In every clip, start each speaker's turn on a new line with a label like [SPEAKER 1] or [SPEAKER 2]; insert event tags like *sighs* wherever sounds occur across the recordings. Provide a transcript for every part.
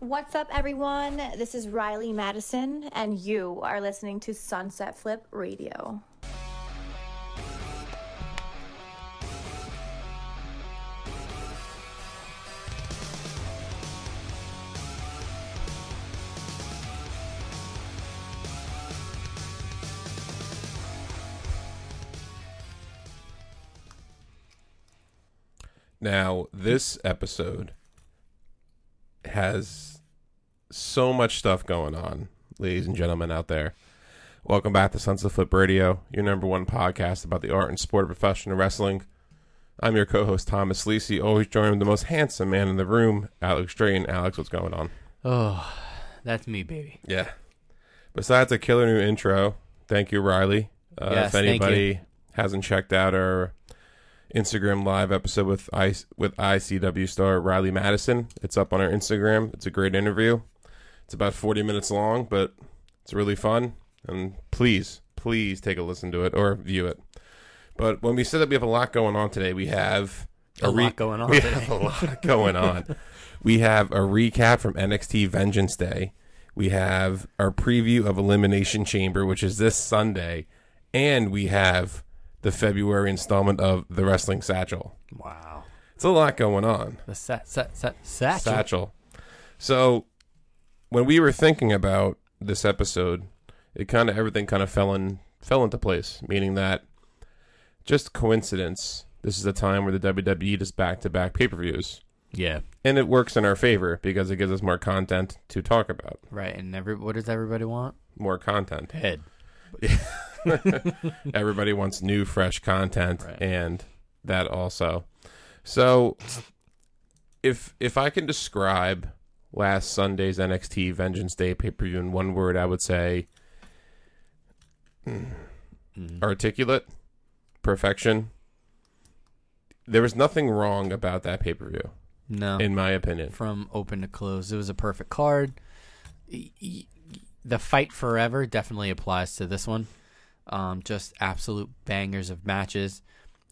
[SPEAKER 1] What's up, everyone? This is Riley Madison, and you are listening to Sunset Flip Radio.
[SPEAKER 2] Now, this episode has so much stuff going on, ladies and gentlemen out there. Welcome back to Sunset Flip Radio, your number one podcast about the art and sport of professional wrestling. I'm your co-host Thomas Lisi, always joined with the most handsome man in the room, Alex Drayton. Alex, what's going on?
[SPEAKER 3] Oh, that's me, baby.
[SPEAKER 2] Yeah. Besides a killer new intro, thank you, Riley. Uh,
[SPEAKER 3] Yes,
[SPEAKER 2] if
[SPEAKER 3] thank you.
[SPEAKER 2] anybody hasn't checked out our Instagram live episode with I, with ICW star Riley Madison, it's up on our Instagram. It's a great interview. It's about 40 minutes long, but it's really fun. And please, please take a listen to it or view it. But when we said that we have a lot going on today, we have
[SPEAKER 3] A lot going on
[SPEAKER 2] *laughs* We
[SPEAKER 3] today.
[SPEAKER 2] have a lot going on. We have a recap from NXT Vengeance Day. We have our preview of Elimination Chamber, which is this Sunday, and we have the February installment of the Wrestling Satchel.
[SPEAKER 3] Wow.
[SPEAKER 2] It's a lot going on.
[SPEAKER 3] The sat sat sat satchel.
[SPEAKER 2] Satchel. So when we were thinking about this episode, it kind of everything kind of fell in fell into place, meaning that just coincidence. This is a time where the WWE does back to back pay per views,
[SPEAKER 3] Yeah.
[SPEAKER 2] and it works in our favor because it gives us more content to talk about.
[SPEAKER 3] Right. And every what does everybody want?
[SPEAKER 2] More content.
[SPEAKER 3] Head.
[SPEAKER 2] Everybody wants new, fresh content,
[SPEAKER 3] Right.
[SPEAKER 2] and that also. So, if if I can describe last Sunday's NXT Vengeance Day pay per view in one word, I would say
[SPEAKER 3] Mm-hmm.
[SPEAKER 2] articulate, perfection. There was nothing wrong about that pay per view,
[SPEAKER 3] No.
[SPEAKER 2] in my opinion.
[SPEAKER 3] From open to close, it was a perfect card. E- e- The fight forever definitely applies to this one. Um, just absolute bangers of matches.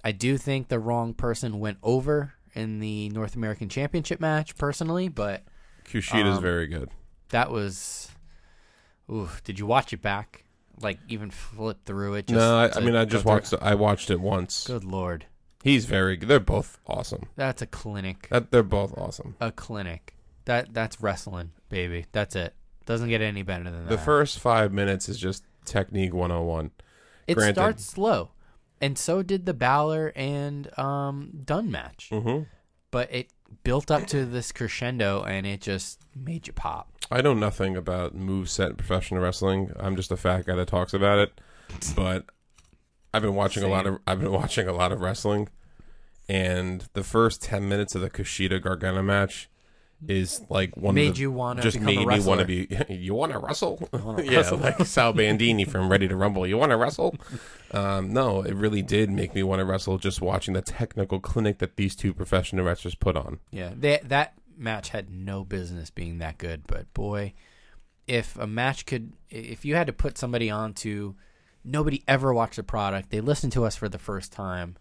[SPEAKER 3] I do think the wrong person went over in the North American Championship match, personally, but
[SPEAKER 2] Kushida
[SPEAKER 3] Um,
[SPEAKER 2] is very good.
[SPEAKER 3] that was. Ooh, did you watch it back? Like even flip through it? Just
[SPEAKER 2] no, I,
[SPEAKER 3] to
[SPEAKER 2] I mean I
[SPEAKER 3] go
[SPEAKER 2] just
[SPEAKER 3] through-
[SPEAKER 2] watched. I watched it once.
[SPEAKER 3] Good lord,
[SPEAKER 2] He's very good. They're both awesome.
[SPEAKER 3] that's a clinic.
[SPEAKER 2] That they're both awesome.
[SPEAKER 3] A clinic. That that's wrestling, baby. That's it. Doesn't get any better than that.
[SPEAKER 2] The first five minutes is just technique 101.
[SPEAKER 3] It
[SPEAKER 2] Granted.
[SPEAKER 3] starts slow, and so did the Balor and um, Dunn match.
[SPEAKER 2] Mm-hmm.
[SPEAKER 3] But it built up to this crescendo, and it just made you pop.
[SPEAKER 2] I know nothing about moveset in professional wrestling. I'm just a fat guy that talks about it. But I've been watching a lot of I've been *laughs* watching a lot of wrestling, and the first ten minutes of the Kushida Gargano match is like one
[SPEAKER 3] Made
[SPEAKER 2] of the,
[SPEAKER 3] you wanna
[SPEAKER 2] just
[SPEAKER 3] become a
[SPEAKER 2] made me want
[SPEAKER 3] wrestler.
[SPEAKER 2] to be *laughs* you want to
[SPEAKER 3] *laughs*
[SPEAKER 2] wrestle *laughs*
[SPEAKER 3] wanna
[SPEAKER 2] yeah
[SPEAKER 3] wrestle.
[SPEAKER 2] like Sal Bandini from Ready to Rumble you want to wrestle um, no it really did make me want to wrestle just watching the technical clinic that these two professional wrestlers put on
[SPEAKER 3] Yeah, they, that match had no business being that good, but boy, if a match could, if you had to put somebody on to, nobody ever watched the product, they listened to us for the first time,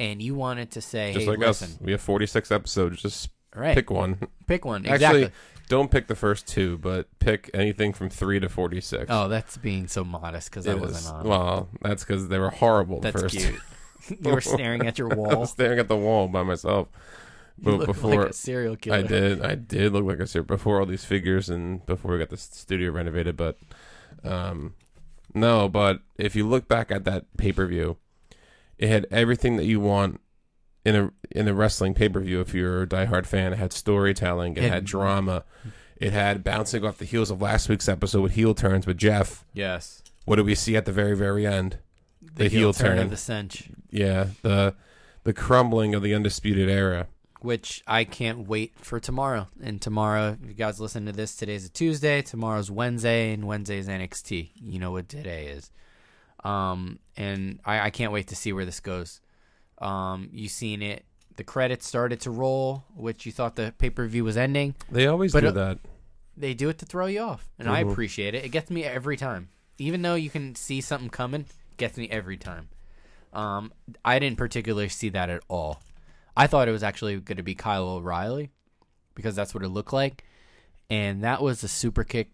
[SPEAKER 3] and you wanted to say,
[SPEAKER 2] just
[SPEAKER 3] hey,
[SPEAKER 2] like
[SPEAKER 3] listen,
[SPEAKER 2] us. We have 46 episodes. Just
[SPEAKER 3] Right.
[SPEAKER 2] pick one.
[SPEAKER 3] pick one. Exactly.
[SPEAKER 2] Actually, don't pick the first two, but pick anything from 3 to 46.
[SPEAKER 3] oh, that's being so modest because I
[SPEAKER 2] It
[SPEAKER 3] wasn't
[SPEAKER 2] is-
[SPEAKER 3] on.
[SPEAKER 2] Well, that's because they were horrible the
[SPEAKER 3] that's
[SPEAKER 2] first.
[SPEAKER 3] cute. *laughs* you were staring at
[SPEAKER 2] *laughs*
[SPEAKER 3] your
[SPEAKER 2] I was
[SPEAKER 3] wall.
[SPEAKER 2] staring at the wall by myself.
[SPEAKER 3] You
[SPEAKER 2] But
[SPEAKER 3] look
[SPEAKER 2] before
[SPEAKER 3] like a serial killer.
[SPEAKER 2] I did, I did look like a ser- before all these figures and before we got the s- studio renovated. But um, no, but if you look back at that pay per view, it had everything that you want in a in a wrestling pay per view. If you're a diehard fan, it had storytelling, it
[SPEAKER 3] It-
[SPEAKER 2] had drama, it had bouncing off the heels of last week's episode with heel turns with Jeff.
[SPEAKER 3] Yes.
[SPEAKER 2] What do we see at the very very end? The, heel, turn.
[SPEAKER 3] of the cinch,
[SPEAKER 2] yeah, the the crumbling of the undisputed era.
[SPEAKER 3] which I can't wait for tomorrow. And tomorrow, if you guys listen to this, today's a Tuesday. Tomorrow's Wednesday, and Wednesday's NXT. You know what today is. Um, and I, I can't wait to see where this goes. Um, you seen it. The credits started to roll, which you thought the pay per view was ending.
[SPEAKER 2] They always
[SPEAKER 3] But
[SPEAKER 2] do
[SPEAKER 3] it-
[SPEAKER 2] that.
[SPEAKER 3] they do it to throw you off, and
[SPEAKER 2] Mm-hmm.
[SPEAKER 3] I appreciate it. It gets me every time, even though you can see something coming. Gets me every time. Um, I didn't particularly see that at all. I thought it was actually going to be Kyle O'Reilly because that's what it looked like, and that was a super kick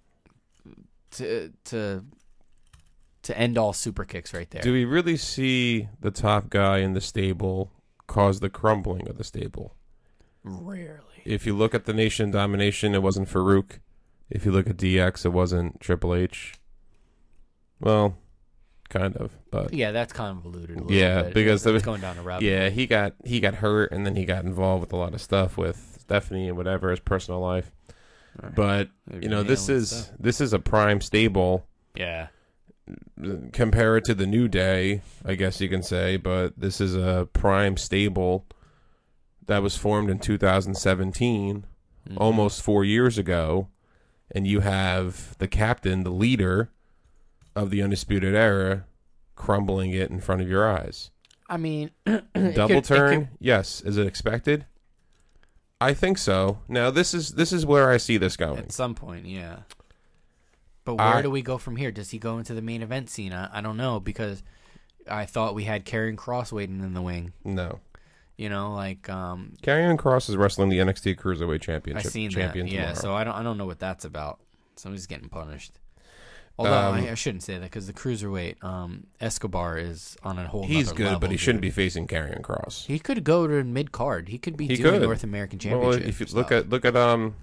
[SPEAKER 3] to to to end all super kicks right there.
[SPEAKER 2] Do we really see the top guy in the stable cause the crumbling of the stable?
[SPEAKER 3] Rarely.
[SPEAKER 2] If you look at the nation domination, it wasn't Farouk. If you look at DX, it wasn't Triple H. Well, kind of, but
[SPEAKER 3] Yeah, that's convoluted. A little
[SPEAKER 2] Yeah,
[SPEAKER 3] bit.
[SPEAKER 2] because
[SPEAKER 3] it's
[SPEAKER 2] the-
[SPEAKER 3] going down a rabbit.
[SPEAKER 2] yeah, he got he got hurt, and then he got involved with a lot of stuff with Stephanie and whatever his personal life.
[SPEAKER 3] All right.
[SPEAKER 2] But
[SPEAKER 3] They've
[SPEAKER 2] you
[SPEAKER 3] been
[SPEAKER 2] know, this
[SPEAKER 3] handling
[SPEAKER 2] is
[SPEAKER 3] stuff.
[SPEAKER 2] this is a prime stable.
[SPEAKER 3] yeah.
[SPEAKER 2] compare it to the new day i guess you can say but this is a prime stable that was formed in 2017
[SPEAKER 3] Mhm.
[SPEAKER 2] almost four years ago and you have the captain the leader of the undisputed era crumbling it in front of your eyes
[SPEAKER 3] I mean, *clears throat*
[SPEAKER 2] double turn yes is it expected i think so now this is this is where i see this going
[SPEAKER 3] at some point, yeah. But where
[SPEAKER 2] I-
[SPEAKER 3] do we go from here? Does he go into the main event scene? I, I don't know because I thought we had Karrion Cross waiting in the wing.
[SPEAKER 2] no
[SPEAKER 3] You know, like um,
[SPEAKER 2] Karrion cross is wrestling the nxt cruiserweight
[SPEAKER 3] I
[SPEAKER 2] championship
[SPEAKER 3] seen that.
[SPEAKER 2] champion
[SPEAKER 3] Yeah,
[SPEAKER 2] tomorrow.
[SPEAKER 3] so I don't I don't know what that's about. Somebody's getting punished. Although
[SPEAKER 2] Um,
[SPEAKER 3] I, I shouldn't say that because the cruiserweight um, Escobar is on a whole.
[SPEAKER 2] He's
[SPEAKER 3] nother
[SPEAKER 2] good,
[SPEAKER 3] level,
[SPEAKER 2] but he
[SPEAKER 3] dude.
[SPEAKER 2] shouldn't be facing Karrion Cross.
[SPEAKER 3] He could go to mid card. He could be
[SPEAKER 2] He
[SPEAKER 3] doing
[SPEAKER 2] could.
[SPEAKER 3] North American
[SPEAKER 2] Well,
[SPEAKER 3] Championship.
[SPEAKER 2] if you
[SPEAKER 3] stuff.
[SPEAKER 2] look at look at um,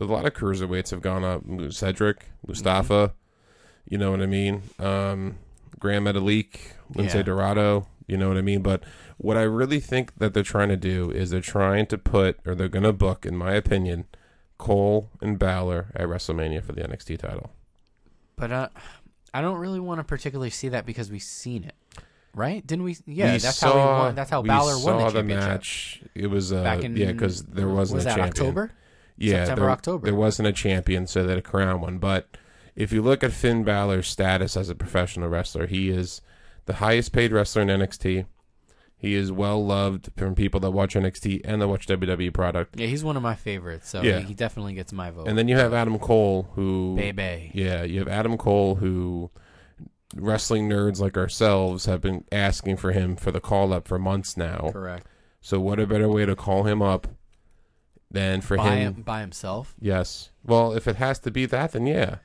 [SPEAKER 2] a lot of cruiserweights have gone up. Cedric, Mustafa,
[SPEAKER 3] Mm-hmm.
[SPEAKER 2] you know what I mean. Um, Graham Metalik, Lindsay
[SPEAKER 3] Yeah.
[SPEAKER 2] Dorado, you know what I mean. But what I really think that they're trying to do is they're trying to put, or they're going to book, in my opinion, Cole and Balor at WrestleMania for the NXT title.
[SPEAKER 3] But uh, I don't really want to particularly see that because we've seen it, right? Didn't we? Yeah,
[SPEAKER 2] We
[SPEAKER 3] that's
[SPEAKER 2] saw,
[SPEAKER 3] how we won. That's how
[SPEAKER 2] we
[SPEAKER 3] Balor
[SPEAKER 2] saw
[SPEAKER 3] won the
[SPEAKER 2] the,
[SPEAKER 3] championship
[SPEAKER 2] match. It was uh,
[SPEAKER 3] back in
[SPEAKER 2] yeah, because there
[SPEAKER 3] was
[SPEAKER 2] wasn't a
[SPEAKER 3] that
[SPEAKER 2] champion.
[SPEAKER 3] October.
[SPEAKER 2] yeah,
[SPEAKER 3] September,
[SPEAKER 2] there,
[SPEAKER 3] October.
[SPEAKER 2] There wasn't a champion, so that a crown one. But if you look at Finn Balor's status as a professional wrestler, he is the highest paid wrestler in NXT. He is well loved from people that watch NXT and that watch WWE product.
[SPEAKER 3] Yeah, he's one of my favorites, so
[SPEAKER 2] Yeah.
[SPEAKER 3] he, he definitely gets my vote.
[SPEAKER 2] And then you have Adam Cole, who
[SPEAKER 3] Baby,
[SPEAKER 2] yeah, you have Adam Cole, who wrestling nerds like ourselves have been asking for him for the call up for months now.
[SPEAKER 3] correct.
[SPEAKER 2] So what a better way to call him up than for
[SPEAKER 3] By
[SPEAKER 2] him?
[SPEAKER 3] him by himself.
[SPEAKER 2] Yes. Well, if it has to be that, then yeah.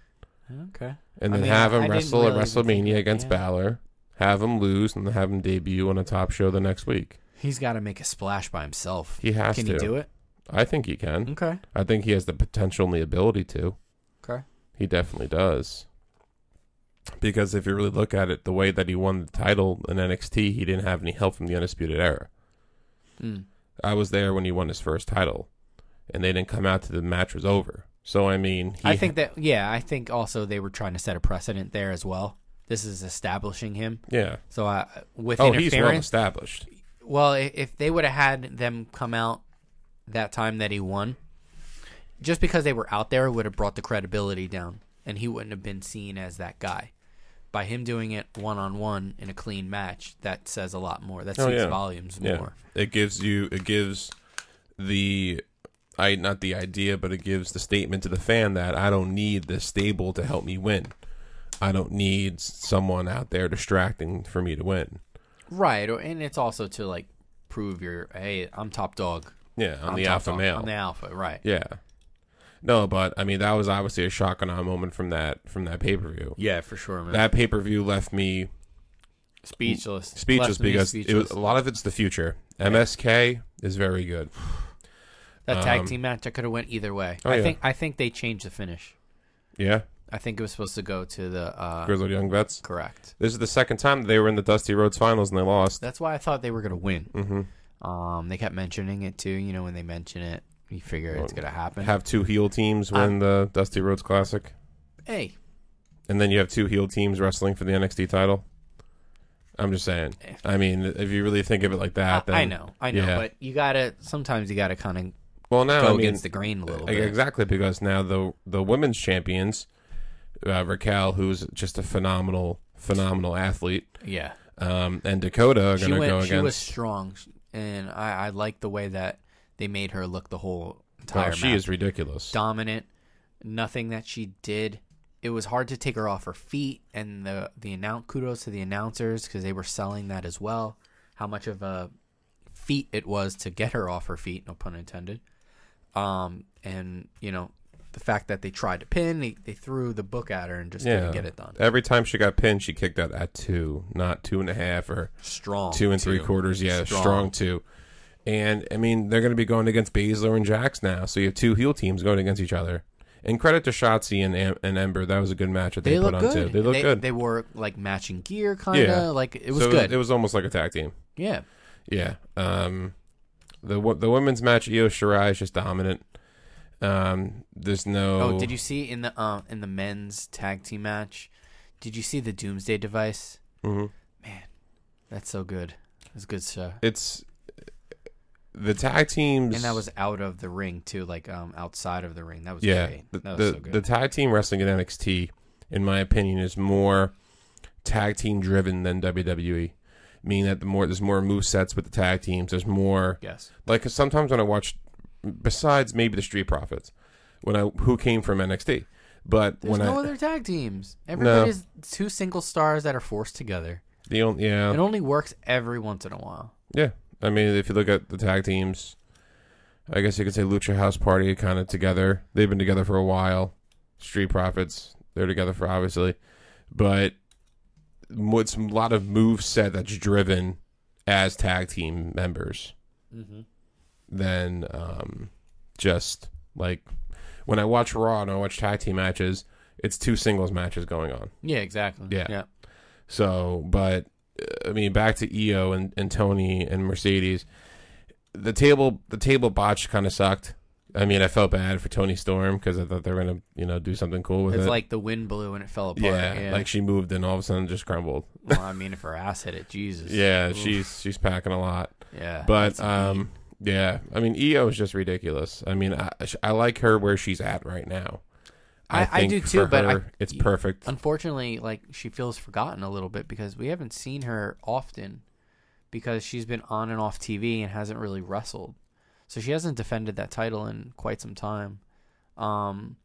[SPEAKER 3] Okay.
[SPEAKER 2] and
[SPEAKER 3] I
[SPEAKER 2] then
[SPEAKER 3] mean,
[SPEAKER 2] have
[SPEAKER 3] I-
[SPEAKER 2] him
[SPEAKER 3] I didn't
[SPEAKER 2] wrestle
[SPEAKER 3] really
[SPEAKER 2] at
[SPEAKER 3] even think
[SPEAKER 2] WrestleMania
[SPEAKER 3] of-
[SPEAKER 2] against
[SPEAKER 3] yeah.
[SPEAKER 2] Balor, have him lose, and then have him debut on a top show the next week.
[SPEAKER 3] He's got to make a splash by himself.
[SPEAKER 2] He has
[SPEAKER 3] Can
[SPEAKER 2] to.
[SPEAKER 3] he do it? Mm-hmm.
[SPEAKER 2] I think he can.
[SPEAKER 3] Okay.
[SPEAKER 2] I think he has the potential and the ability to.
[SPEAKER 3] Okay.
[SPEAKER 2] He definitely does. Because if you really look at it, the way that he won the title in NXT, he didn't have any help from the Undisputed Era.
[SPEAKER 3] Mm.
[SPEAKER 2] I was there when he won his first title, and they didn't come out till the match was over. So I mean, he
[SPEAKER 3] I think that yeah, I think also they were trying to set a precedent there as well. This is establishing him.
[SPEAKER 2] yeah.
[SPEAKER 3] So I with
[SPEAKER 2] Oh, he's well
[SPEAKER 3] interference,
[SPEAKER 2] established.
[SPEAKER 3] Well, i- if they would have had them come out that time that he won, just because they were out there would have brought the credibility down, and he wouldn't have been seen as that guy. By him doing it one on one in a clean match, that says a lot more. That
[SPEAKER 2] Oh,
[SPEAKER 3] speaks
[SPEAKER 2] yeah.
[SPEAKER 3] volumes
[SPEAKER 2] Yeah.
[SPEAKER 3] more.
[SPEAKER 2] It gives you it gives the I not the idea, but it gives the statement to the fan that I don't need this stable to help me win. I don't need someone out there distracting for me to win.
[SPEAKER 3] Right, or, and it's also to like prove your hey, I'm top dog.
[SPEAKER 2] Yeah, I'm,
[SPEAKER 3] I'm
[SPEAKER 2] the
[SPEAKER 3] top
[SPEAKER 2] alpha
[SPEAKER 3] dog.
[SPEAKER 2] male.
[SPEAKER 3] I'm the alpha. Right.
[SPEAKER 2] yeah. No, but I mean that was obviously a shock and awe moment from that from that pay per view.
[SPEAKER 3] Yeah, for sure, man.
[SPEAKER 2] That pay per view left me
[SPEAKER 3] speechless.
[SPEAKER 2] speechless
[SPEAKER 3] Left me
[SPEAKER 2] because it was,
[SPEAKER 3] speechless.
[SPEAKER 2] a lot of it's the future. MSK is very good.
[SPEAKER 3] that tag
[SPEAKER 2] um,
[SPEAKER 3] team match. I could have went either way.
[SPEAKER 2] Oh,
[SPEAKER 3] I
[SPEAKER 2] yeah.
[SPEAKER 3] think. I think they changed the finish.
[SPEAKER 2] Yeah,
[SPEAKER 3] I think it was supposed to go to the uh,
[SPEAKER 2] Grizzled Young Vets.
[SPEAKER 3] Correct.
[SPEAKER 2] This is the second time that they were in the Dusty Rhodes Finals and they lost.
[SPEAKER 3] That's why I thought they were gonna win.
[SPEAKER 2] hmm
[SPEAKER 3] Um, they kept mentioning it too. You know, when they mention it, you figure it's gonna happen.
[SPEAKER 2] Have two heel teams win the Dusty Rhodes Classic,
[SPEAKER 3] hey,
[SPEAKER 2] and then you have two heel teams wrestling for the NXT title. I'm just saying.
[SPEAKER 3] Eh.
[SPEAKER 2] I mean, if you really think of it like
[SPEAKER 3] I,
[SPEAKER 2] that, then
[SPEAKER 3] I know, I know,
[SPEAKER 2] yeah.
[SPEAKER 3] but you gotta sometimes you gotta kind of
[SPEAKER 2] Well, now
[SPEAKER 3] go
[SPEAKER 2] I mean,
[SPEAKER 3] against the grain a little
[SPEAKER 2] e-
[SPEAKER 3] bit.
[SPEAKER 2] exactly because now the the women's champions, uh, Raquel, who's just a phenomenal, phenomenal athlete,
[SPEAKER 3] Yeah,
[SPEAKER 2] um, and Dakota are
[SPEAKER 3] she
[SPEAKER 2] going to
[SPEAKER 3] went.
[SPEAKER 2] go
[SPEAKER 3] she was
[SPEAKER 2] against.
[SPEAKER 3] strong, and I, I like the way that they made her look the whole entire.
[SPEAKER 2] Wow, oh, she
[SPEAKER 3] match.
[SPEAKER 2] is ridiculous.
[SPEAKER 3] dominant. Nothing that she did. It was hard to take her off her feet, and the the announce kudos to the announcers because they were selling that as well. How much of a feat it was to get her off her feet, no pun intended. Um, and you know the fact that they tried to pin, they, they threw the book at her and just didn't get it done.
[SPEAKER 2] Every time she got pinned, she kicked out at two, not two and a half or
[SPEAKER 3] Strong.
[SPEAKER 2] two and three
[SPEAKER 3] too.
[SPEAKER 2] quarters. Yeah, strong. two. And I mean, they're going to be going against Baszler and Jax now, so you have two heel teams going against each other. And credit to Shotzi and Am- and Ember, that was a good match that they,
[SPEAKER 3] They,
[SPEAKER 2] put
[SPEAKER 3] look
[SPEAKER 2] on
[SPEAKER 3] good.
[SPEAKER 2] too. They look
[SPEAKER 3] they,
[SPEAKER 2] good.
[SPEAKER 3] They wore like matching gear, kind of.
[SPEAKER 2] Yeah.
[SPEAKER 3] Like it was
[SPEAKER 2] So
[SPEAKER 3] good.
[SPEAKER 2] It was almost like a tag team.
[SPEAKER 3] yeah.
[SPEAKER 2] Yeah. Um, the wo- the women's match, Io Shirai is just dominant. Um, there's no.
[SPEAKER 3] Oh, did you see in the um in the men's tag team match? Did you see the Doomsday device?
[SPEAKER 2] Mhm.
[SPEAKER 3] That's so good. It's good stuff.
[SPEAKER 2] It's the tag teams.
[SPEAKER 3] And that was out of the ring too, like um outside of the ring. That was
[SPEAKER 2] yeah.
[SPEAKER 3] great.
[SPEAKER 2] The,
[SPEAKER 3] that was
[SPEAKER 2] the,
[SPEAKER 3] so good.
[SPEAKER 2] the tag team wrestling in NXT, in my opinion, is more tag team driven than WWE. Meaning that the more there's more move sets with the tag teams. There's more
[SPEAKER 3] yes.
[SPEAKER 2] like 'cause sometimes when I watch, besides maybe the Street Profits, when I who came from NXT, but
[SPEAKER 3] There's
[SPEAKER 2] when
[SPEAKER 3] no
[SPEAKER 2] I
[SPEAKER 3] other tag teams. Everybody's two single stars that are forced together.
[SPEAKER 2] the only yeah
[SPEAKER 3] It only works every once in a while.
[SPEAKER 2] Yeah, I mean, if you look at the tag teams, I guess you could say Lucha House Party kind of together. They've been together for a while. Street Profits, they're together for obviously, but mo- it's a lot of move set that's driven as tag team members than um, just like when I watch Raw and I watch tag team matches. It's two singles matches going on.
[SPEAKER 3] Yeah, exactly.
[SPEAKER 2] Yeah.
[SPEAKER 3] yeah.
[SPEAKER 2] So, but uh, I mean, back to EO and, and Tony and Mercedes. The table, the table botch kind of sucked. I mean, I felt bad for Tony Storm because I thought they were gonna, you know, do something cool with
[SPEAKER 3] It's
[SPEAKER 2] it.
[SPEAKER 3] like the wind blew and it fell apart.
[SPEAKER 2] yeah,
[SPEAKER 3] Yeah,
[SPEAKER 2] like she moved and all of a sudden just crumbled.
[SPEAKER 3] well, I mean, if her ass hit it, Jesus.
[SPEAKER 2] Yeah,
[SPEAKER 3] Oof.
[SPEAKER 2] she's she's packing a lot,
[SPEAKER 3] yeah.
[SPEAKER 2] but
[SPEAKER 3] that's a beat.
[SPEAKER 2] um, yeah, I mean, EO is just ridiculous. I mean, I I like her where she's at right now.
[SPEAKER 3] I- I do too,
[SPEAKER 2] for
[SPEAKER 3] but I-
[SPEAKER 2] her, it's perfect.
[SPEAKER 3] unfortunately, like she feels forgotten a little bit because we haven't seen her often because she's been on and off TV and hasn't really wrestled. So she hasn't defended that title in quite some time. Um,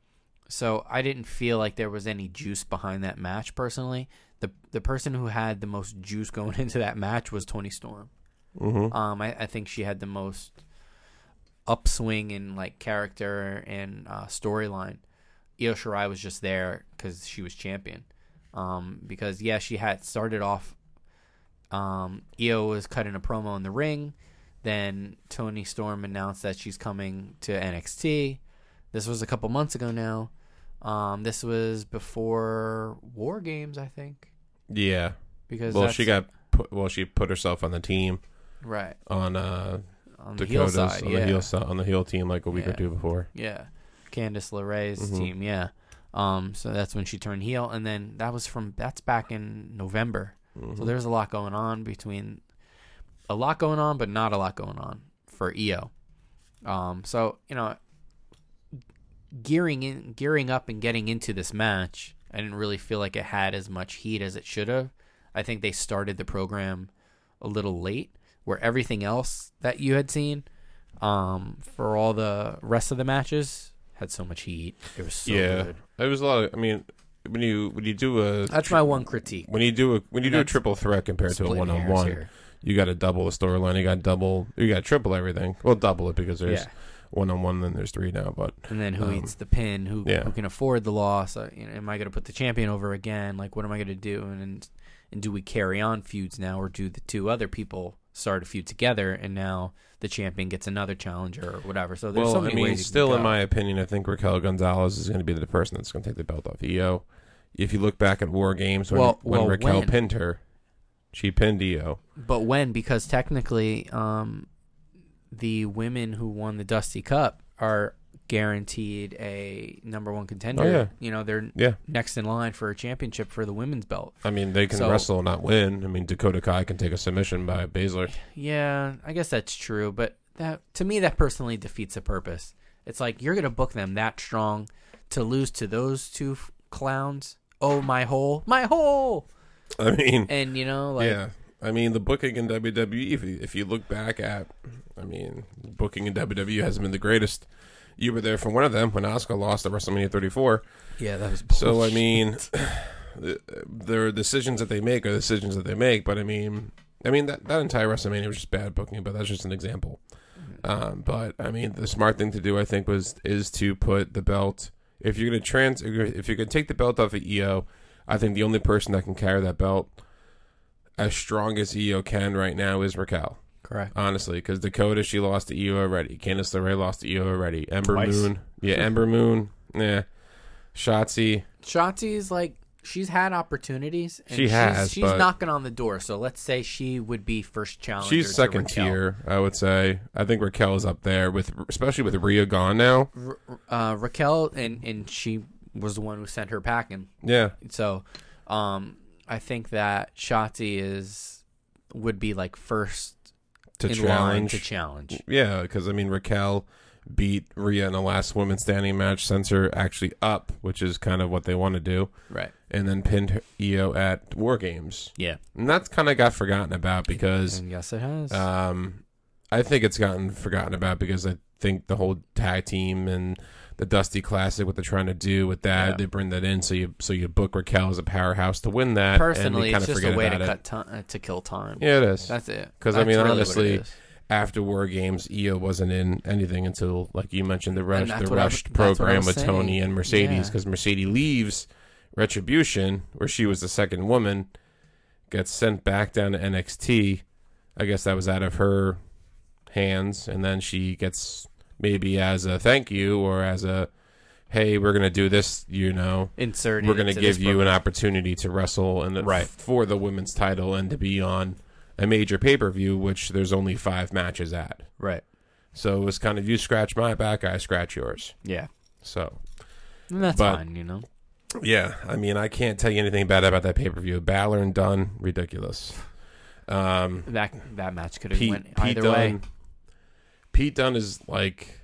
[SPEAKER 3] so I didn't feel like there was any juice behind that match personally. The the person who had the most juice going *laughs* into that match was Tony Storm.
[SPEAKER 2] Mhm.
[SPEAKER 3] Um, I, I think she had the most upswing in like character and uh, storyline. Io Shirai was just there because she was champion. Um, because yeah, she had started off. Um, Io was cutting a promo in the ring. Then Tony Storm announced that she's coming to NXT. This was a couple months ago now. Um, this was before War Games, I think.
[SPEAKER 2] Yeah.
[SPEAKER 3] Because
[SPEAKER 2] Well,
[SPEAKER 3] that's-
[SPEAKER 2] she got put, well, she put herself on the team
[SPEAKER 3] right
[SPEAKER 2] on uh
[SPEAKER 3] on the heel
[SPEAKER 2] Dakota's
[SPEAKER 3] side.
[SPEAKER 2] on
[SPEAKER 3] yeah.
[SPEAKER 2] the heel si- on the heel team like a week or
[SPEAKER 3] Yeah.
[SPEAKER 2] two before.
[SPEAKER 3] Yeah. Candice LeRae's
[SPEAKER 2] Mm-hmm.
[SPEAKER 3] team, yeah. Um, so that's when she turned heel and then that was from that's back in November. So there's a lot going on between a lot going on but not a lot going on for EO. Um, so, you know, gearing in gearing up and getting into this match, I didn't really feel like it had as much heat as it should have. I think they started the program a little late where everything else that you had seen um, for all the rest of the matches had so much heat. It was so
[SPEAKER 2] yeah,
[SPEAKER 3] good.
[SPEAKER 2] it was a lot. Of, I mean, when you when you do a
[SPEAKER 3] That's my one critique.
[SPEAKER 2] when you do a when you
[SPEAKER 3] And
[SPEAKER 2] do a
[SPEAKER 3] that's
[SPEAKER 2] triple threat compared to a
[SPEAKER 3] splitting
[SPEAKER 2] one on
[SPEAKER 3] hairs
[SPEAKER 2] one,
[SPEAKER 3] here.
[SPEAKER 2] you got to double the storyline. You got double. You got to triple everything. Well, double it because there's
[SPEAKER 3] Yeah.
[SPEAKER 2] one on one, then there's three now. But
[SPEAKER 3] And then who
[SPEAKER 2] Um,
[SPEAKER 3] eats the pin? Who
[SPEAKER 2] yeah.
[SPEAKER 3] who can afford the loss? Uh, you know, am I going to put the champion over again? Like, what am I going to do? And, and and do we carry on feuds now, or do the two other people start a feud together, and now the champion gets another challenger or whatever? So there's
[SPEAKER 2] well,
[SPEAKER 3] so
[SPEAKER 2] I
[SPEAKER 3] many
[SPEAKER 2] mean,
[SPEAKER 3] ways. you can
[SPEAKER 2] still in
[SPEAKER 3] go.
[SPEAKER 2] my opinion, I think Raquel Gonzalez is going to be the person that's going to take the belt off EO. If you look back at War Games when
[SPEAKER 3] Well-
[SPEAKER 2] when
[SPEAKER 3] well,
[SPEAKER 2] Raquel
[SPEAKER 3] when?
[SPEAKER 2] pinned her, she pinned E EO.
[SPEAKER 3] But when? Because technically, um, the women who won the Dusty Cup are guaranteed a number one contender.
[SPEAKER 2] Oh, yeah.
[SPEAKER 3] You know, they're
[SPEAKER 2] Yeah,
[SPEAKER 3] next in line for a championship for the women's belt.
[SPEAKER 2] I mean, they can
[SPEAKER 3] So-
[SPEAKER 2] wrestle and not win. I mean, Dakota Kai can take a submission by Baszler. *laughs*
[SPEAKER 3] Yeah, I guess that's true, but that to me that personally defeats the purpose. It's like you're gonna book them that strong to lose to those two f- clowns. Oh my hole, my hole,
[SPEAKER 2] I mean,
[SPEAKER 3] and you know like
[SPEAKER 2] yeah. I mean, the booking in WWE, if you, if you look back at, I mean, booking in WWE hasn't been the greatest. You were there for one of them when Asuka lost at WrestleMania 34.
[SPEAKER 3] yeah, that was
[SPEAKER 2] So, I
[SPEAKER 3] *laughs*
[SPEAKER 2] mean, the- their decisions that they make are decisions that they make. But, I mean, I mean that, that entire WrestleMania was just bad booking, but that's just an example. Um, but, I mean, the smart thing to do, I think, was is to put the belt – If you're gonna trans, if you're gonna take the belt off of EO, I think the only person that can carry that belt as strong as EO can right now is Raquel.
[SPEAKER 3] Correct.
[SPEAKER 2] Honestly, because Dakota she lost to EO already. Candice LeRae lost to EO already. Ember
[SPEAKER 3] Twice.
[SPEAKER 2] Moon,
[SPEAKER 3] *laughs*
[SPEAKER 2] yeah, Ember Moon, yeah. Shotzi,
[SPEAKER 3] Shotzi is like she's had opportunities. And
[SPEAKER 2] She
[SPEAKER 3] she's,
[SPEAKER 2] has,
[SPEAKER 3] She's
[SPEAKER 2] but-
[SPEAKER 3] knocking on the door. So let's say she would be first challenger.
[SPEAKER 2] she's
[SPEAKER 3] to
[SPEAKER 2] second
[SPEAKER 3] Raquel.
[SPEAKER 2] tier, I would say. I think Raquel is up there with, especially with Rhea gone now.
[SPEAKER 3] R- uh, Raquel and and she was the one who sent her packing.
[SPEAKER 2] Yeah,
[SPEAKER 3] So, um, I think that Shotzi is would be like first
[SPEAKER 2] to
[SPEAKER 3] in line
[SPEAKER 2] challenge.
[SPEAKER 3] to challenge.
[SPEAKER 2] Yeah, because I mean Raquel beat Rhea in the last women's standing match, sends her actually up, which is kind of what they want to do,
[SPEAKER 3] Right.
[SPEAKER 2] and then pinned her- Io at War Games,
[SPEAKER 3] Yeah.
[SPEAKER 2] and that's kind of got forgotten about because
[SPEAKER 3] And yes, it has.
[SPEAKER 2] um, I think it's gotten forgotten about because I think the whole tag team and the Dusty Classic, what they're trying to do with that,
[SPEAKER 3] Yeah.
[SPEAKER 2] they bring that in so you so you book Raquel as a powerhouse to win that. and
[SPEAKER 3] Personally,
[SPEAKER 2] you kinda
[SPEAKER 3] it's just a
[SPEAKER 2] forget
[SPEAKER 3] way to
[SPEAKER 2] about it.
[SPEAKER 3] cut time uh, to kill time.
[SPEAKER 2] Yeah, it is.
[SPEAKER 3] That's it.
[SPEAKER 2] 'Cause, I
[SPEAKER 3] That's
[SPEAKER 2] mean,
[SPEAKER 3] really what it
[SPEAKER 2] honestly,
[SPEAKER 3] is.
[SPEAKER 2] after War Games, Io wasn't in anything until, like you mentioned, the rush,
[SPEAKER 3] that's
[SPEAKER 2] the
[SPEAKER 3] what I
[SPEAKER 2] rushed
[SPEAKER 3] was- that's what I
[SPEAKER 2] program
[SPEAKER 3] was
[SPEAKER 2] with Tony
[SPEAKER 3] saying.
[SPEAKER 2] and Mercedes,
[SPEAKER 3] Yeah.
[SPEAKER 2] because Mercedes leaves Retribution, where she was the second woman, gets sent back down to NXT. I guess that was out of her hands, and then she gets maybe as a thank you or as a hey, we're gonna do this, you know,
[SPEAKER 3] inserting.
[SPEAKER 2] we're going to
[SPEAKER 3] into
[SPEAKER 2] give
[SPEAKER 3] this
[SPEAKER 2] you an opportunity to wrestle and
[SPEAKER 3] Right.
[SPEAKER 2] for the women's title and to be on a major pay per view, which there's only five matches at.
[SPEAKER 3] Right.
[SPEAKER 2] So it was kind of you scratch my back, I scratch yours.
[SPEAKER 3] Yeah.
[SPEAKER 2] So
[SPEAKER 3] And that's
[SPEAKER 2] But-
[SPEAKER 3] fine, you know.
[SPEAKER 2] yeah, I mean, I can't tell you anything bad about that pay per view. Balor and Dunn, ridiculous. Um,
[SPEAKER 3] That that match could have
[SPEAKER 2] Pete,
[SPEAKER 3] went
[SPEAKER 2] Pete
[SPEAKER 3] either
[SPEAKER 2] Dunn,
[SPEAKER 3] way.
[SPEAKER 2] Pete Dunn is like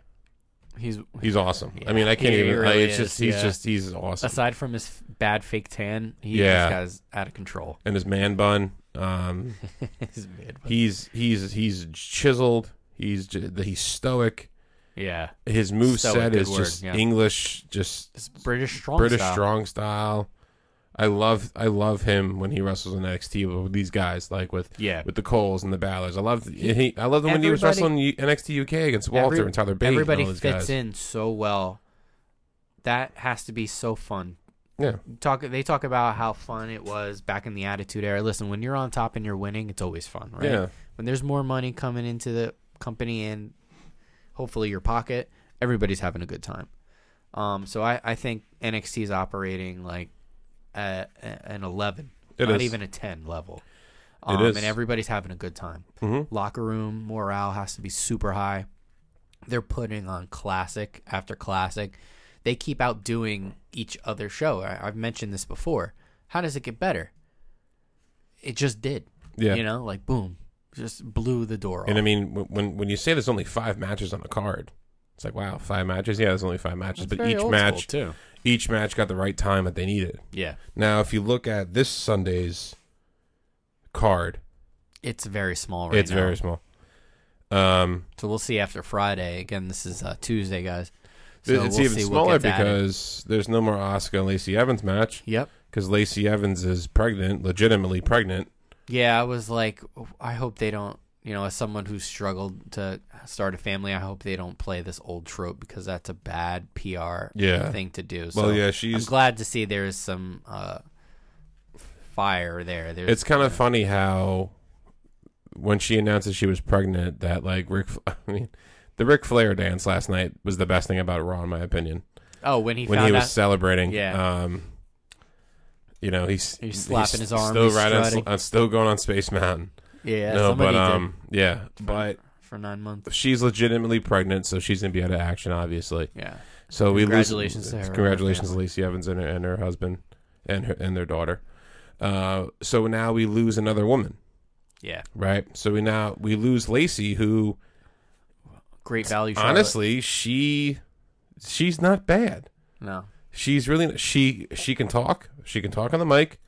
[SPEAKER 3] He's
[SPEAKER 2] he's awesome. I
[SPEAKER 3] Yeah,
[SPEAKER 2] mean, I can't
[SPEAKER 3] he
[SPEAKER 2] even. I-
[SPEAKER 3] really
[SPEAKER 2] it's just
[SPEAKER 3] is,
[SPEAKER 2] he's
[SPEAKER 3] yeah.
[SPEAKER 2] just he's awesome.
[SPEAKER 3] aside from his f- bad fake tan, he
[SPEAKER 2] Yeah.
[SPEAKER 3] just has out of control. *laughs*
[SPEAKER 2] And his man bun. Um,
[SPEAKER 3] He's mid, but-
[SPEAKER 2] he's he's he's chiseled. He's j- he's stoic.
[SPEAKER 3] yeah,
[SPEAKER 2] his move
[SPEAKER 3] Stoic,
[SPEAKER 2] set
[SPEAKER 3] good
[SPEAKER 2] is
[SPEAKER 3] word,
[SPEAKER 2] just
[SPEAKER 3] yeah.
[SPEAKER 2] English, just
[SPEAKER 3] it's British strong.
[SPEAKER 2] British
[SPEAKER 3] style.
[SPEAKER 2] strong style. I love I love him when he wrestles in NXT with these guys like with
[SPEAKER 3] Yeah.
[SPEAKER 2] with the Coles and the Ballers. I love he, I love him when he was
[SPEAKER 3] Everybody-
[SPEAKER 2] wrestling in NXT UK against Walter
[SPEAKER 3] Every-
[SPEAKER 2] and Tyler Bate.
[SPEAKER 3] Everybody
[SPEAKER 2] and all those
[SPEAKER 3] fits
[SPEAKER 2] guys.
[SPEAKER 3] in so well. That has to be so fun.
[SPEAKER 2] Yeah,
[SPEAKER 3] Talk. They talk about how fun it was back in the Attitude Era. Listen, when you're on top and you're winning, it's always fun, right?
[SPEAKER 2] yeah,
[SPEAKER 3] When there's more money coming into the company and hopefully your pocket, everybody's having a good time. Um, so I, I think NXT is operating like a, a- an 11,
[SPEAKER 2] It
[SPEAKER 3] not
[SPEAKER 2] is.
[SPEAKER 3] even a 10 level.
[SPEAKER 2] It
[SPEAKER 3] Um,
[SPEAKER 2] is.
[SPEAKER 3] And everybody's having a good time.
[SPEAKER 2] Mhm.
[SPEAKER 3] Locker room morale has to be super high. They're putting on classic after classic. They keep outdoing each other show. I, I've mentioned this before. How does it get better? It just did.
[SPEAKER 2] yeah.
[SPEAKER 3] You know, like boom, just blew the door off.
[SPEAKER 2] And I mean w- when when you say there's only five matches on the card, it's like wow, five matches. Yeah, there's only five matches,
[SPEAKER 3] That's
[SPEAKER 2] but
[SPEAKER 3] very
[SPEAKER 2] each
[SPEAKER 3] old
[SPEAKER 2] match
[SPEAKER 3] school, too.
[SPEAKER 2] each match got the right time that they needed.
[SPEAKER 3] Yeah,
[SPEAKER 2] Now, if you look at this Sunday's card,
[SPEAKER 3] it's very small right
[SPEAKER 2] it's
[SPEAKER 3] now.
[SPEAKER 2] very small. Um,
[SPEAKER 3] So we'll see after Friday. Again, this is uh, Tuesday, guys. So
[SPEAKER 2] Th- it's
[SPEAKER 3] we'll
[SPEAKER 2] even
[SPEAKER 3] see what
[SPEAKER 2] smaller
[SPEAKER 3] gets added.
[SPEAKER 2] because there's no more Oscar and Lacey Evans match
[SPEAKER 3] Yep.
[SPEAKER 2] because Lacey Evans is pregnant, legitimately pregnant.
[SPEAKER 3] Yeah, I was like, I hope they don't. You know, as someone who's struggled to start a family, I hope they don't play this old trope because that's a bad PR
[SPEAKER 2] Yeah.
[SPEAKER 3] thing to do. So
[SPEAKER 2] Well, yeah,
[SPEAKER 3] I'm
[SPEAKER 2] she's.
[SPEAKER 3] glad to see there is some uh, fire there. There's,
[SPEAKER 2] It's kind of funny how when she announced that she was pregnant, that like Rick, *laughs* I mean, the Ric Flair dance last night was the best thing about Raw, in my opinion.
[SPEAKER 3] oh when he
[SPEAKER 2] when
[SPEAKER 3] found
[SPEAKER 2] he was
[SPEAKER 3] out
[SPEAKER 2] celebrating,
[SPEAKER 3] Yeah.
[SPEAKER 2] Um, you know, he's
[SPEAKER 3] He's slapping his arm,
[SPEAKER 2] still
[SPEAKER 3] he's
[SPEAKER 2] right on-
[SPEAKER 3] strutting.
[SPEAKER 2] uh, still going on Space Mountain.
[SPEAKER 3] yeah
[SPEAKER 2] no, but
[SPEAKER 3] somebody did
[SPEAKER 2] um, yeah, but
[SPEAKER 3] for nine months.
[SPEAKER 2] she's legitimately pregnant, so she's gonna be out of action, obviously.
[SPEAKER 3] Yeah,
[SPEAKER 2] So we
[SPEAKER 3] Congratulations
[SPEAKER 2] lose,
[SPEAKER 3] to her and her
[SPEAKER 2] Congratulations to
[SPEAKER 3] family.
[SPEAKER 2] Lacey Evans and her, and her husband and her and their daughter. Uh, so now we lose another woman,
[SPEAKER 3] yeah,
[SPEAKER 2] right? So we now we lose Lacey, who
[SPEAKER 3] great value. Charlotte.
[SPEAKER 2] honestly she she's not bad.
[SPEAKER 3] no,
[SPEAKER 2] She's really she she can talk. She can talk on the mic.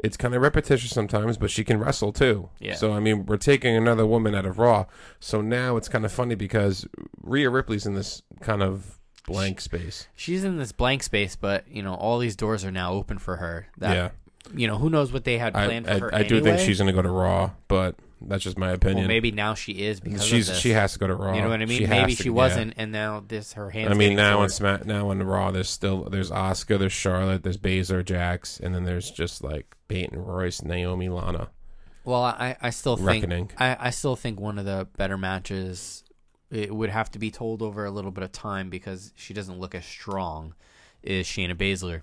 [SPEAKER 2] It's kind of repetitious sometimes, but she can wrestle too.
[SPEAKER 3] Yeah.
[SPEAKER 2] So I mean, we're taking another woman out of Raw. So now it's kind of funny because Rhea Ripley's in this kind of blank space.
[SPEAKER 3] she's in this blank space, but you know all these doors are now open for her. That
[SPEAKER 2] yeah.
[SPEAKER 3] you know who knows what they had
[SPEAKER 2] I,
[SPEAKER 3] planned for
[SPEAKER 2] I,
[SPEAKER 3] her.
[SPEAKER 2] I do think
[SPEAKER 3] anyway.
[SPEAKER 2] she's going to go to Raw, but That's just my opinion.
[SPEAKER 3] Well, maybe now she is because
[SPEAKER 2] she's
[SPEAKER 3] of this.
[SPEAKER 2] she has to go to Raw.
[SPEAKER 3] You know what I mean?
[SPEAKER 2] She has
[SPEAKER 3] maybe
[SPEAKER 2] to-
[SPEAKER 3] she
[SPEAKER 2] yeah.
[SPEAKER 3] wasn't, and now this her hands.
[SPEAKER 2] I mean,
[SPEAKER 3] getting
[SPEAKER 2] now on
[SPEAKER 3] sore.
[SPEAKER 2] Sma- now on Raw, there's still there's Oscar, there's Charlotte, there's Baszler, Jax, and then there's just like Peyton Royce, Naomi, Lana.
[SPEAKER 3] Well, I, I still
[SPEAKER 2] Reckoning.
[SPEAKER 3] think I, I still think one of the better matches it would have to be told over a little bit of time because she doesn't look as strong is Shayna Baszler.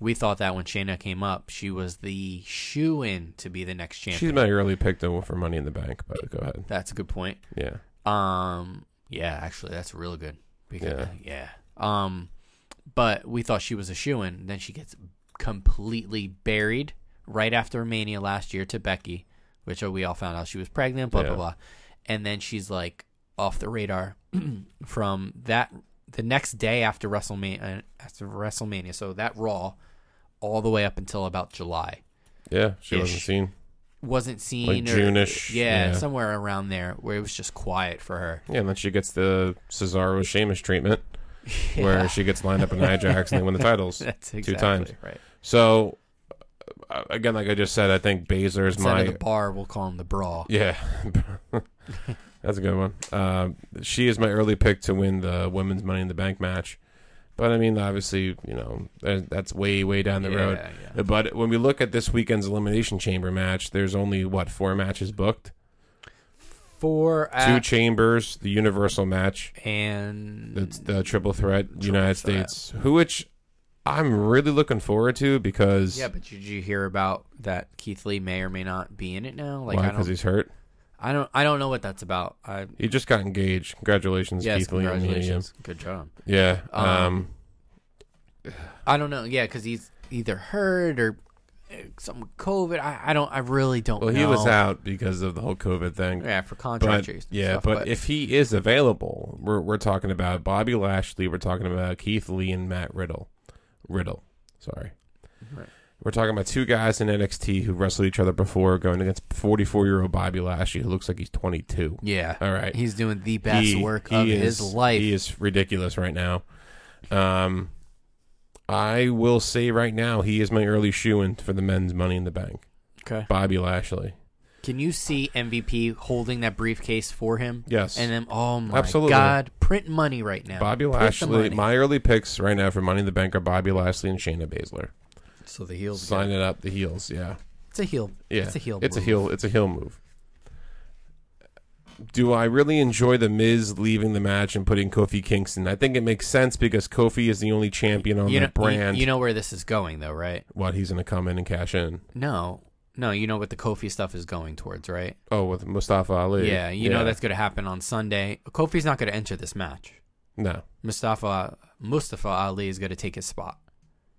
[SPEAKER 3] We thought that when Shayna came up, she was the shoe in to be the next champion.
[SPEAKER 2] She's my early pick though for Money in the Bank, but go ahead.
[SPEAKER 3] That's a good point.
[SPEAKER 2] Yeah,
[SPEAKER 3] Um, yeah, actually, that's real good. Because,
[SPEAKER 2] Yeah.
[SPEAKER 3] yeah. Um, but we thought she was a shoe in. Then she gets completely buried right after Mania last year to Becky, which we all found out she was pregnant, blah,
[SPEAKER 2] Yeah.
[SPEAKER 3] blah, blah. And then she's like off the radar *clears throat* from that the next day after WrestleMania, uh, after WrestleMania. So that Raw all the way up until about July
[SPEAKER 2] yeah, she
[SPEAKER 3] Ish.
[SPEAKER 2] wasn't seen.
[SPEAKER 3] wasn't seen or
[SPEAKER 2] June-ish,
[SPEAKER 3] yeah,
[SPEAKER 2] yeah.
[SPEAKER 3] somewhere around there where it was just quiet for her.
[SPEAKER 2] Yeah, and then she gets the Cesaro Sheamus treatment,
[SPEAKER 3] *laughs*
[SPEAKER 2] where she gets lined up in Ajax and they win the titles
[SPEAKER 3] That's exactly
[SPEAKER 2] two times.
[SPEAKER 3] right.
[SPEAKER 2] So uh, again, like I just said, I think Baszler is
[SPEAKER 3] Instead
[SPEAKER 2] my
[SPEAKER 3] of the bar, we'll call him the bra.
[SPEAKER 2] *laughs* Yeah. *laughs* That's a good one. Um, she is my early pick to win the women's Money in the Bank match. But I mean, obviously, you know, that- that's way, way down the
[SPEAKER 3] Yeah,
[SPEAKER 2] road.
[SPEAKER 3] yeah.
[SPEAKER 2] But when we look at this weekend's Elimination Chamber match, there's only, what, four matches booked?
[SPEAKER 3] Four
[SPEAKER 2] Two
[SPEAKER 3] at,
[SPEAKER 2] chambers, the Universal match,
[SPEAKER 3] and
[SPEAKER 2] the, the Triple Threat, United States, who which I'm really looking forward to because.
[SPEAKER 3] yeah, but did you hear about that Keith Lee may or may not be in it now? Like I
[SPEAKER 2] Because
[SPEAKER 3] don't,
[SPEAKER 2] he's hurt.
[SPEAKER 3] I don't, I don't know what that's about. I
[SPEAKER 2] He just got engaged. Congratulations,
[SPEAKER 3] yes,
[SPEAKER 2] Keith Lee. and Mia.
[SPEAKER 3] congratulations, good job.
[SPEAKER 2] Yeah.
[SPEAKER 3] Um,
[SPEAKER 2] um,
[SPEAKER 3] I don't know, yeah, because he's either hurt or uh, something with COVID. I, I don't, I really don't.
[SPEAKER 2] Well,
[SPEAKER 3] know.
[SPEAKER 2] he was out because of the whole COVID thing.
[SPEAKER 3] yeah, for
[SPEAKER 2] But
[SPEAKER 3] contract reasons and
[SPEAKER 2] yeah,
[SPEAKER 3] stuff,
[SPEAKER 2] but, if he is available, we're we're talking about Bobby Lashley, we're talking about Keith Lee and Matt Riddle. Riddle, sorry.
[SPEAKER 3] Right.
[SPEAKER 2] We're talking about two guys in NXT who wrestled each other before going against 44-year-old Bobby Lashley who looks like he's 22.
[SPEAKER 3] yeah,
[SPEAKER 2] All right.
[SPEAKER 3] he's doing the best
[SPEAKER 2] He-
[SPEAKER 3] work
[SPEAKER 2] he
[SPEAKER 3] of
[SPEAKER 2] is-
[SPEAKER 3] his life.
[SPEAKER 2] He is ridiculous right now. Um I will say right now he is my early shoe in for the men's money in the bank.
[SPEAKER 3] okay,
[SPEAKER 2] Bobby Lashley.
[SPEAKER 3] Can you see MVP holding that briefcase for him?
[SPEAKER 2] Yes.
[SPEAKER 3] And then, oh my
[SPEAKER 2] Absolutely.
[SPEAKER 3] God, print money right now.
[SPEAKER 2] Bobby
[SPEAKER 3] Print the
[SPEAKER 2] Lashley.
[SPEAKER 3] money.
[SPEAKER 2] My early picks right now for Money in the Bank are Bobby Lashley and Shayna Baszler.
[SPEAKER 3] so the heels.
[SPEAKER 2] Sign it up, the heels. Yeah,
[SPEAKER 3] It's a heel.
[SPEAKER 2] yeah.
[SPEAKER 3] It's a heel.
[SPEAKER 2] It's a
[SPEAKER 3] move.
[SPEAKER 2] heel. It's a heel move. Do I really enjoy the Miz leaving the match and putting Kofi Kingston? I think it makes sense because Kofi is the only champion on
[SPEAKER 3] You know,
[SPEAKER 2] the brand.
[SPEAKER 3] You, you know where this is going, though, right?
[SPEAKER 2] what he's going to come in and cash in?
[SPEAKER 3] No, no. You know what the Kofi stuff is going towards, right?
[SPEAKER 2] Oh, with Mustafa Ali.
[SPEAKER 3] Yeah. You know that's going to happen on Sunday. Kofi's not going to enter this match.
[SPEAKER 2] no,
[SPEAKER 3] Mustafa Mustafa Ali is going to take his spot.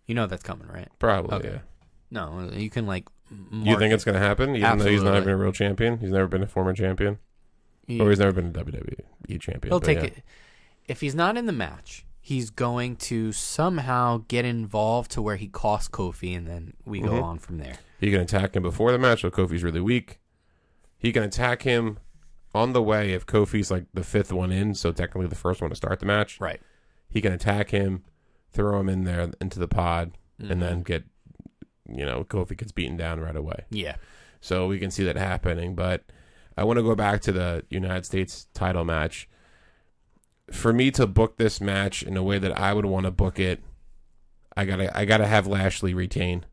[SPEAKER 3] You know that's coming, right?
[SPEAKER 2] probably.
[SPEAKER 3] Okay.
[SPEAKER 2] Yeah.
[SPEAKER 3] No, you can like.
[SPEAKER 2] You think it's going to happen? Even though he's not
[SPEAKER 3] Absolutely.
[SPEAKER 2] even a real champion, he's never been a former champion,
[SPEAKER 3] gonna?
[SPEAKER 2] or he's never been a WWE champion.
[SPEAKER 3] He'll
[SPEAKER 2] but
[SPEAKER 3] take
[SPEAKER 2] yeah.
[SPEAKER 3] it. If he's not in the match, he's going to somehow get involved to where he costs Kofi, and then we
[SPEAKER 2] Mm-hmm.
[SPEAKER 3] go on from there.
[SPEAKER 2] He can attack him before the match if Kofi's really weak. He can attack him on the way if Kofi's like the fifth one in, so technically the first one to start the match.
[SPEAKER 3] Right.
[SPEAKER 2] He can attack him, throw him in there into the pod,
[SPEAKER 3] Mm-hmm.
[SPEAKER 2] and then get you know Kofi gets beaten down right away.
[SPEAKER 3] Yeah.
[SPEAKER 2] So we can see that happening. But I want to go back to the United States title match. For me to book this match in a way that I would want to book it, I gotta I gotta have Lashley retain.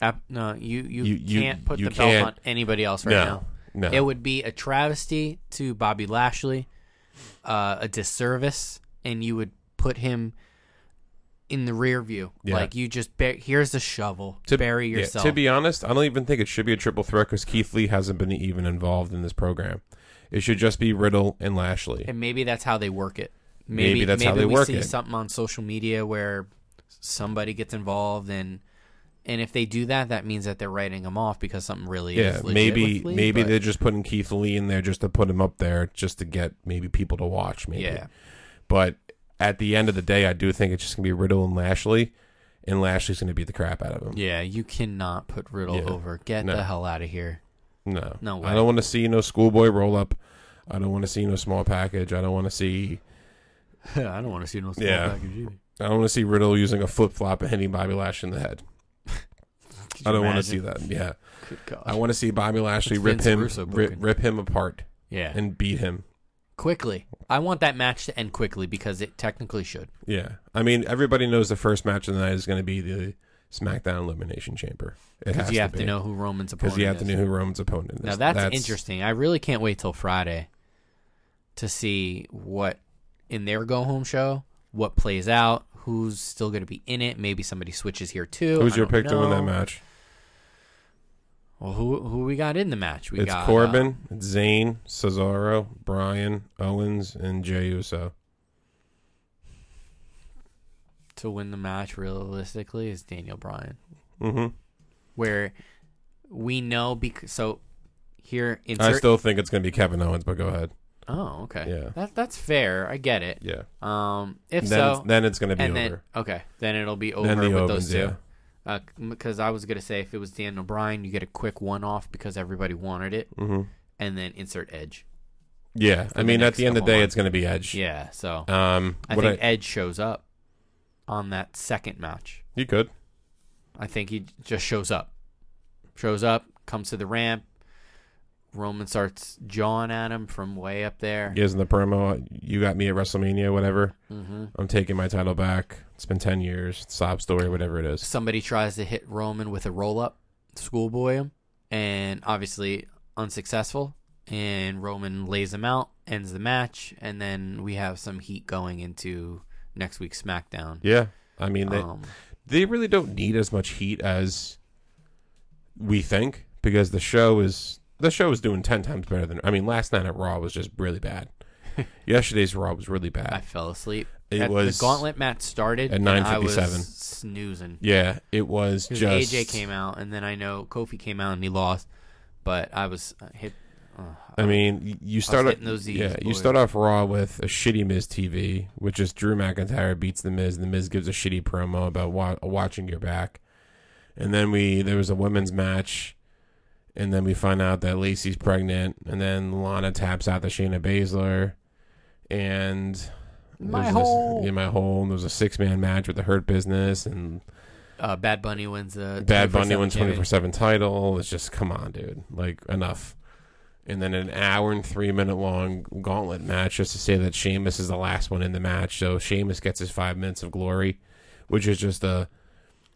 [SPEAKER 3] Ab- no, you, you,
[SPEAKER 2] You- you-
[SPEAKER 3] can't put
[SPEAKER 2] you
[SPEAKER 3] the
[SPEAKER 2] can't-
[SPEAKER 3] belt on anybody else right now.
[SPEAKER 2] no, no.
[SPEAKER 3] It would be a travesty to Bobby Lashley, uh, a disservice, and you would put him in the rear view.
[SPEAKER 2] Yeah.
[SPEAKER 3] Like you just bur- here's a shovel to bury
[SPEAKER 2] yeah,
[SPEAKER 3] yourself.
[SPEAKER 2] to be honest, I don't even think it should be a triple threat because Keith Lee hasn't been even involved in this program. It should just be Riddle and Lashley.
[SPEAKER 3] and maybe that's how they work it.
[SPEAKER 2] Maybe that's how they
[SPEAKER 3] we
[SPEAKER 2] work
[SPEAKER 3] see
[SPEAKER 2] it.
[SPEAKER 3] Something on social media where somebody gets involved, and and if they do that, that means that they're writing them off because something really
[SPEAKER 2] yeah,
[SPEAKER 3] is legit
[SPEAKER 2] maybe
[SPEAKER 3] with Lee,
[SPEAKER 2] maybe
[SPEAKER 3] but-
[SPEAKER 2] they're just putting Keith Lee in there just to put him up there, just to get maybe people to watch. Maybe,
[SPEAKER 3] yeah
[SPEAKER 2] but at the end of the day, I do think it's just gonna be Riddle and Lashley, and Lashley's gonna beat the crap out of him.
[SPEAKER 3] yeah you cannot put Riddle
[SPEAKER 2] Yeah.
[SPEAKER 3] over. Get
[SPEAKER 2] No.
[SPEAKER 3] the hell out
[SPEAKER 2] *laughs*
[SPEAKER 3] of here.
[SPEAKER 2] No,
[SPEAKER 3] No way.
[SPEAKER 2] I don't want to see no schoolboy roll up. I don't want to see no small package. I don't want to see
[SPEAKER 3] I don't want to see no small
[SPEAKER 2] Yeah.
[SPEAKER 3] package either.
[SPEAKER 2] I don't want to see Riddle using a flip flop and hitting Bobby Lash in the head.
[SPEAKER 3] Could
[SPEAKER 2] I
[SPEAKER 3] you
[SPEAKER 2] don't want to
[SPEAKER 3] imagine?
[SPEAKER 2] see that. Yeah,
[SPEAKER 3] Good God.
[SPEAKER 2] I want to see Bobby Lashley
[SPEAKER 3] It's
[SPEAKER 2] rip
[SPEAKER 3] Vince
[SPEAKER 2] him,
[SPEAKER 3] Russo
[SPEAKER 2] rip,
[SPEAKER 3] broken.
[SPEAKER 2] rip him apart
[SPEAKER 3] yeah.
[SPEAKER 2] and beat him.
[SPEAKER 3] quickly. I want that match to end quickly because it technically should.
[SPEAKER 2] Yeah, I mean everybody knows the first match of the night is going to be the SmackDown Elimination Chamber. It has
[SPEAKER 3] Because you have
[SPEAKER 2] to,
[SPEAKER 3] to,
[SPEAKER 2] be.
[SPEAKER 3] know who Roman's opponent
[SPEAKER 2] because you have
[SPEAKER 3] is.
[SPEAKER 2] to know who Roman's opponent is.
[SPEAKER 3] Now that's, interesting. I really can't wait till Friday to see what in their go home show, what plays out, who's still going to be in it. Maybe somebody switches here too.
[SPEAKER 2] Who's
[SPEAKER 3] I
[SPEAKER 2] your
[SPEAKER 3] don't
[SPEAKER 2] pick to win that
[SPEAKER 3] know.
[SPEAKER 2] match?
[SPEAKER 3] Well, who who we got in the match? We
[SPEAKER 2] it's
[SPEAKER 3] got uh,
[SPEAKER 2] Corbin, Zayn, Cesaro, Brian, Owens, and Jey Uso.
[SPEAKER 3] to win the match. Realistically, is Daniel Bryan.
[SPEAKER 2] hmm
[SPEAKER 3] where we know because so here
[SPEAKER 2] I
[SPEAKER 3] insert.
[SPEAKER 2] still think it's going to be Kevin Owens, but go ahead.
[SPEAKER 3] oh, okay.
[SPEAKER 2] Yeah.
[SPEAKER 3] That that's fair. I get it.
[SPEAKER 2] Yeah.
[SPEAKER 3] Um, if
[SPEAKER 2] Then
[SPEAKER 3] so,
[SPEAKER 2] it's, then it's going to be
[SPEAKER 3] and then
[SPEAKER 2] over.
[SPEAKER 3] okay, then it'll be over
[SPEAKER 2] Then the
[SPEAKER 3] with
[SPEAKER 2] Owens,
[SPEAKER 3] those two. Because I was gonna say if it was Daniel Bryan, you get a quick one off because everybody wanted it,
[SPEAKER 2] yeah. hmm
[SPEAKER 3] and then insert Edge.
[SPEAKER 2] Yeah.
[SPEAKER 3] For
[SPEAKER 2] I
[SPEAKER 3] the
[SPEAKER 2] mean, at
[SPEAKER 3] next
[SPEAKER 2] the end of the
[SPEAKER 3] couple
[SPEAKER 2] day,
[SPEAKER 3] months.
[SPEAKER 2] it's going to be Edge.
[SPEAKER 3] Yeah. So
[SPEAKER 2] Um,
[SPEAKER 3] I
[SPEAKER 2] what
[SPEAKER 3] think
[SPEAKER 2] I-
[SPEAKER 3] Edge shows up on that second match.
[SPEAKER 2] you could.
[SPEAKER 3] I think he just shows up. Shows up, comes to the ramp. Roman starts jawing at him from way up there.
[SPEAKER 2] Gives him the promo. You got me at WrestleMania, whatever.
[SPEAKER 3] hmm
[SPEAKER 2] I'm taking my title back. It's been 10 years. Sob story, whatever it is.
[SPEAKER 3] Somebody tries to hit Roman with a roll up, schoolboy him, and obviously unsuccessful. And Roman lays him out, ends the match, and then we have some heat going into next week's SmackDown.
[SPEAKER 2] Yeah. I mean, they,
[SPEAKER 3] Um,
[SPEAKER 2] they really don't need as much heat as we think because the show is the show is doing 10 times better than I mean last night at Raw was just really
[SPEAKER 3] *laughs*
[SPEAKER 2] bad. Yesterday's Raw was really
[SPEAKER 3] I
[SPEAKER 2] bad.
[SPEAKER 3] fell asleep.
[SPEAKER 2] It
[SPEAKER 3] At-
[SPEAKER 2] was
[SPEAKER 3] the gauntlet match started
[SPEAKER 2] at
[SPEAKER 3] and I was
[SPEAKER 2] 9:57.
[SPEAKER 3] Snoozing.
[SPEAKER 2] Yeah, it was
[SPEAKER 3] Because
[SPEAKER 2] just
[SPEAKER 3] AJ came out, and then I know Kofi came out and he lost, but I was uh, hit. Uh,
[SPEAKER 2] I mean, y- you start off,
[SPEAKER 3] getting those Z's,
[SPEAKER 2] yeah, you
[SPEAKER 3] boy.
[SPEAKER 2] start off Raw with a shitty Miz TV, which is Drew McIntyre beats the Miz, and the Miz gives a shitty promo about wa- watching your back, and then we there was a women's match, and then we find out that Lacey's pregnant, and then Lana taps out to Shayna Baszler, and
[SPEAKER 3] My
[SPEAKER 2] there's
[SPEAKER 3] hole.
[SPEAKER 2] this, yeah, my hole, and there was a six man match with the Hurt Business, and
[SPEAKER 3] uh, Bad Bunny wins the
[SPEAKER 2] Bad Bunny wins
[SPEAKER 3] 24/7
[SPEAKER 2] 24 7 title. It's just, come on, dude. Like, enough. And then an hour and three minute long gauntlet match just to say that Sheamus is the last one in the match. So Sheamus gets his five minutes of glory, which is just a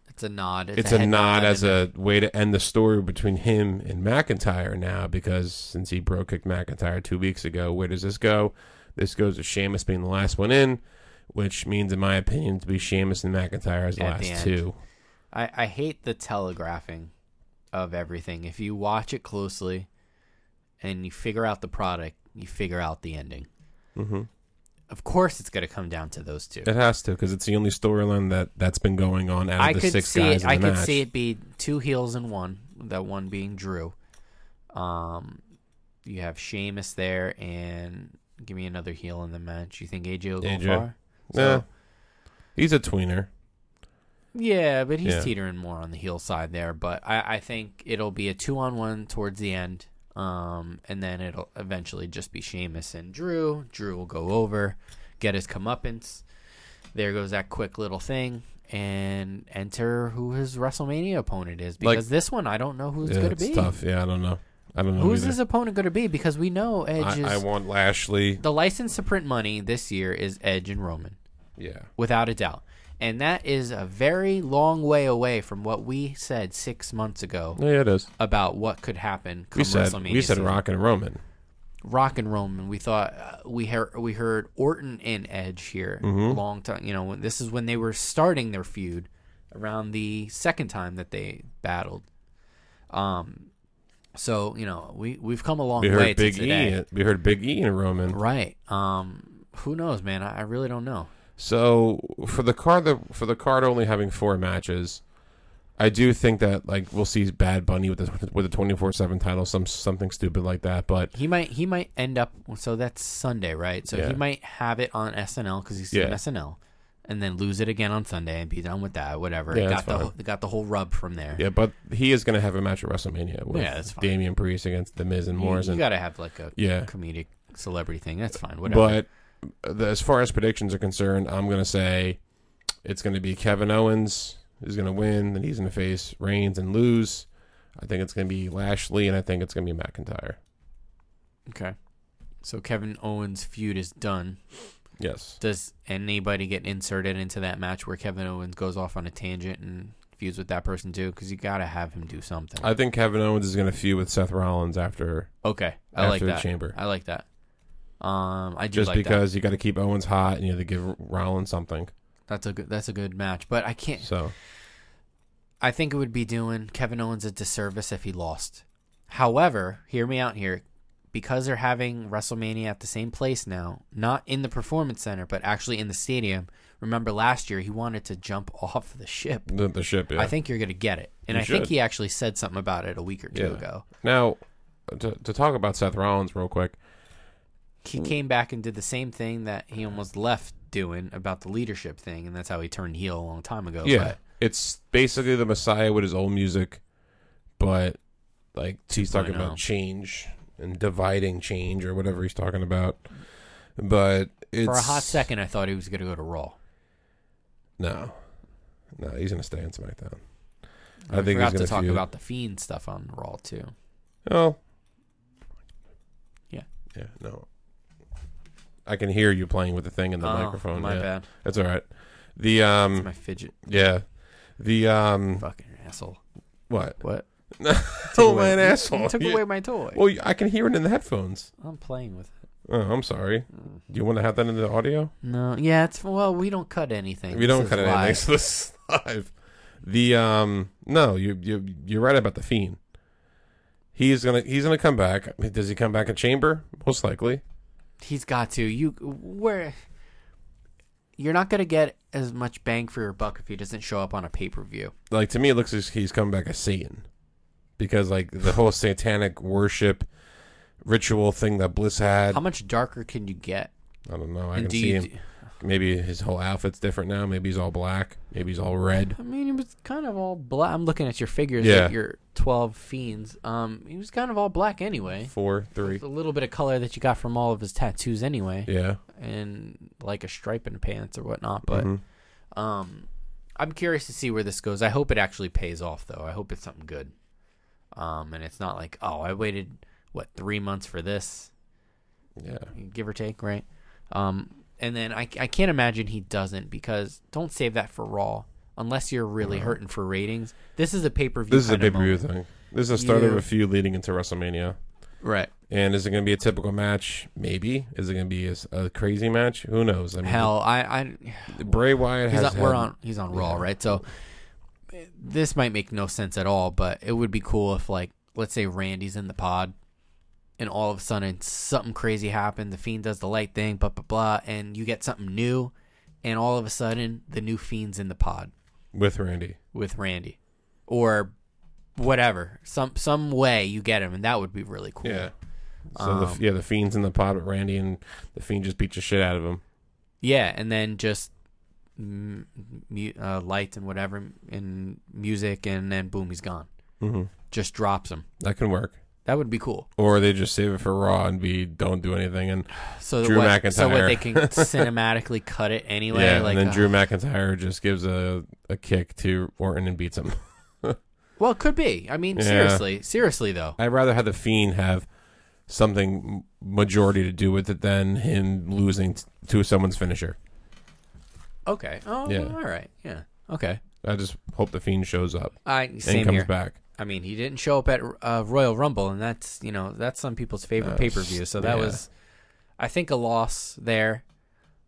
[SPEAKER 3] It's a nod.
[SPEAKER 2] it's, a,
[SPEAKER 3] head
[SPEAKER 2] nod as
[SPEAKER 3] and
[SPEAKER 2] a way to end the story between him and McIntyre now because since he bro kicked McIntyre two weeks ago, where does this go? This goes to Sheamus being the last one in, which means, in my opinion, to be Sheamus and McIntyre as the
[SPEAKER 3] At the
[SPEAKER 2] last
[SPEAKER 3] end.
[SPEAKER 2] two.
[SPEAKER 3] I, I hate the telegraphing of everything. If you watch it closely, and you figure out the product, you figure out the ending.
[SPEAKER 2] Mm-hmm.
[SPEAKER 3] Of course, it's going to come down to those two.
[SPEAKER 2] It has to because it's the only storyline that that's been going on out of
[SPEAKER 3] I
[SPEAKER 2] the
[SPEAKER 3] could
[SPEAKER 2] six
[SPEAKER 3] see
[SPEAKER 2] guys in
[SPEAKER 3] it.
[SPEAKER 2] the
[SPEAKER 3] I
[SPEAKER 2] match.
[SPEAKER 3] could see it be two heels and one. That one being Drew. Um, you have Sheamus there, and give me another heel in the match. You think AJ will go
[SPEAKER 2] AJ.
[SPEAKER 3] far?
[SPEAKER 2] Nah,
[SPEAKER 3] So-
[SPEAKER 2] he's a tweener.
[SPEAKER 3] yeah, but he's
[SPEAKER 2] Yeah.
[SPEAKER 3] teetering more on the heel side there. But I, I think it'll be a two on one towards the end. Um, and then it'll eventually just be Sheamus and Drew. Drew will go over, get his comeuppance. There goes that quick little thing. And enter who his WrestleMania opponent is
[SPEAKER 2] Like-
[SPEAKER 3] because this one I don't know who's
[SPEAKER 2] yeah,
[SPEAKER 3] going to
[SPEAKER 2] it's
[SPEAKER 3] be.
[SPEAKER 2] tough. Yeah, I don't know. I don't know.
[SPEAKER 3] Who's
[SPEAKER 2] either.
[SPEAKER 3] his opponent going to be? Because we know Edge is
[SPEAKER 2] I, I want Lashley.
[SPEAKER 3] the license to print money this year is Edge and Roman
[SPEAKER 2] Yeah,
[SPEAKER 3] without a doubt. And that is a very long way away from what we said six months ago
[SPEAKER 2] yeah, it is.
[SPEAKER 3] about what could happen come
[SPEAKER 2] We said
[SPEAKER 3] WrestleMania.
[SPEAKER 2] we said
[SPEAKER 3] season.
[SPEAKER 2] Rock and Roman.
[SPEAKER 3] Rock and Roman. We thought uh, we heard we heard Orton and Edge here a
[SPEAKER 2] Mm-hmm.
[SPEAKER 3] long time. You know, when- this is when they were starting their feud around the second time that they battled. Um, so you know we we've come a long
[SPEAKER 2] We
[SPEAKER 3] way
[SPEAKER 2] heard
[SPEAKER 3] to
[SPEAKER 2] Big
[SPEAKER 3] today.
[SPEAKER 2] E. We heard Big E and Roman.
[SPEAKER 3] Right. Um. Who knows, man? I, I really don't know.
[SPEAKER 2] So for the card, the for the card only having four matches, I do think that like we'll see Bad Bunny with the with the twenty four seven title, some something stupid like that. But
[SPEAKER 3] He might. He might end up. So that's Sunday, right? So
[SPEAKER 2] Yeah.
[SPEAKER 3] he might have it on SNL because he's
[SPEAKER 2] Yeah.
[SPEAKER 3] on SNL, and then lose it again on Sunday and be done with that. Whatever.
[SPEAKER 2] Yeah,
[SPEAKER 3] got
[SPEAKER 2] that's
[SPEAKER 3] the
[SPEAKER 2] fine.
[SPEAKER 3] whole- got the whole rub from there.
[SPEAKER 2] yeah, but he is going to have a match at WrestleMania with
[SPEAKER 3] Yeah, that's fine.
[SPEAKER 2] Damian Priest against The Miz and
[SPEAKER 3] You,
[SPEAKER 2] Morrison.
[SPEAKER 3] you got to have like a
[SPEAKER 2] yeah,
[SPEAKER 3] comedic celebrity thing. That's fine. Whatever.
[SPEAKER 2] But uh, the, as far as predictions are concerned, I'm going to say it's going to be Kevin Owens, is going to win. Then he's going to face Reigns and lose. I think it's going to be Lashley, and I think it's going to be McIntyre.
[SPEAKER 3] Okay. So Kevin Owens' feud is done.
[SPEAKER 2] Yes.
[SPEAKER 3] Does anybody get inserted into that match where Kevin Owens goes off on a tangent and feuds with that person too? Because you gotta have him do something.
[SPEAKER 2] I think Kevin Owens is going to feud with Seth Rollins after
[SPEAKER 3] okay, I
[SPEAKER 2] after
[SPEAKER 3] like
[SPEAKER 2] the
[SPEAKER 3] that.
[SPEAKER 2] chamber.
[SPEAKER 3] I like that. Um, I do
[SPEAKER 2] just
[SPEAKER 3] like that.
[SPEAKER 2] because you got to keep Owens hot and you have to give Rollins something.
[SPEAKER 3] That's a good. That's a good match. But I can't.
[SPEAKER 2] So
[SPEAKER 3] I think it would be doing Kevin Owens a disservice if he lost. However, hear me out here. Because they're having WrestleMania at the same place now, not in the Performance Center, but actually in the stadium. Remember last year, he wanted to jump *laughs* off the ship.
[SPEAKER 2] the, the ship. Yeah.
[SPEAKER 3] I think you're going to get it. And
[SPEAKER 2] You
[SPEAKER 3] I think
[SPEAKER 2] should.
[SPEAKER 3] he actually said something about it a week or two
[SPEAKER 2] Yeah.
[SPEAKER 3] ago.
[SPEAKER 2] now to, to talk about Seth Rollins real quick.
[SPEAKER 3] He came back and did the same thing that he almost left doing about the leadership thing, and that's how he turned heel a long time ago.
[SPEAKER 2] Yeah,
[SPEAKER 3] but-
[SPEAKER 2] it's basically the Messiah with his old music, but like he's talking
[SPEAKER 3] 2.0.
[SPEAKER 2] about change and dividing change or whatever he's talking about. But it's
[SPEAKER 3] for a hot second, I thought he was going to go to Raw.
[SPEAKER 2] No, no, he's gonna stay in SmackDown.
[SPEAKER 3] I,
[SPEAKER 2] I think
[SPEAKER 3] forgot
[SPEAKER 2] he's
[SPEAKER 3] to
[SPEAKER 2] gonna
[SPEAKER 3] talk
[SPEAKER 2] feud.
[SPEAKER 3] about the Fiend stuff on Raw too.
[SPEAKER 2] Oh,
[SPEAKER 3] Yeah.
[SPEAKER 2] yeah, no. I can hear you playing with the thing in the
[SPEAKER 3] Oh,
[SPEAKER 2] microphone.
[SPEAKER 3] My
[SPEAKER 2] yeah.
[SPEAKER 3] bad.
[SPEAKER 2] That's all right. The um,
[SPEAKER 3] My fidget
[SPEAKER 2] yeah, the um,
[SPEAKER 3] fucking asshole.
[SPEAKER 2] what?
[SPEAKER 3] *laughs* What?
[SPEAKER 2] *laughs* Oh,
[SPEAKER 3] away-
[SPEAKER 2] man, asshole!
[SPEAKER 3] You took
[SPEAKER 2] Yeah.
[SPEAKER 3] away my toy.
[SPEAKER 2] Well, I can hear it in the headphones.
[SPEAKER 3] I'm playing with it.
[SPEAKER 2] Oh, I'm sorry.
[SPEAKER 3] Mm.
[SPEAKER 2] Do you want to have that in the audio?
[SPEAKER 3] No. Yeah, it's well, we don't cut anything.
[SPEAKER 2] We don't
[SPEAKER 3] This
[SPEAKER 2] cut
[SPEAKER 3] is
[SPEAKER 2] it anything.
[SPEAKER 3] live.
[SPEAKER 2] So this is live. The um, no, you you you're right about the fiend. He's gonna he's gonna come back. I mean, Does he come back in chamber? Most likely.
[SPEAKER 3] He's got to. You where you're not gonna get as much bang for your buck if he doesn't show up on a pay per view.
[SPEAKER 2] Like to me, it looks like he's coming back as Satan, because like the whole satanic worship ritual thing that Bliss had.
[SPEAKER 3] How much darker can you get?
[SPEAKER 2] I don't know. I
[SPEAKER 3] And
[SPEAKER 2] can
[SPEAKER 3] do
[SPEAKER 2] see
[SPEAKER 3] you?
[SPEAKER 2] him. Maybe his whole outfit's different now. Maybe he's all black. Maybe he's all red.
[SPEAKER 3] I mean, he was kind of all black. I'm looking at your figures.
[SPEAKER 2] Yeah.
[SPEAKER 3] At your twelve fiends. Um, he was kind of all black anyway.
[SPEAKER 2] Four, three.
[SPEAKER 3] The little bit of color that you got from all of his tattoos anyway.
[SPEAKER 2] Yeah.
[SPEAKER 3] and like a stripe in pants or whatnot. But
[SPEAKER 2] Mhm.
[SPEAKER 3] um, I'm curious to see where this goes. I hope it actually pays off, though. I hope it's something good. Um, and it's not like, oh, I waited what three months for this,
[SPEAKER 2] Yeah.
[SPEAKER 3] give or take, right? Um, and then I, I can't imagine he doesn't because don't save that for Raw unless you're really hurting for ratings. This is a pay per view.
[SPEAKER 2] This is a pay per view thing. This is the start of
[SPEAKER 3] Yeah.
[SPEAKER 2] a feud leading into WrestleMania.
[SPEAKER 3] right?
[SPEAKER 2] And is it going to be a typical match? Maybe. Is it going to be a, s- a crazy match? Who knows? I mean,
[SPEAKER 3] Hell, I, I
[SPEAKER 2] Bray Wyatt
[SPEAKER 3] He's
[SPEAKER 2] has.
[SPEAKER 3] on, we're
[SPEAKER 2] had-
[SPEAKER 3] on. He's on Raw, right? So uh, this might make no sense at all, but it would be cool if, like, let's say Randy's in the pod, and all of a sudden something crazy happened. The Fiend does the light thing, blah blah blah, and you get something new, and all of a sudden the new Fiend's in the pod
[SPEAKER 2] with Randy.
[SPEAKER 3] with Randy, or whatever. Some some way you get him, and that would be really cool.
[SPEAKER 2] Yeah. So
[SPEAKER 3] Um.
[SPEAKER 2] the, yeah, the fiend's in the pod with Randy, and the fiend just beats the shit out of him.
[SPEAKER 3] Yeah, and then just m- mu- uh, lights and whatever, and music, and then boom, he's gone.
[SPEAKER 2] hmm
[SPEAKER 3] Just drops him.
[SPEAKER 2] That can work.
[SPEAKER 3] That would be cool.
[SPEAKER 2] Or they just save it for Raw and be don't do anything, and
[SPEAKER 3] So that
[SPEAKER 2] Drew
[SPEAKER 3] what, So what
[SPEAKER 2] McIntyre. *laughs*
[SPEAKER 3] they can cinematically cut it anyway.
[SPEAKER 2] yeah,
[SPEAKER 3] like,
[SPEAKER 2] and then
[SPEAKER 3] uh,
[SPEAKER 2] Drew McIntyre just gives a, a kick to Orton and beats him. *laughs*
[SPEAKER 3] well, it could be. I mean,
[SPEAKER 2] Yeah.
[SPEAKER 3] seriously, seriously though.
[SPEAKER 2] I'd rather have the Fiend have something m- majority to do with it than him losing t- to someone's finisher.
[SPEAKER 3] Okay. Oh,
[SPEAKER 2] Yeah.
[SPEAKER 3] all right. Yeah. Okay.
[SPEAKER 2] I just hope the Fiend shows up
[SPEAKER 3] I
[SPEAKER 2] and
[SPEAKER 3] same
[SPEAKER 2] comes
[SPEAKER 3] here.
[SPEAKER 2] back.
[SPEAKER 3] I mean, he didn't show up at uh, Royal Rumble, and that's you know that's some people's favorite
[SPEAKER 2] Uh,
[SPEAKER 3] pay per view. So that
[SPEAKER 2] yeah.
[SPEAKER 3] was, I think, a loss there.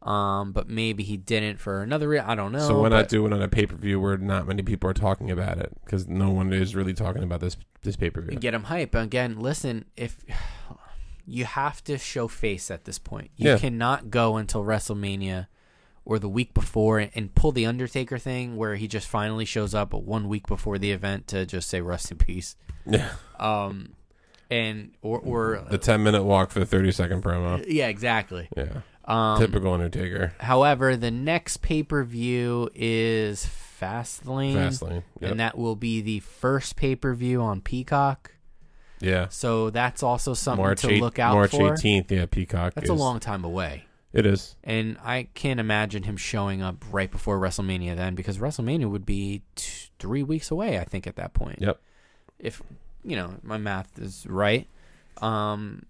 [SPEAKER 3] Um, but maybe he didn't for another reason. I don't know.
[SPEAKER 2] so why
[SPEAKER 3] but-
[SPEAKER 2] not do it on a pay per view where not many people are talking about it because no one is really talking about this this pay per view.
[SPEAKER 3] get them hype. Again, listen, if *sighs* you have to show face at this point, you
[SPEAKER 2] Yeah.
[SPEAKER 3] cannot go until WrestleMania or the week before and, and pull the Undertaker thing where he just finally shows up one week before the event to just say rest in peace.
[SPEAKER 2] Yeah,
[SPEAKER 3] Um, and or or
[SPEAKER 2] *laughs* the ten minute walk for the thirty second promo.
[SPEAKER 3] yeah, exactly.
[SPEAKER 2] Yeah,
[SPEAKER 3] Um,
[SPEAKER 2] typical Undertaker.
[SPEAKER 3] however, the next pay per view is Fastlane.
[SPEAKER 2] Fastlane. Yep.
[SPEAKER 3] And that will be the first pay per view on Peacock.
[SPEAKER 2] yeah,
[SPEAKER 3] So that's also something
[SPEAKER 2] March
[SPEAKER 3] to
[SPEAKER 2] eight-
[SPEAKER 3] look out
[SPEAKER 2] March
[SPEAKER 3] for.
[SPEAKER 2] eighteenth. Yeah, Peacock.
[SPEAKER 3] That's
[SPEAKER 2] is,
[SPEAKER 3] a long time away.
[SPEAKER 2] It is.
[SPEAKER 3] And I can't imagine him showing up right before WrestleMania then because WrestleMania would be t- three weeks away. I think at that point.
[SPEAKER 2] Yep.
[SPEAKER 3] If you know my math is right, um,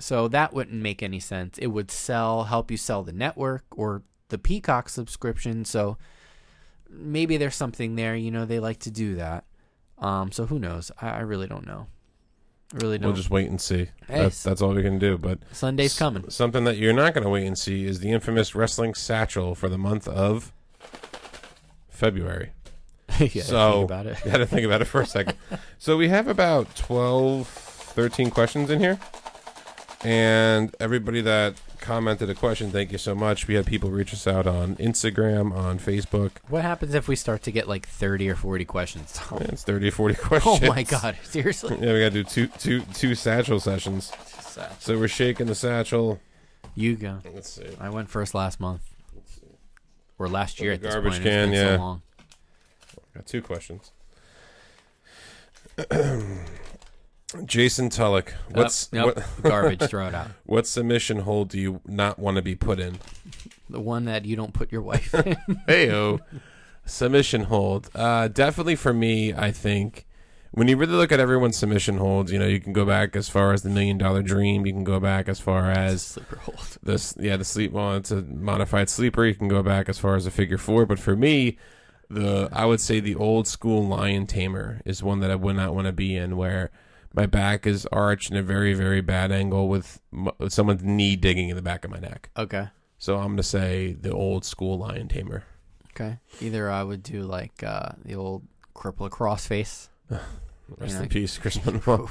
[SPEAKER 3] so that wouldn't make any sense. It would sell, help you sell the network or the Peacock subscription. So maybe there's something there. You know, they like to do that. Um, so who knows? I, I really don't know. I really don't.
[SPEAKER 2] We'll just wait and see.
[SPEAKER 3] Hey,
[SPEAKER 2] That's, that's all we can do. But
[SPEAKER 3] Sunday's
[SPEAKER 2] s-
[SPEAKER 3] coming. *laughs*
[SPEAKER 2] Something that you're not going to wait and see is the infamous wrestling satchel for the month of February.
[SPEAKER 3] yeah,
[SPEAKER 2] so
[SPEAKER 3] think about it.
[SPEAKER 2] *laughs* had to think about it for a second. so we have about 12, 13 questions in here. And everybody that commented a question, thank you so much. We had people reach us out on Instagram, on Facebook.
[SPEAKER 3] What happens if we start to get like 30 or 40 questions?
[SPEAKER 2] *laughs*
[SPEAKER 3] Tom?
[SPEAKER 2] Yeah, It's 30, 40
[SPEAKER 3] *laughs* Oh
[SPEAKER 2] questions.
[SPEAKER 3] my god,
[SPEAKER 2] *laughs*
[SPEAKER 3] seriously?
[SPEAKER 2] Yeah, we got to do two, two, two satchel sessions. So we're shaking the satchel.
[SPEAKER 3] You go.
[SPEAKER 2] Let's see.
[SPEAKER 3] I went first last month. Or last year
[SPEAKER 2] the
[SPEAKER 3] at this
[SPEAKER 2] garbage
[SPEAKER 3] point.
[SPEAKER 2] can,
[SPEAKER 3] it's been
[SPEAKER 2] yeah.
[SPEAKER 3] so long.
[SPEAKER 2] Got two questions. *clears throat* Jason Tulloch, what's
[SPEAKER 3] Up, nope,
[SPEAKER 2] what, *laughs*
[SPEAKER 3] garbage, throw it out.
[SPEAKER 2] what submission hole do you not want to be put in?
[SPEAKER 3] The one that you don't put your
[SPEAKER 2] *laughs*
[SPEAKER 3] wife in.
[SPEAKER 2] Heyo. submission hold. Uh, definitely for me, I think when you really look at everyone's submission holds, you know, you can go back as far as the million dollar dream. You can go back as far as
[SPEAKER 3] Sleeper hold.
[SPEAKER 2] this, yeah, the sleep. Well, it's a modified sleeper. You can go back as far as a figure four. But for me, the I would say the old school lion tamer is one that I would not want to be in, where my back is arched in a very very bad angle with, m- with someone's knee digging in the back of my neck.
[SPEAKER 3] Okay.
[SPEAKER 2] So I'm gonna say the old school lion tamer.
[SPEAKER 3] Okay. Either I would do like uh, the old cripple crossface.
[SPEAKER 2] Rest
[SPEAKER 3] Yeah.
[SPEAKER 2] in peace, Chris Benoit.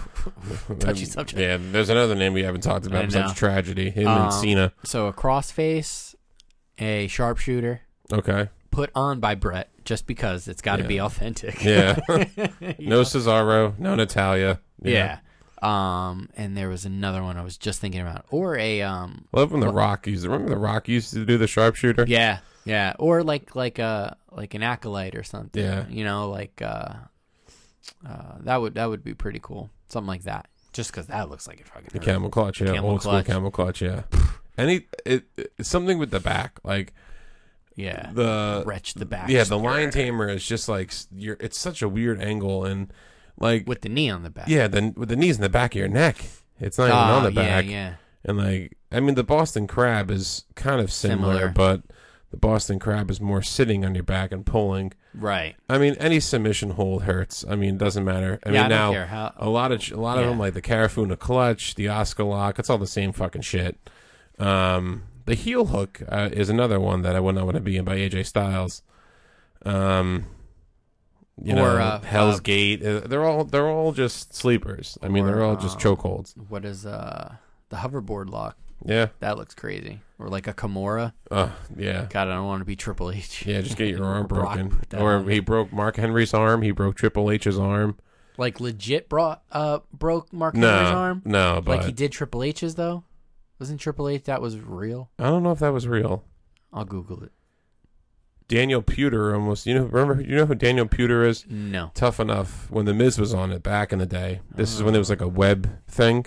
[SPEAKER 3] Touchy subject.
[SPEAKER 2] Yeah, there's another name we haven't talked
[SPEAKER 3] I
[SPEAKER 2] about besides
[SPEAKER 3] know.
[SPEAKER 2] tragedy. Him
[SPEAKER 3] Um,
[SPEAKER 2] and Cena.
[SPEAKER 3] *laughs* So a crossface, a sharpshooter,
[SPEAKER 2] Okay.
[SPEAKER 3] put on by Brett just because it's got to
[SPEAKER 2] Yeah.
[SPEAKER 3] be authentic. *laughs*
[SPEAKER 2] Yeah. *laughs*
[SPEAKER 3] You
[SPEAKER 2] no Cesaro. No Natalia.
[SPEAKER 3] Yeah. Um, and there was another one I was just thinking about, or a um,
[SPEAKER 2] Love when the Rock used. Remember the Rock used to do the sharpshooter.
[SPEAKER 3] yeah, yeah, or like like a like an acolyte or something.
[SPEAKER 2] Yeah.
[SPEAKER 3] You know, like uh, uh, that would that would be pretty cool. Something like that. Just because that looks like a fucking.
[SPEAKER 2] The
[SPEAKER 3] hurt.
[SPEAKER 2] camel clutch. Yeah.
[SPEAKER 3] Camel
[SPEAKER 2] Old
[SPEAKER 3] clutch.
[SPEAKER 2] school camel clutch.
[SPEAKER 3] *sighs*
[SPEAKER 2] Yeah. Any it, it's something with the back like
[SPEAKER 3] Yeah.
[SPEAKER 2] the
[SPEAKER 3] Wretch the back.
[SPEAKER 2] yeah the lion tamer is just like s- you're it's such a weird angle and like
[SPEAKER 3] with the knee on the back.
[SPEAKER 2] yeah the with the knees in the back of your neck it's not even
[SPEAKER 3] Ah,
[SPEAKER 2] on the back
[SPEAKER 3] Yeah, yeah.
[SPEAKER 2] And like, I mean, the Boston crab is kind of similar,
[SPEAKER 3] Similar.
[SPEAKER 2] but the Boston crab is more sitting on your back and pulling.
[SPEAKER 3] Right.
[SPEAKER 2] I mean, any submission hold hurts. I mean, it doesn't matter. I
[SPEAKER 3] yeah,
[SPEAKER 2] mean,
[SPEAKER 3] I
[SPEAKER 2] now
[SPEAKER 3] don't care how.
[SPEAKER 2] a lot of a lot of
[SPEAKER 3] Yeah.
[SPEAKER 2] them like the Carafuna clutch, the Oscar lock. It's all the same fucking shit. Um, the heel hook uh, is another one that I would not want to be in by AJ Styles. Um, you
[SPEAKER 3] Or,
[SPEAKER 2] know,
[SPEAKER 3] uh,
[SPEAKER 2] Hell's
[SPEAKER 3] uh,
[SPEAKER 2] Gate. Uh, They're all they're all just sleepers. I mean,
[SPEAKER 3] Or,
[SPEAKER 2] they're all just
[SPEAKER 3] uh,
[SPEAKER 2] chokeholds.
[SPEAKER 3] What is uh the hoverboard lock?
[SPEAKER 2] Yeah.
[SPEAKER 3] That looks crazy. Or like a Kimura.
[SPEAKER 2] Uh, yeah.
[SPEAKER 3] God, I don't want to be Triple H.
[SPEAKER 2] Yeah, just get your arm
[SPEAKER 3] Brock
[SPEAKER 2] broken.
[SPEAKER 3] put that
[SPEAKER 2] Or
[SPEAKER 3] on.
[SPEAKER 2] he broke Mark Henry's arm. He broke Triple H's arm.
[SPEAKER 3] Like legit brought uh broke Mark
[SPEAKER 2] No,
[SPEAKER 3] Henry's arm.
[SPEAKER 2] no, but
[SPEAKER 3] Like he did Triple H's though. Wasn't Triple H that was real?
[SPEAKER 2] I don't know if that was real.
[SPEAKER 3] I'll Google it.
[SPEAKER 2] Daniel Pewter almost. You know, remember? You know who Daniel Pewter is?
[SPEAKER 3] No.
[SPEAKER 2] Tough enough when the Miz was on it back in the day. This is when it was like a web thing.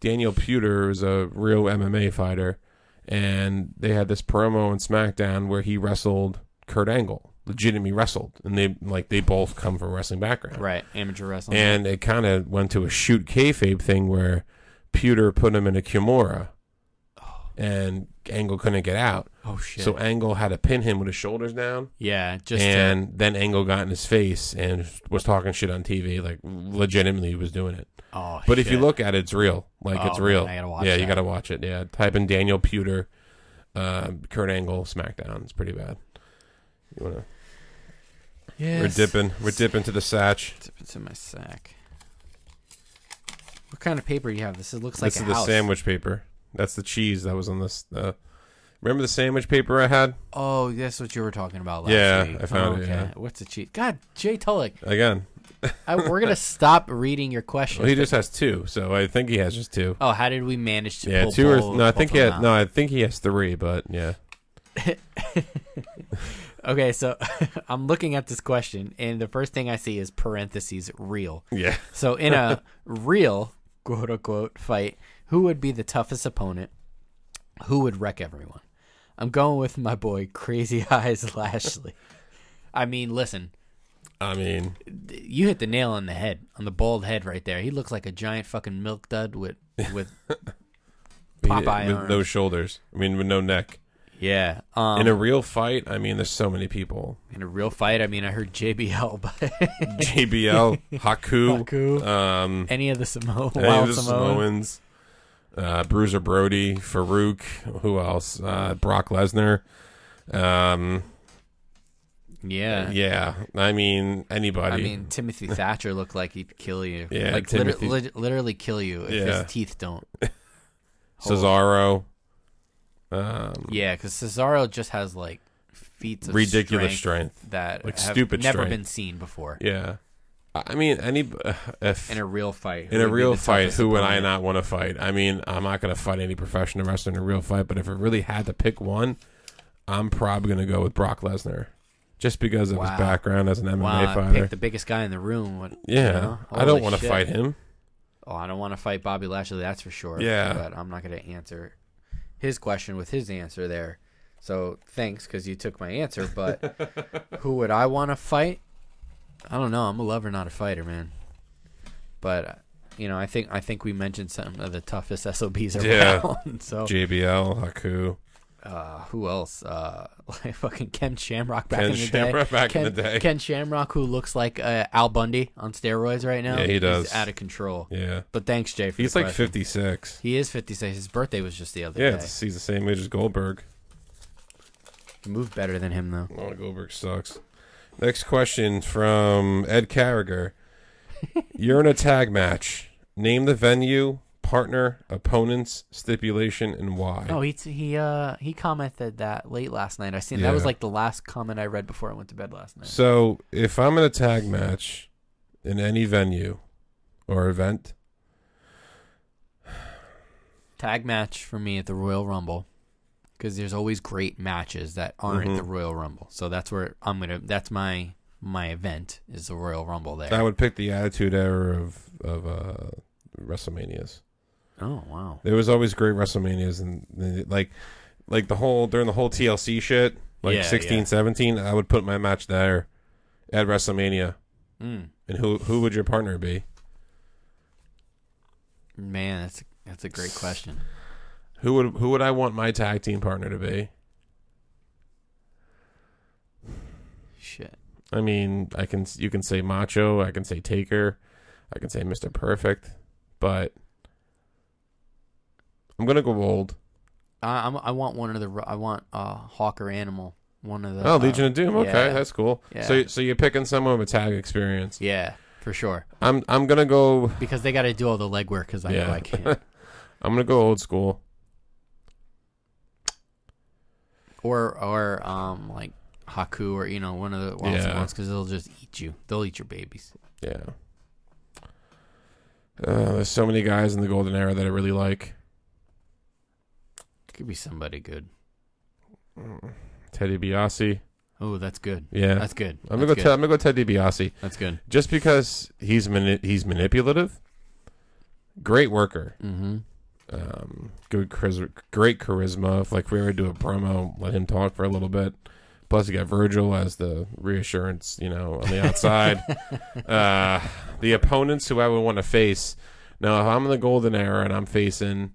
[SPEAKER 2] Daniel Pewter is a real MMA fighter, and they had this promo on SmackDown where he wrestled Kurt Angle, legitimately wrestled, and they like they both come from a wrestling background.
[SPEAKER 3] Right. Amateur wrestling.
[SPEAKER 2] And it kind of went to a shoot kayfabe thing where Pewter put him in a Kimura and Angle couldn't get out.
[SPEAKER 3] oh shit.
[SPEAKER 2] So Angle had to pin him with his shoulders down.
[SPEAKER 3] yeah, just to-
[SPEAKER 2] and then Angle got in his face and was talking shit on TV. Like, legitimately, he was doing it.
[SPEAKER 3] oh,
[SPEAKER 2] But if you
[SPEAKER 3] shit.
[SPEAKER 2] look at it, it's real. Like,
[SPEAKER 3] Oh,
[SPEAKER 2] it's real.
[SPEAKER 3] man, I gotta watch
[SPEAKER 2] yeah, you
[SPEAKER 3] that.
[SPEAKER 2] got to watch it. Yeah. Type in Daniel Pewter, uh, Kurt Angle, SmackDown. It's pretty bad. You wanna, We're
[SPEAKER 3] Yes.
[SPEAKER 2] dipping. We're dipping to the satch.
[SPEAKER 3] Dip into my sack. What kind of paper you have? This is, looks like
[SPEAKER 2] this
[SPEAKER 3] a
[SPEAKER 2] is the
[SPEAKER 3] house.
[SPEAKER 2] sandwich paper. That's the cheese that was on this. Uh, remember the sandwich paper I had?
[SPEAKER 3] Oh, that's what you were talking about last
[SPEAKER 2] Yeah,
[SPEAKER 3] week.
[SPEAKER 2] I found
[SPEAKER 3] Oh,
[SPEAKER 2] it,
[SPEAKER 3] okay.
[SPEAKER 2] yeah.
[SPEAKER 3] What's a cheat? God, Jay Tulloch,
[SPEAKER 2] Again,
[SPEAKER 3] I,
[SPEAKER 2] *laughs*
[SPEAKER 3] we're gonna stop reading your questions.
[SPEAKER 2] well, he just has two, so I think he has just two.
[SPEAKER 3] Oh, how did we manage to?
[SPEAKER 2] Yeah,
[SPEAKER 3] pull
[SPEAKER 2] two or
[SPEAKER 3] both-
[SPEAKER 2] no? I think
[SPEAKER 3] both
[SPEAKER 2] he
[SPEAKER 3] of
[SPEAKER 2] had,
[SPEAKER 3] them
[SPEAKER 2] no.
[SPEAKER 3] out?
[SPEAKER 2] I think he has three, but yeah,
[SPEAKER 3] Okay, so *laughs* I'm looking at this question, and the first thing I see is parentheses real.
[SPEAKER 2] yeah.
[SPEAKER 3] So in
[SPEAKER 2] *laughs*
[SPEAKER 3] a real quote unquote fight, who would be the toughest opponent? Who would wreck everyone? *laughs* I'm going with my boy Crazy Eyes Lashley. I mean, listen,
[SPEAKER 2] I mean,
[SPEAKER 3] You hit the nail on the head, on the bald head right there. He looks like a giant fucking milk dud
[SPEAKER 2] *laughs*
[SPEAKER 3] with with Popeye
[SPEAKER 2] with
[SPEAKER 3] arms.
[SPEAKER 2] no shoulders. I mean, with no neck.
[SPEAKER 3] yeah. Um,
[SPEAKER 2] In a real fight, I mean, there's so many
[SPEAKER 3] *laughs*
[SPEAKER 2] people.
[SPEAKER 3] in a real fight, I mean, I heard JBL, but *laughs*
[SPEAKER 2] JBL, Haku,
[SPEAKER 3] Haku.
[SPEAKER 2] um,
[SPEAKER 3] any of the Samoa,
[SPEAKER 2] any of
[SPEAKER 3] wild
[SPEAKER 2] the
[SPEAKER 3] Samoa,
[SPEAKER 2] Samoans, uh, Bruiser Brody, Farouk, who else? Uh, Brock Lesnar. Um,
[SPEAKER 3] yeah.
[SPEAKER 2] yeah, I mean, anybody.
[SPEAKER 3] I mean, Timothy Thatcher looked like he'd kill you.
[SPEAKER 2] *laughs* Yeah,
[SPEAKER 3] like liter-
[SPEAKER 2] Timothy-
[SPEAKER 3] lit- literally kill you if
[SPEAKER 2] Yeah.
[SPEAKER 3] his teeth don't.
[SPEAKER 2] Cesaro. Um,
[SPEAKER 3] Yeah, because Cesaro just has like feats of
[SPEAKER 2] ridiculous
[SPEAKER 3] strength
[SPEAKER 2] strength.
[SPEAKER 3] that
[SPEAKER 2] Like,
[SPEAKER 3] have
[SPEAKER 2] stupid
[SPEAKER 3] never
[SPEAKER 2] strength.
[SPEAKER 3] been seen before
[SPEAKER 2] Yeah, I I mean, any *sighs* uh, if
[SPEAKER 3] in a real fight. who
[SPEAKER 2] in a
[SPEAKER 3] would be
[SPEAKER 2] real
[SPEAKER 3] the
[SPEAKER 2] fight,
[SPEAKER 3] toughest
[SPEAKER 2] who would I
[SPEAKER 3] opponent?
[SPEAKER 2] not want to fight? I mean, I'm not going to fight any professional wrestler in a real fight, but if I really had to pick one, I'm probably going to go with Brock Lesnar, just because of
[SPEAKER 3] Wow.
[SPEAKER 2] his background as an MMA
[SPEAKER 3] Wow, I
[SPEAKER 2] fighter.
[SPEAKER 3] picked the biggest guy in the room. What,
[SPEAKER 2] yeah,
[SPEAKER 3] you know?
[SPEAKER 2] I don't
[SPEAKER 3] Holy
[SPEAKER 2] want to
[SPEAKER 3] shit.
[SPEAKER 2] fight him.
[SPEAKER 3] Oh, I don't want to fight Bobby Lashley. That's for sure.
[SPEAKER 2] Yeah.
[SPEAKER 3] but I'm not going to answer his question with his answer there. So thanks because you took my answer. But
[SPEAKER 2] *laughs*
[SPEAKER 3] who would I want to fight? I don't know. I'm a lover, not a fighter, man. But you know, I think I think we mentioned some of the toughest SOBs around. *laughs*
[SPEAKER 2] Yeah.
[SPEAKER 3] so
[SPEAKER 2] JBL, Haku,
[SPEAKER 3] uh, who else? Uh, *laughs* like fucking Ken Shamrock back
[SPEAKER 2] Ken
[SPEAKER 3] in the
[SPEAKER 2] Shamrock
[SPEAKER 3] day.
[SPEAKER 2] back in
[SPEAKER 3] Ken,
[SPEAKER 2] the day.
[SPEAKER 3] Ken Shamrock, who looks like uh, Al Bundy on steroids right now.
[SPEAKER 2] Yeah, he
[SPEAKER 3] He's
[SPEAKER 2] does.
[SPEAKER 3] out of control.
[SPEAKER 2] yeah,
[SPEAKER 3] But thanks, Jay. For
[SPEAKER 2] he's
[SPEAKER 3] the
[SPEAKER 2] like
[SPEAKER 3] question.
[SPEAKER 2] 56.
[SPEAKER 3] He is 56. His birthday was just the other
[SPEAKER 2] Yeah,
[SPEAKER 3] day.
[SPEAKER 2] it's, he's the same age as Goldberg.
[SPEAKER 3] He moved better than him, though.
[SPEAKER 2] Oh, Goldberg sucks. Next question from Ed
[SPEAKER 3] *laughs*
[SPEAKER 2] Carriger. You're in a tag match. Name the venue, partner, opponents, stipulation, and why.
[SPEAKER 3] Oh, he he uh he commented that late last night. I seen that was
[SPEAKER 2] Yeah.
[SPEAKER 3] like the last comment I read before I went to bed last night.
[SPEAKER 2] So if I'm in a tag match in any venue or event,
[SPEAKER 3] Tag match for me at the Royal Rumble because there's always great matches that aren't
[SPEAKER 2] Mhm.
[SPEAKER 3] the Royal Rumble. So that's where I'm gonna. That's my my event is the Royal Rumble there.
[SPEAKER 2] I would pick the Attitude Era of of uh, WrestleManias.
[SPEAKER 3] oh wow.
[SPEAKER 2] There was always great WrestleManias, and the- like like the whole during the whole TLC shit, like
[SPEAKER 3] Yeah,
[SPEAKER 2] sixteen,
[SPEAKER 3] yeah.
[SPEAKER 2] seventeen. 16, 17, I would put my match there at WrestleMania.
[SPEAKER 3] Mm.
[SPEAKER 2] And who who would your partner be?
[SPEAKER 3] Man, that's that's a great question.
[SPEAKER 2] Who would who would I want my tag team partner to be?
[SPEAKER 3] Shit.
[SPEAKER 2] I mean, I can you can say Macho, I can say Taker, I can say Mr. Perfect, but I'm gonna go old.
[SPEAKER 3] I I'm, I want one of the I want uh Hawk or Animal. One of the
[SPEAKER 2] oh,
[SPEAKER 3] uh,
[SPEAKER 2] Legion of Doom. Okay,
[SPEAKER 3] yeah.
[SPEAKER 2] that's cool. So
[SPEAKER 3] Yeah.
[SPEAKER 2] so you're picking someone with tag experience.
[SPEAKER 3] Yeah, for sure.
[SPEAKER 2] I'm I'm gonna go.
[SPEAKER 3] Because they got to do all the legwork. Because I
[SPEAKER 2] yeah,
[SPEAKER 3] know
[SPEAKER 2] *laughs*
[SPEAKER 3] I can't.
[SPEAKER 2] I'm gonna go old school.
[SPEAKER 3] or or um like Haku or you know one of the wild
[SPEAKER 2] Yeah.
[SPEAKER 3] ones because they'll just eat you. They'll eat your babies.
[SPEAKER 2] Yeah. Uh, there's so many guys in the golden era that I really like.
[SPEAKER 3] Could be somebody good.
[SPEAKER 2] Teddy DiBiase.
[SPEAKER 3] Oh, that's good.
[SPEAKER 2] Yeah,
[SPEAKER 3] That's good.
[SPEAKER 2] I'm
[SPEAKER 3] that's
[SPEAKER 2] gonna go.
[SPEAKER 3] good.
[SPEAKER 2] Ted- I'm gonna go Ted DiBiase.
[SPEAKER 3] that's good.
[SPEAKER 2] just because he's mani- he's manipulative, great worker,
[SPEAKER 3] Mm-hmm.
[SPEAKER 2] um, good charis- great charisma. If like we were to do a promo, let him talk for a little bit. Plus, you got Virgil as the reassurance, you know, on the outside.
[SPEAKER 3] *laughs*
[SPEAKER 2] uh, the opponents who I would want to face. Now, if I'm in the golden era and I'm facing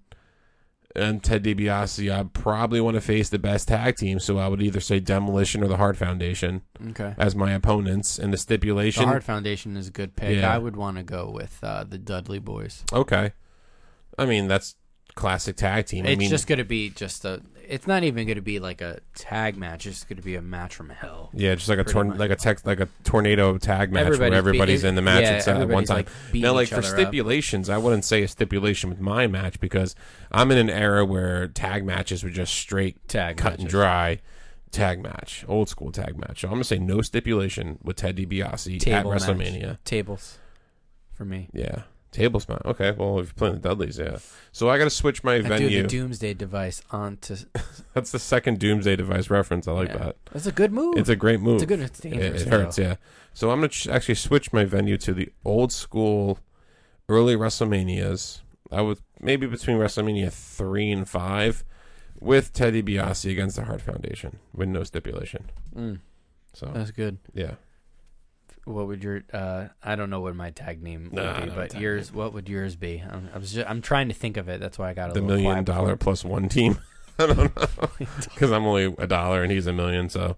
[SPEAKER 2] and Ted DiBiase, I probably want to face the best tag team. So I would either say Demolition or the Hart Foundation
[SPEAKER 3] Okay.
[SPEAKER 2] as my opponents, and the
[SPEAKER 3] The
[SPEAKER 2] stipulation.
[SPEAKER 3] Hart Foundation is a good pick.
[SPEAKER 2] Yeah.
[SPEAKER 3] I would want to go with uh, the Dudley Boys.
[SPEAKER 2] Okay. I mean, that's classic tag team. I
[SPEAKER 3] it's
[SPEAKER 2] mean,
[SPEAKER 3] just gonna be just a. It's not even gonna be like a tag match. It's gonna be a match from hell.
[SPEAKER 2] yeah, just like a
[SPEAKER 3] pretty
[SPEAKER 2] torn,
[SPEAKER 3] much.
[SPEAKER 2] like a text, like a tornado tag match
[SPEAKER 3] Everybody's
[SPEAKER 2] where
[SPEAKER 3] be-
[SPEAKER 2] everybody's in the match
[SPEAKER 3] yeah,
[SPEAKER 2] at sa- at one
[SPEAKER 3] everybody's,
[SPEAKER 2] time.
[SPEAKER 3] like, beating
[SPEAKER 2] now, like
[SPEAKER 3] each
[SPEAKER 2] for
[SPEAKER 3] other up.
[SPEAKER 2] stipulations, I wouldn't say a stipulation with my match because I'm in an era where tag matches were just straight
[SPEAKER 3] Tag
[SPEAKER 2] cut and
[SPEAKER 3] matches.
[SPEAKER 2] dry. Tag match, old school tag match. So I'm gonna say no stipulation with Ted DiBiase
[SPEAKER 3] Table
[SPEAKER 2] at
[SPEAKER 3] match.
[SPEAKER 2] WrestleMania.
[SPEAKER 3] Tables, for me.
[SPEAKER 2] Yeah, table smash. Okay, well if you're playing the Dudleys, yeah. So I gotta switch my
[SPEAKER 3] I do
[SPEAKER 2] venue.
[SPEAKER 3] the Doomsday device onto.
[SPEAKER 2] That's the second Doomsday Device reference. I like
[SPEAKER 3] Yeah.
[SPEAKER 2] that.
[SPEAKER 3] That's a good move.
[SPEAKER 2] It's a great move.
[SPEAKER 3] It's a good. It's
[SPEAKER 2] It-
[SPEAKER 3] dangerous.
[SPEAKER 2] It, hurts, yeah. So I'm gonna ch- actually switch my venue to the old school, early WrestleManias. I was maybe between WrestleMania three and five, with Teddy DiBiase against the Hart Foundation with no stipulation.
[SPEAKER 3] Mm,
[SPEAKER 2] So
[SPEAKER 3] that's good.
[SPEAKER 2] yeah,
[SPEAKER 3] What would your uh I don't know what my tag name would
[SPEAKER 2] Nah, I
[SPEAKER 3] be,
[SPEAKER 2] know
[SPEAKER 3] but
[SPEAKER 2] tag
[SPEAKER 3] yours what would yours be? I'm, I was just, I'm trying to think of it. That's why I got a
[SPEAKER 2] the
[SPEAKER 3] little
[SPEAKER 2] million
[SPEAKER 3] quiet before.
[SPEAKER 2] dollar plus one team. *laughs* I don't
[SPEAKER 3] *laughs*
[SPEAKER 2] know because I'm only a dollar and he's a million. So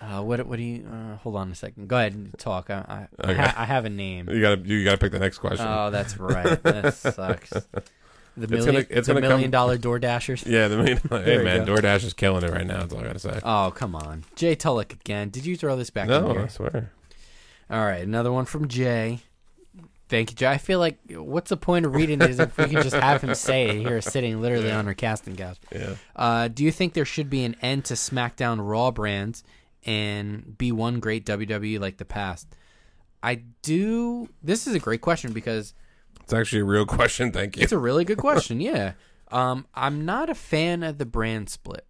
[SPEAKER 3] Uh, what what do you uh, hold on a second. Go ahead and talk. I I, I,
[SPEAKER 2] Okay.
[SPEAKER 3] ha- I have a name.
[SPEAKER 2] *laughs* you gotta you gotta pick the next question.
[SPEAKER 3] Oh, that's right.
[SPEAKER 2] *laughs*
[SPEAKER 3] That sucks. The
[SPEAKER 2] It's
[SPEAKER 3] million,
[SPEAKER 2] gonna- it's
[SPEAKER 3] the
[SPEAKER 2] gonna come-
[SPEAKER 3] million dollar door dashers.
[SPEAKER 2] yeah, the million. dollar-
[SPEAKER 3] There
[SPEAKER 2] hey
[SPEAKER 3] you
[SPEAKER 2] man,
[SPEAKER 3] go.
[SPEAKER 2] DoorDash is killing it right now. That's all I gotta say.
[SPEAKER 3] Oh, come on. Jay Tulloch again. Did you throw this back in
[SPEAKER 2] no, I
[SPEAKER 3] here?
[SPEAKER 2] swear.
[SPEAKER 3] All right, another one from Jay. Thank you, Jay. I feel like what's the point of reading these if we can just have him say it here sitting literally on her casting couch?
[SPEAKER 2] Yeah.
[SPEAKER 3] Uh, do you think there should be an end to SmackDown Raw brands and be one great WWE like the past? I do. This is a great question because
[SPEAKER 2] It's actually a real question. Thank you.
[SPEAKER 3] it's a really
[SPEAKER 2] *laughs*
[SPEAKER 3] good question. Yeah. Um, I'm not a fan of the brand split.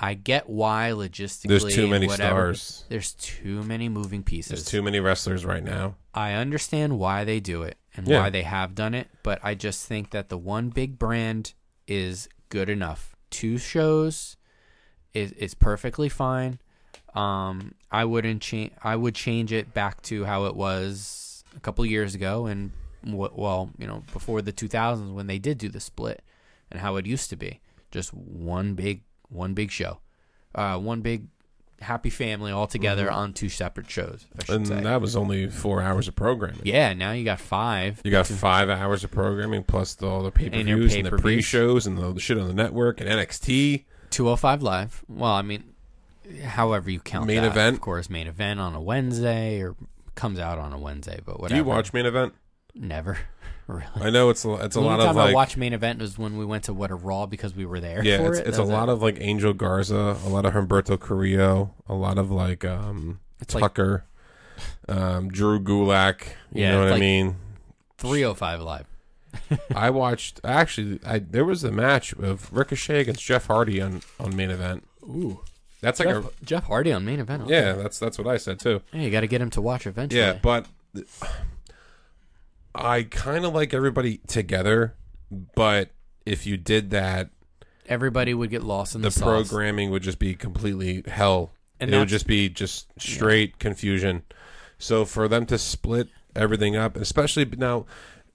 [SPEAKER 3] I get why logistically.
[SPEAKER 2] There's too
[SPEAKER 3] and
[SPEAKER 2] many
[SPEAKER 3] whatever.
[SPEAKER 2] stars.
[SPEAKER 3] There's too many moving pieces.
[SPEAKER 2] There's too many wrestlers right now.
[SPEAKER 3] I understand why they do it and
[SPEAKER 2] Yeah.
[SPEAKER 3] why they have done it, but I just think that the one big brand is good enough. Two shows is is perfectly fine. Um, I wouldn't change. I would change it back to how it was a couple years ago, and wh- well, you know, before the 2000s when they did do the split, and how it used to be, just one big one big show, uh, one big happy family all together on two separate shows. I should
[SPEAKER 2] Mm-hmm. And
[SPEAKER 3] say.
[SPEAKER 2] that was only four hours of programming.
[SPEAKER 3] Yeah, now you got five.
[SPEAKER 2] You got five hours of programming plus the, all the pay per views and the
[SPEAKER 3] pay-per-views.
[SPEAKER 2] pre shows and the shit on the network and NXT.
[SPEAKER 3] 205 Live. Well, I mean, however you count
[SPEAKER 2] Main
[SPEAKER 3] that,
[SPEAKER 2] event?
[SPEAKER 3] Of course, main event on a Wednesday or comes out on a Wednesday, but
[SPEAKER 2] Do
[SPEAKER 3] whatever.
[SPEAKER 2] you watch main event?
[SPEAKER 3] Never. *laughs* really.
[SPEAKER 2] I know it's a, it's a
[SPEAKER 3] the only
[SPEAKER 2] lot of
[SPEAKER 3] time
[SPEAKER 2] like
[SPEAKER 3] I watched main event was when we went to what a Raw because we were there.
[SPEAKER 2] yeah,
[SPEAKER 3] for
[SPEAKER 2] it's,
[SPEAKER 3] it.
[SPEAKER 2] it's a lot of like Angel Garza, a lot of Humberto Carrillo, a lot of like um
[SPEAKER 3] It's like-
[SPEAKER 2] Tucker, um Drew Gulak. You
[SPEAKER 3] Yeah,
[SPEAKER 2] know
[SPEAKER 3] it's
[SPEAKER 2] what I
[SPEAKER 3] like-
[SPEAKER 2] mean?
[SPEAKER 3] 305 Live.
[SPEAKER 2] I watched actually. I there was a match of Ricochet against Jeff Hardy on on main event.
[SPEAKER 3] Ooh,
[SPEAKER 2] That's like
[SPEAKER 3] Jeff, Jeff Hardy on main event.
[SPEAKER 2] a yeah. That's that's what I said too.
[SPEAKER 3] hey, you got to get him to watch eventually.
[SPEAKER 2] Yeah, but I kind of like everybody together. But if you did that,
[SPEAKER 3] everybody would get lost in the,
[SPEAKER 2] the
[SPEAKER 3] sauce.
[SPEAKER 2] programming would just be completely hell.
[SPEAKER 3] And
[SPEAKER 2] it would
[SPEAKER 3] that's-
[SPEAKER 2] just be just straight confusion. So for them to split everything up, especially now,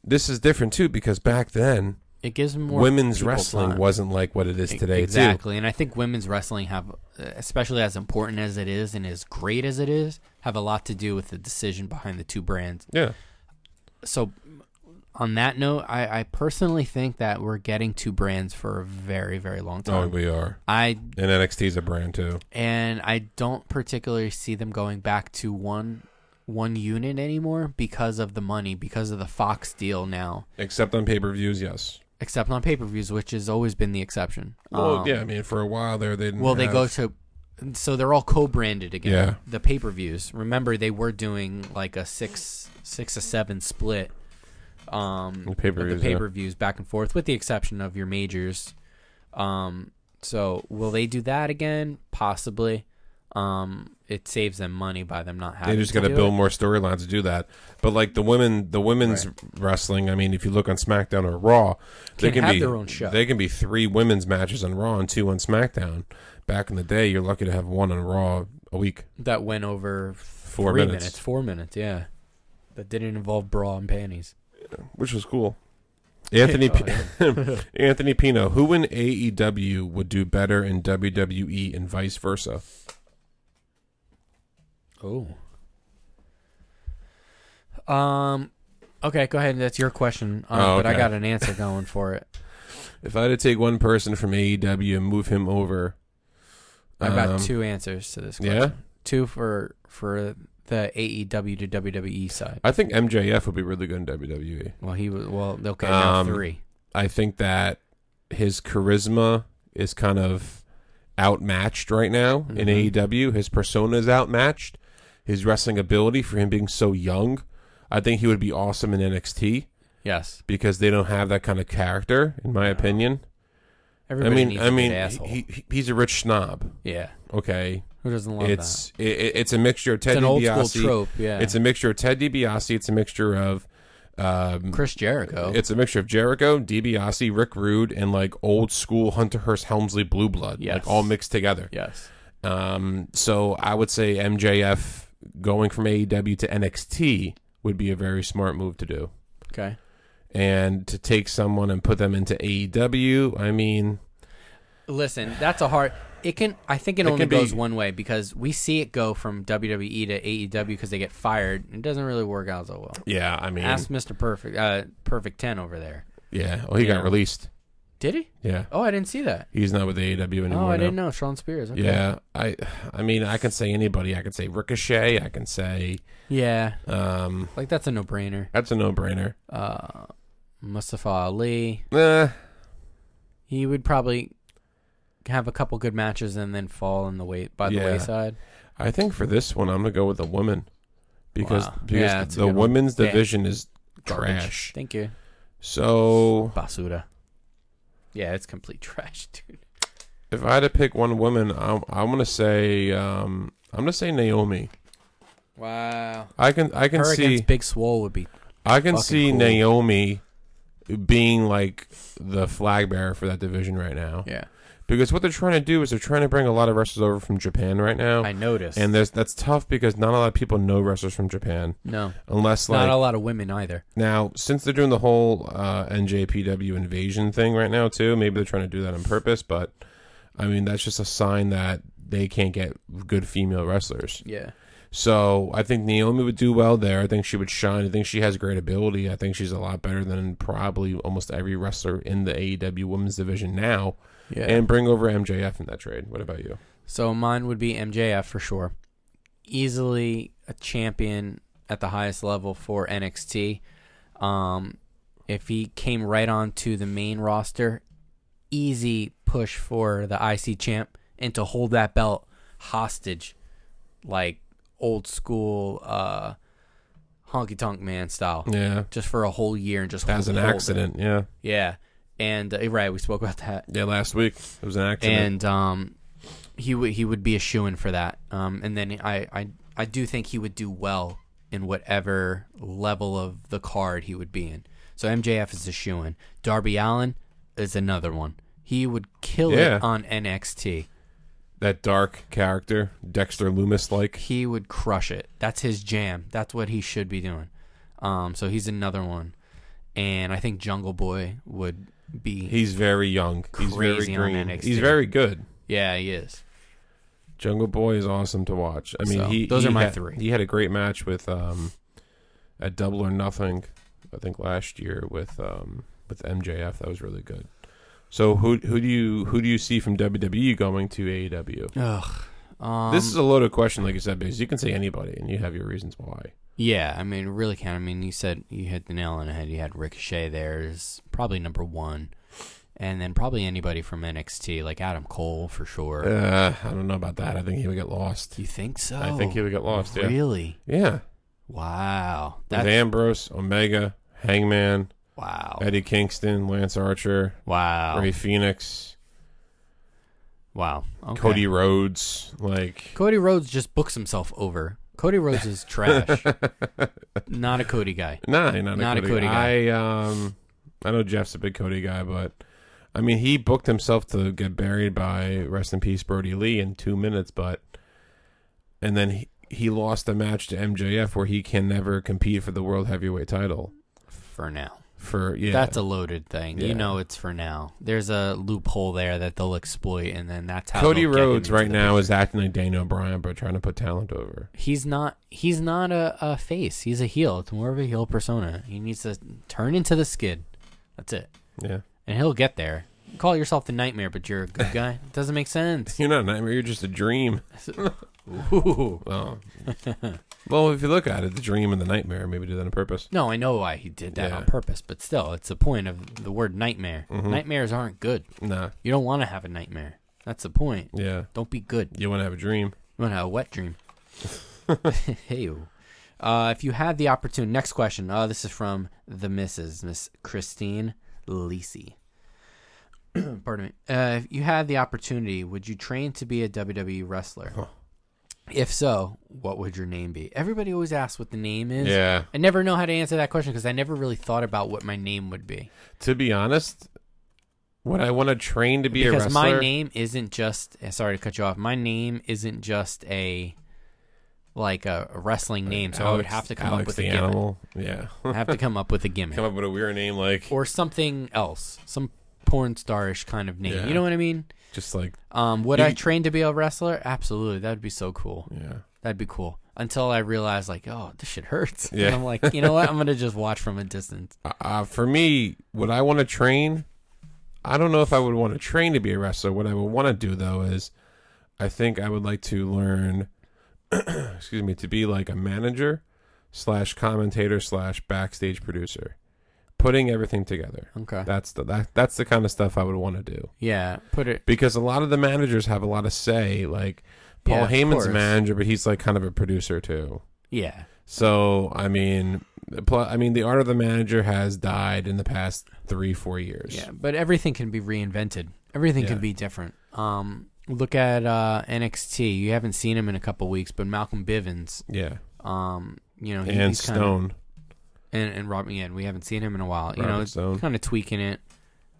[SPEAKER 2] this is different too because back then
[SPEAKER 3] It gives more
[SPEAKER 2] women's
[SPEAKER 3] people
[SPEAKER 2] wrestling
[SPEAKER 3] time.
[SPEAKER 2] wasn't like what it is today too.
[SPEAKER 3] Exactly, and I think women's wrestling have, uh, especially as important as it is and as great as it is, have a lot to do with the decision behind the two brands.
[SPEAKER 2] Yeah.
[SPEAKER 3] So, on that note, I, I personally think that we're getting two brands for a very, very long
[SPEAKER 2] Oh,
[SPEAKER 3] time.
[SPEAKER 2] we are.
[SPEAKER 3] I
[SPEAKER 2] And NXT is a brand too.
[SPEAKER 3] and I don't particularly see them going back to one one unit anymore because of the money, because of the Fox deal now.
[SPEAKER 2] Except on pay per views, yes.
[SPEAKER 3] Except on pay per views, which has always been the exception.
[SPEAKER 2] Well,
[SPEAKER 3] Um,
[SPEAKER 2] yeah, I mean, for a while there, they didn't.
[SPEAKER 3] Well, they
[SPEAKER 2] have-
[SPEAKER 3] go to, so they're all co-branded again.
[SPEAKER 2] Yeah.
[SPEAKER 3] The pay-per-views. Remember, they were doing like a six, six to seven split. Um,
[SPEAKER 2] The
[SPEAKER 3] of
[SPEAKER 2] pay-per-views,
[SPEAKER 3] the
[SPEAKER 2] yeah.
[SPEAKER 3] pay-per-views back and forth, with the exception of your majors. Um, so will they do that again? Possibly. Um, it saves them money by them not having.
[SPEAKER 2] They just
[SPEAKER 3] got to do
[SPEAKER 2] build
[SPEAKER 3] it.
[SPEAKER 2] more storylines to do that. But like the women, the women's wrestling. I mean, if you look on SmackDown or Raw, they
[SPEAKER 3] Can
[SPEAKER 2] can
[SPEAKER 3] have
[SPEAKER 2] be
[SPEAKER 3] their own show.
[SPEAKER 2] They can be three women's matches on Raw and two on SmackDown. Back in the day, you're lucky to have one on Raw a week.
[SPEAKER 3] that went over
[SPEAKER 2] Four
[SPEAKER 3] three
[SPEAKER 2] minutes.
[SPEAKER 3] minutes, four minutes. Yeah, that didn't involve bra and panties.
[SPEAKER 2] which was cool. Anthony
[SPEAKER 3] *laughs* Oh,
[SPEAKER 2] P- *laughs* Anthony Pino, who in AEW would do better in WWE and vice versa?
[SPEAKER 3] Oh. Um. Okay, go ahead. That's your question, uh,
[SPEAKER 2] Oh,
[SPEAKER 3] but I
[SPEAKER 2] okay.
[SPEAKER 3] got an answer going for it.
[SPEAKER 2] If I had to take one person from AEW and move him over,
[SPEAKER 3] I got
[SPEAKER 2] um,
[SPEAKER 3] two answers to this question.
[SPEAKER 2] Yeah,
[SPEAKER 3] Two for for the AEW to WWE side.
[SPEAKER 2] I think MJF would be really good in WWE.
[SPEAKER 3] Well, he was. Well, okay, now
[SPEAKER 2] Um,
[SPEAKER 3] three.
[SPEAKER 2] I think that his charisma is kind of outmatched right now in
[SPEAKER 3] Mhm.
[SPEAKER 2] AEW. His persona is outmatched. His wrestling ability for him being so young, I think he would be awesome in NXT
[SPEAKER 3] Yes.
[SPEAKER 2] because they don't have that kind of character, in my opinion. I
[SPEAKER 3] Everybody
[SPEAKER 2] mean,
[SPEAKER 3] needs
[SPEAKER 2] I
[SPEAKER 3] a good
[SPEAKER 2] mean,
[SPEAKER 3] asshole.
[SPEAKER 2] he, he, he's a rich snob.
[SPEAKER 3] yeah.
[SPEAKER 2] Okay,
[SPEAKER 3] Who doesn't love that?
[SPEAKER 2] it's i i- it's a mixture of Ted
[SPEAKER 3] It's an old
[SPEAKER 2] DiBiase.
[SPEAKER 3] school trope. Yeah.
[SPEAKER 2] It's a mixture of Ted DiBiase. It's a mixture of um,
[SPEAKER 3] Chris Jericho.
[SPEAKER 2] it's a mixture of Jericho, DiBiase, Rick Rude, and like old school Hunter Hearst Helmsley Blue Blood,
[SPEAKER 3] Yes.
[SPEAKER 2] like all mixed together.
[SPEAKER 3] yes.
[SPEAKER 2] Um, so I would say MJF going from AEW to NXT would be a very smart move to do.
[SPEAKER 3] Okay.
[SPEAKER 2] And to take someone and put them into AEW, I mean,
[SPEAKER 3] Listen, that's a hard. It can. I think it,
[SPEAKER 2] It
[SPEAKER 3] only
[SPEAKER 2] can be-
[SPEAKER 3] goes one way because we see it go from WWE to AEW because they get fired. and It doesn't really work out so well.
[SPEAKER 2] yeah, I mean,
[SPEAKER 3] Ask Mister Perfect, uh, Perfect Ten over there.
[SPEAKER 2] yeah. Oh, he
[SPEAKER 3] Yeah.
[SPEAKER 2] got released.
[SPEAKER 3] Did he?
[SPEAKER 2] Yeah,
[SPEAKER 3] Oh, I didn't see that.
[SPEAKER 2] he's not with AEW anymore.
[SPEAKER 3] Oh, I
[SPEAKER 2] now.
[SPEAKER 3] didn't know. Sean Spears. Okay.
[SPEAKER 2] Yeah, I, I mean, I can say anybody. I can say Ricochet. I can say,
[SPEAKER 3] Yeah.
[SPEAKER 2] um,
[SPEAKER 3] Like that's a no-brainer.
[SPEAKER 2] that's a no-brainer.
[SPEAKER 3] Uh, Mustafa Ali.
[SPEAKER 2] Eh,
[SPEAKER 3] He would probably have a couple good matches and then fall in the weight by the
[SPEAKER 2] Yeah.
[SPEAKER 3] wayside.
[SPEAKER 2] I think for this one, I'm gonna go with the woman because
[SPEAKER 3] Wow.
[SPEAKER 2] because
[SPEAKER 3] Yeah, that's a
[SPEAKER 2] the
[SPEAKER 3] good one.
[SPEAKER 2] women's
[SPEAKER 3] Yeah.
[SPEAKER 2] division is
[SPEAKER 3] Garbage.
[SPEAKER 2] trash.
[SPEAKER 3] Thank you.
[SPEAKER 2] So
[SPEAKER 3] Basuda. Yeah, it's complete *laughs* trash, dude.
[SPEAKER 2] if I had to pick one woman, I'm I'm gonna say um I'm gonna say Naomi.
[SPEAKER 3] Wow.
[SPEAKER 2] I can I can
[SPEAKER 3] Her
[SPEAKER 2] see
[SPEAKER 3] against Big Swole would be
[SPEAKER 2] I can
[SPEAKER 3] fucking
[SPEAKER 2] see
[SPEAKER 3] cool.
[SPEAKER 2] Naomi being like the flag bearer for that division right now
[SPEAKER 3] yeah.
[SPEAKER 2] because what they're trying to do is they're trying to bring a lot of wrestlers over from Japan right now.
[SPEAKER 3] I noticed.
[SPEAKER 2] and there's that's tough because not a lot of people know wrestlers from Japan
[SPEAKER 3] no,
[SPEAKER 2] unless like
[SPEAKER 3] not a lot of women either.
[SPEAKER 2] Now, since they're doing the whole uh, NJPW invasion thing right now, too, maybe they're trying to do that on purpose, but I mean, that's just a sign that they can't get good female wrestlers.
[SPEAKER 3] Yeah.
[SPEAKER 2] So I think Naomi would do well there. I think she would shine. I think she has great ability. I think she's a lot better than probably almost every wrestler in the AEW women's division now.
[SPEAKER 3] Yeah.
[SPEAKER 2] And bring over MJF in that trade. What about you?
[SPEAKER 3] so mine would be MJF for sure. Easily a champion at the highest level for NXT. Um, if he came right on to the main roster, easy push for the IC champ and to hold that belt hostage, like old school uh, honky tonk man style.
[SPEAKER 2] Yeah.
[SPEAKER 3] just for a whole year and just
[SPEAKER 2] As
[SPEAKER 3] hold-
[SPEAKER 2] an
[SPEAKER 3] hold it.
[SPEAKER 2] accident. Yeah.
[SPEAKER 3] Yeah, and uh, right, we spoke about that,
[SPEAKER 2] Yeah, last week. It was an accident.
[SPEAKER 3] and um, he would he would be a shoe in for that. Um, and then I, I I do think he would do well in whatever level of the card he would be in. So MJF is a shoe in. Darby Allen is another one. He would kill
[SPEAKER 2] Yeah.
[SPEAKER 3] it on NXT.
[SPEAKER 2] that dark character, Dexter Loomis like.
[SPEAKER 3] He would crush it. That's his jam. That's what he should be doing. Um, so he's another one, and I think Jungle Boy would be
[SPEAKER 2] He's very young. He's very
[SPEAKER 3] Crazy on
[SPEAKER 2] green.
[SPEAKER 3] NXT.
[SPEAKER 2] He's very good.
[SPEAKER 3] Yeah, he is.
[SPEAKER 2] Jungle Boy is awesome to watch. I mean,
[SPEAKER 3] So,
[SPEAKER 2] he
[SPEAKER 3] those
[SPEAKER 2] he
[SPEAKER 3] are my
[SPEAKER 2] had-
[SPEAKER 3] three.
[SPEAKER 2] He had a great match with um, at Double or Nothing, I think last year with um with MJF. That was really good. So who who do you who do you see from WWE going to AEW?
[SPEAKER 3] Ugh. Um,
[SPEAKER 2] this is a loaded question, like you said, because you can say anybody, and you have your reasons why.
[SPEAKER 3] yeah. I mean, really count. I mean, you said you hit the nail on the head. You had Ricochet. There's probably number one, and then probably anybody from NXT, like Adam Cole for sure.
[SPEAKER 2] Uh, I don't know about that. I think he would get lost.
[SPEAKER 3] you think so?
[SPEAKER 2] I think he would get lost. Yeah,
[SPEAKER 3] Oh, Really?
[SPEAKER 2] yeah.
[SPEAKER 3] Wow.
[SPEAKER 2] With
[SPEAKER 3] That's
[SPEAKER 2] Ambrose, Omega, Hangman,
[SPEAKER 3] wow.
[SPEAKER 2] Eddie Kingston, Lance Archer,
[SPEAKER 3] Oh. Wow.
[SPEAKER 2] Ray Phoenix,
[SPEAKER 3] Wow. Okay.
[SPEAKER 2] Cody Rhodes, like
[SPEAKER 3] Cody Rhodes just books himself over. Cody Rhodes is
[SPEAKER 2] *laughs*
[SPEAKER 3] trash. Not a Cody guy.
[SPEAKER 2] nah, not,
[SPEAKER 3] Not
[SPEAKER 2] a Cody, guy. I um, I know Jeff's a big Cody guy, but I mean he booked himself to get buried by rest in peace Brody Lee in two minutes, but and then he, he lost a match to MJF where he can never compete for the world heavyweight title
[SPEAKER 3] For now.
[SPEAKER 2] for yeah
[SPEAKER 3] That's a loaded thing.
[SPEAKER 2] Yeah.
[SPEAKER 3] You know it's for now. There's a loophole there that they'll exploit, and then that's how
[SPEAKER 2] Cody
[SPEAKER 3] they'll get him
[SPEAKER 2] Rhodes
[SPEAKER 3] into
[SPEAKER 2] right
[SPEAKER 3] the
[SPEAKER 2] now
[SPEAKER 3] picture.
[SPEAKER 2] is acting like Daniel Bryan, but trying to put talent over.
[SPEAKER 3] he's not he's not a, a face. He's a heel. It's more of a heel persona. He needs to turn into the skid. That's it,
[SPEAKER 2] Yeah, *laughs*
[SPEAKER 3] and he'll get there. Call yourself the nightmare, but you're a good guy. It doesn't
[SPEAKER 2] *laughs*
[SPEAKER 3] make sense.
[SPEAKER 2] you're not a nightmare. You're just a dream.
[SPEAKER 3] Ooh. *laughs*
[SPEAKER 2] Oh. well, if you look at it, the dream and the nightmare maybe do that on purpose.
[SPEAKER 3] No, I know why he did that
[SPEAKER 2] Yeah.
[SPEAKER 3] on purpose, but still, it's the point of the word nightmare. Nightmares aren't good.
[SPEAKER 2] Nah.
[SPEAKER 3] You don't want to have a nightmare. That's the point.
[SPEAKER 2] Yeah.
[SPEAKER 3] Don't be good.
[SPEAKER 2] You want to have a dream.
[SPEAKER 3] You want to have a wet dream? *laughs* hey, uh, if you had the opportunity. Next question. Uh, this is from the Mrs. Miss Christine Lisi. *clears throat* Pardon me. Uh, if you had the opportunity, would you train to be a WWE wrestler? If so, what would your name be? Everybody always asks what the name is.
[SPEAKER 2] Yeah.
[SPEAKER 3] I never know how to answer that question because I never really thought about what my name would be.
[SPEAKER 2] To be honest, would I want to train to be a
[SPEAKER 3] because
[SPEAKER 2] wrestler?
[SPEAKER 3] eh, my name isn't just. Sorry to cut you off. My name isn't just a like a, a wrestling name, so I would have to come
[SPEAKER 2] Alex
[SPEAKER 3] up with a
[SPEAKER 2] the
[SPEAKER 3] gimmick.
[SPEAKER 2] animal. Yeah,
[SPEAKER 3] I have to come up with a
[SPEAKER 2] *laughs*
[SPEAKER 3] gimmick
[SPEAKER 2] come up with a weird name like
[SPEAKER 3] or something else, some porn starish kind of name.
[SPEAKER 2] Yeah.
[SPEAKER 3] You know what I mean?
[SPEAKER 2] just like
[SPEAKER 3] Um, would
[SPEAKER 2] You-
[SPEAKER 3] I train to be a wrestler? Absolutely, that'd be so cool.
[SPEAKER 2] yeah.
[SPEAKER 3] That'd be cool. Until I realized, like, oh, this shit hurts. *laughs*
[SPEAKER 2] Yeah.
[SPEAKER 3] And I'm like, you know what? I'm gonna just watch from a distance.
[SPEAKER 2] Uh, for me, would I want to train? I don't know if I would want to train to be a wrestler. What I would want to do though is, I think I would like to learn. *clears throat* excuse me, to be like a manager, slash commentator, slash backstage producer, putting everything together.
[SPEAKER 3] Okay.
[SPEAKER 2] That's the that, that's the kind of stuff I would want to do
[SPEAKER 3] yeah. Put it.
[SPEAKER 2] because a lot of the managers have a lot of say. Like Paul
[SPEAKER 3] Yeah, of
[SPEAKER 2] Heyman's
[SPEAKER 3] course.
[SPEAKER 2] a manager, but he's like kind of a producer too.
[SPEAKER 3] Yeah.
[SPEAKER 2] So I mean, pl- I mean, the art of the manager has died in the past three, four years.
[SPEAKER 3] Yeah. But everything can be reinvented. Everything
[SPEAKER 2] Yeah.
[SPEAKER 3] can be different. Um, look at uh, NXT. You haven't seen him in a couple weeks, but Malcolm Bivens.
[SPEAKER 2] yeah.
[SPEAKER 3] Um, you know, he-
[SPEAKER 2] And
[SPEAKER 3] he's kinda-
[SPEAKER 2] Stone.
[SPEAKER 3] and and Robin. Yeah, we haven't seen him in a while. you
[SPEAKER 2] Robert
[SPEAKER 3] know,
[SPEAKER 2] Stone.
[SPEAKER 3] kind of tweaking it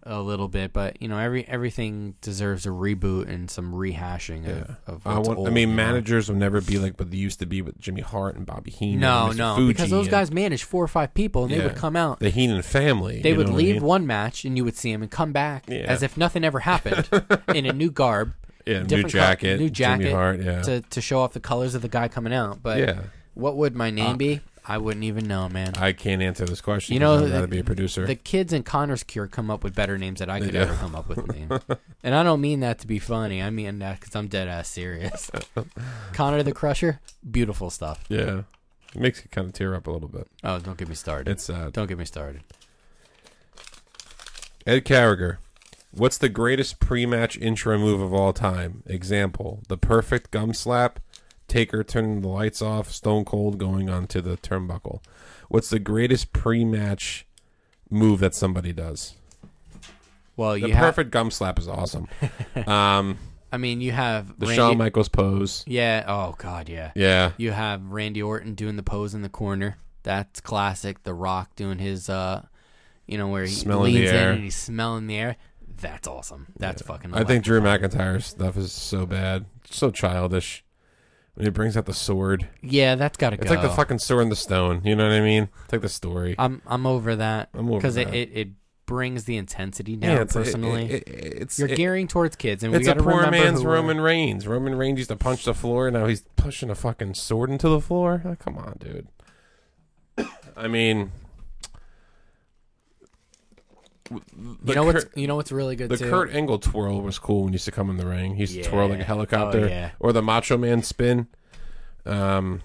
[SPEAKER 3] a little bit, but you know, every everything deserves a reboot and some rehashing of.
[SPEAKER 2] Yeah.
[SPEAKER 3] of
[SPEAKER 2] I
[SPEAKER 3] what's
[SPEAKER 2] want.
[SPEAKER 3] old,
[SPEAKER 2] I
[SPEAKER 3] you
[SPEAKER 2] mean,
[SPEAKER 3] know?
[SPEAKER 2] managers will never be like what they used to be with Jimmy Hart and Bobby Heenan.
[SPEAKER 3] No,
[SPEAKER 2] and Mr.
[SPEAKER 3] no,
[SPEAKER 2] Fuji
[SPEAKER 3] because those
[SPEAKER 2] and
[SPEAKER 3] guys managed four or five people, and they would
[SPEAKER 2] Yeah.
[SPEAKER 3] come out.
[SPEAKER 2] the Heenan family.
[SPEAKER 3] They
[SPEAKER 2] you
[SPEAKER 3] would
[SPEAKER 2] know what I
[SPEAKER 3] leave
[SPEAKER 2] mean?
[SPEAKER 3] one match, and you would see them, and come back
[SPEAKER 2] Yeah.
[SPEAKER 3] as if nothing
[SPEAKER 2] *laughs*
[SPEAKER 3] ever happened in a new garb,
[SPEAKER 2] Yeah, new
[SPEAKER 3] different co-
[SPEAKER 2] jacket,
[SPEAKER 3] new
[SPEAKER 2] Jimmy
[SPEAKER 3] jacket
[SPEAKER 2] Hart, yeah.
[SPEAKER 3] to to show off the colors of the guy coming out. But
[SPEAKER 2] Yeah. Uh,
[SPEAKER 3] what would my name be? I wouldn't even know, man.
[SPEAKER 2] I can't answer this question.
[SPEAKER 3] You
[SPEAKER 2] You
[SPEAKER 3] know,
[SPEAKER 2] know, I'd
[SPEAKER 3] the-
[SPEAKER 2] rather be a producer.
[SPEAKER 3] The kids in Connor's Cure come up with better names that I could
[SPEAKER 2] do.
[SPEAKER 3] ever come up with.
[SPEAKER 2] *laughs*
[SPEAKER 3] Names. and I don't mean that to be funny. I mean that because I'm dead
[SPEAKER 2] *laughs*
[SPEAKER 3] ass serious. Connor the Crusher, beautiful stuff.
[SPEAKER 2] yeah, it makes you kind of tear up a little bit.
[SPEAKER 3] Oh, don't get me started.
[SPEAKER 2] It's sad.
[SPEAKER 3] don't get me started.
[SPEAKER 2] Ed Carriger. What's the greatest pre-match intro move of all time? Example: the perfect gum slap, Taker turning the lights off, Stone Cold going onto the turnbuckle. What's the greatest pre-match move that somebody does?
[SPEAKER 3] Well,
[SPEAKER 2] The
[SPEAKER 3] you have.
[SPEAKER 2] perfect gum slap is
[SPEAKER 3] *laughs*
[SPEAKER 2] awesome. um,
[SPEAKER 3] I mean, you have
[SPEAKER 2] the
[SPEAKER 3] Randy-
[SPEAKER 2] Shawn Michaels pose.
[SPEAKER 3] Yeah. Oh God. Yeah.
[SPEAKER 2] Yeah,
[SPEAKER 3] You have Randy Orton doing the pose in the corner. That's classic. The Rock doing his, uh, you know, where he
[SPEAKER 2] Smelling the
[SPEAKER 3] leans in
[SPEAKER 2] air.
[SPEAKER 3] and he's smelling the air. That's awesome. That's fucking.
[SPEAKER 2] I think Drew McIntyre's stuff is so bad, so childish. When he brings out the sword,
[SPEAKER 3] Yeah, that's got to go.
[SPEAKER 2] it's like the fucking sword and the stone. You know what I mean? It's like the story.
[SPEAKER 3] I'm I'm over that
[SPEAKER 2] I'm over
[SPEAKER 3] because uh, it,
[SPEAKER 2] that.
[SPEAKER 3] it it brings the intensity down.
[SPEAKER 2] it's- it-
[SPEAKER 3] personally,
[SPEAKER 2] it- it- it's
[SPEAKER 3] you're
[SPEAKER 2] it-
[SPEAKER 3] gearing towards kids, and we
[SPEAKER 2] it's a
[SPEAKER 3] got to
[SPEAKER 2] poor
[SPEAKER 3] remember
[SPEAKER 2] man's
[SPEAKER 3] who we're-
[SPEAKER 2] Roman Reigns. Roman Reigns used to punch the floor. Now he's pushing a fucking sword into the floor. Oh, come on, dude. I mean,
[SPEAKER 3] You know what's you know what's really good
[SPEAKER 2] the
[SPEAKER 3] too.
[SPEAKER 2] Kurt Angle twirl was cool when he used to come in the ring. He used
[SPEAKER 3] Yeah.
[SPEAKER 2] to twirl like
[SPEAKER 3] Oh,
[SPEAKER 2] a helicopter,
[SPEAKER 3] yeah.
[SPEAKER 2] or the Macho Man spin. Um,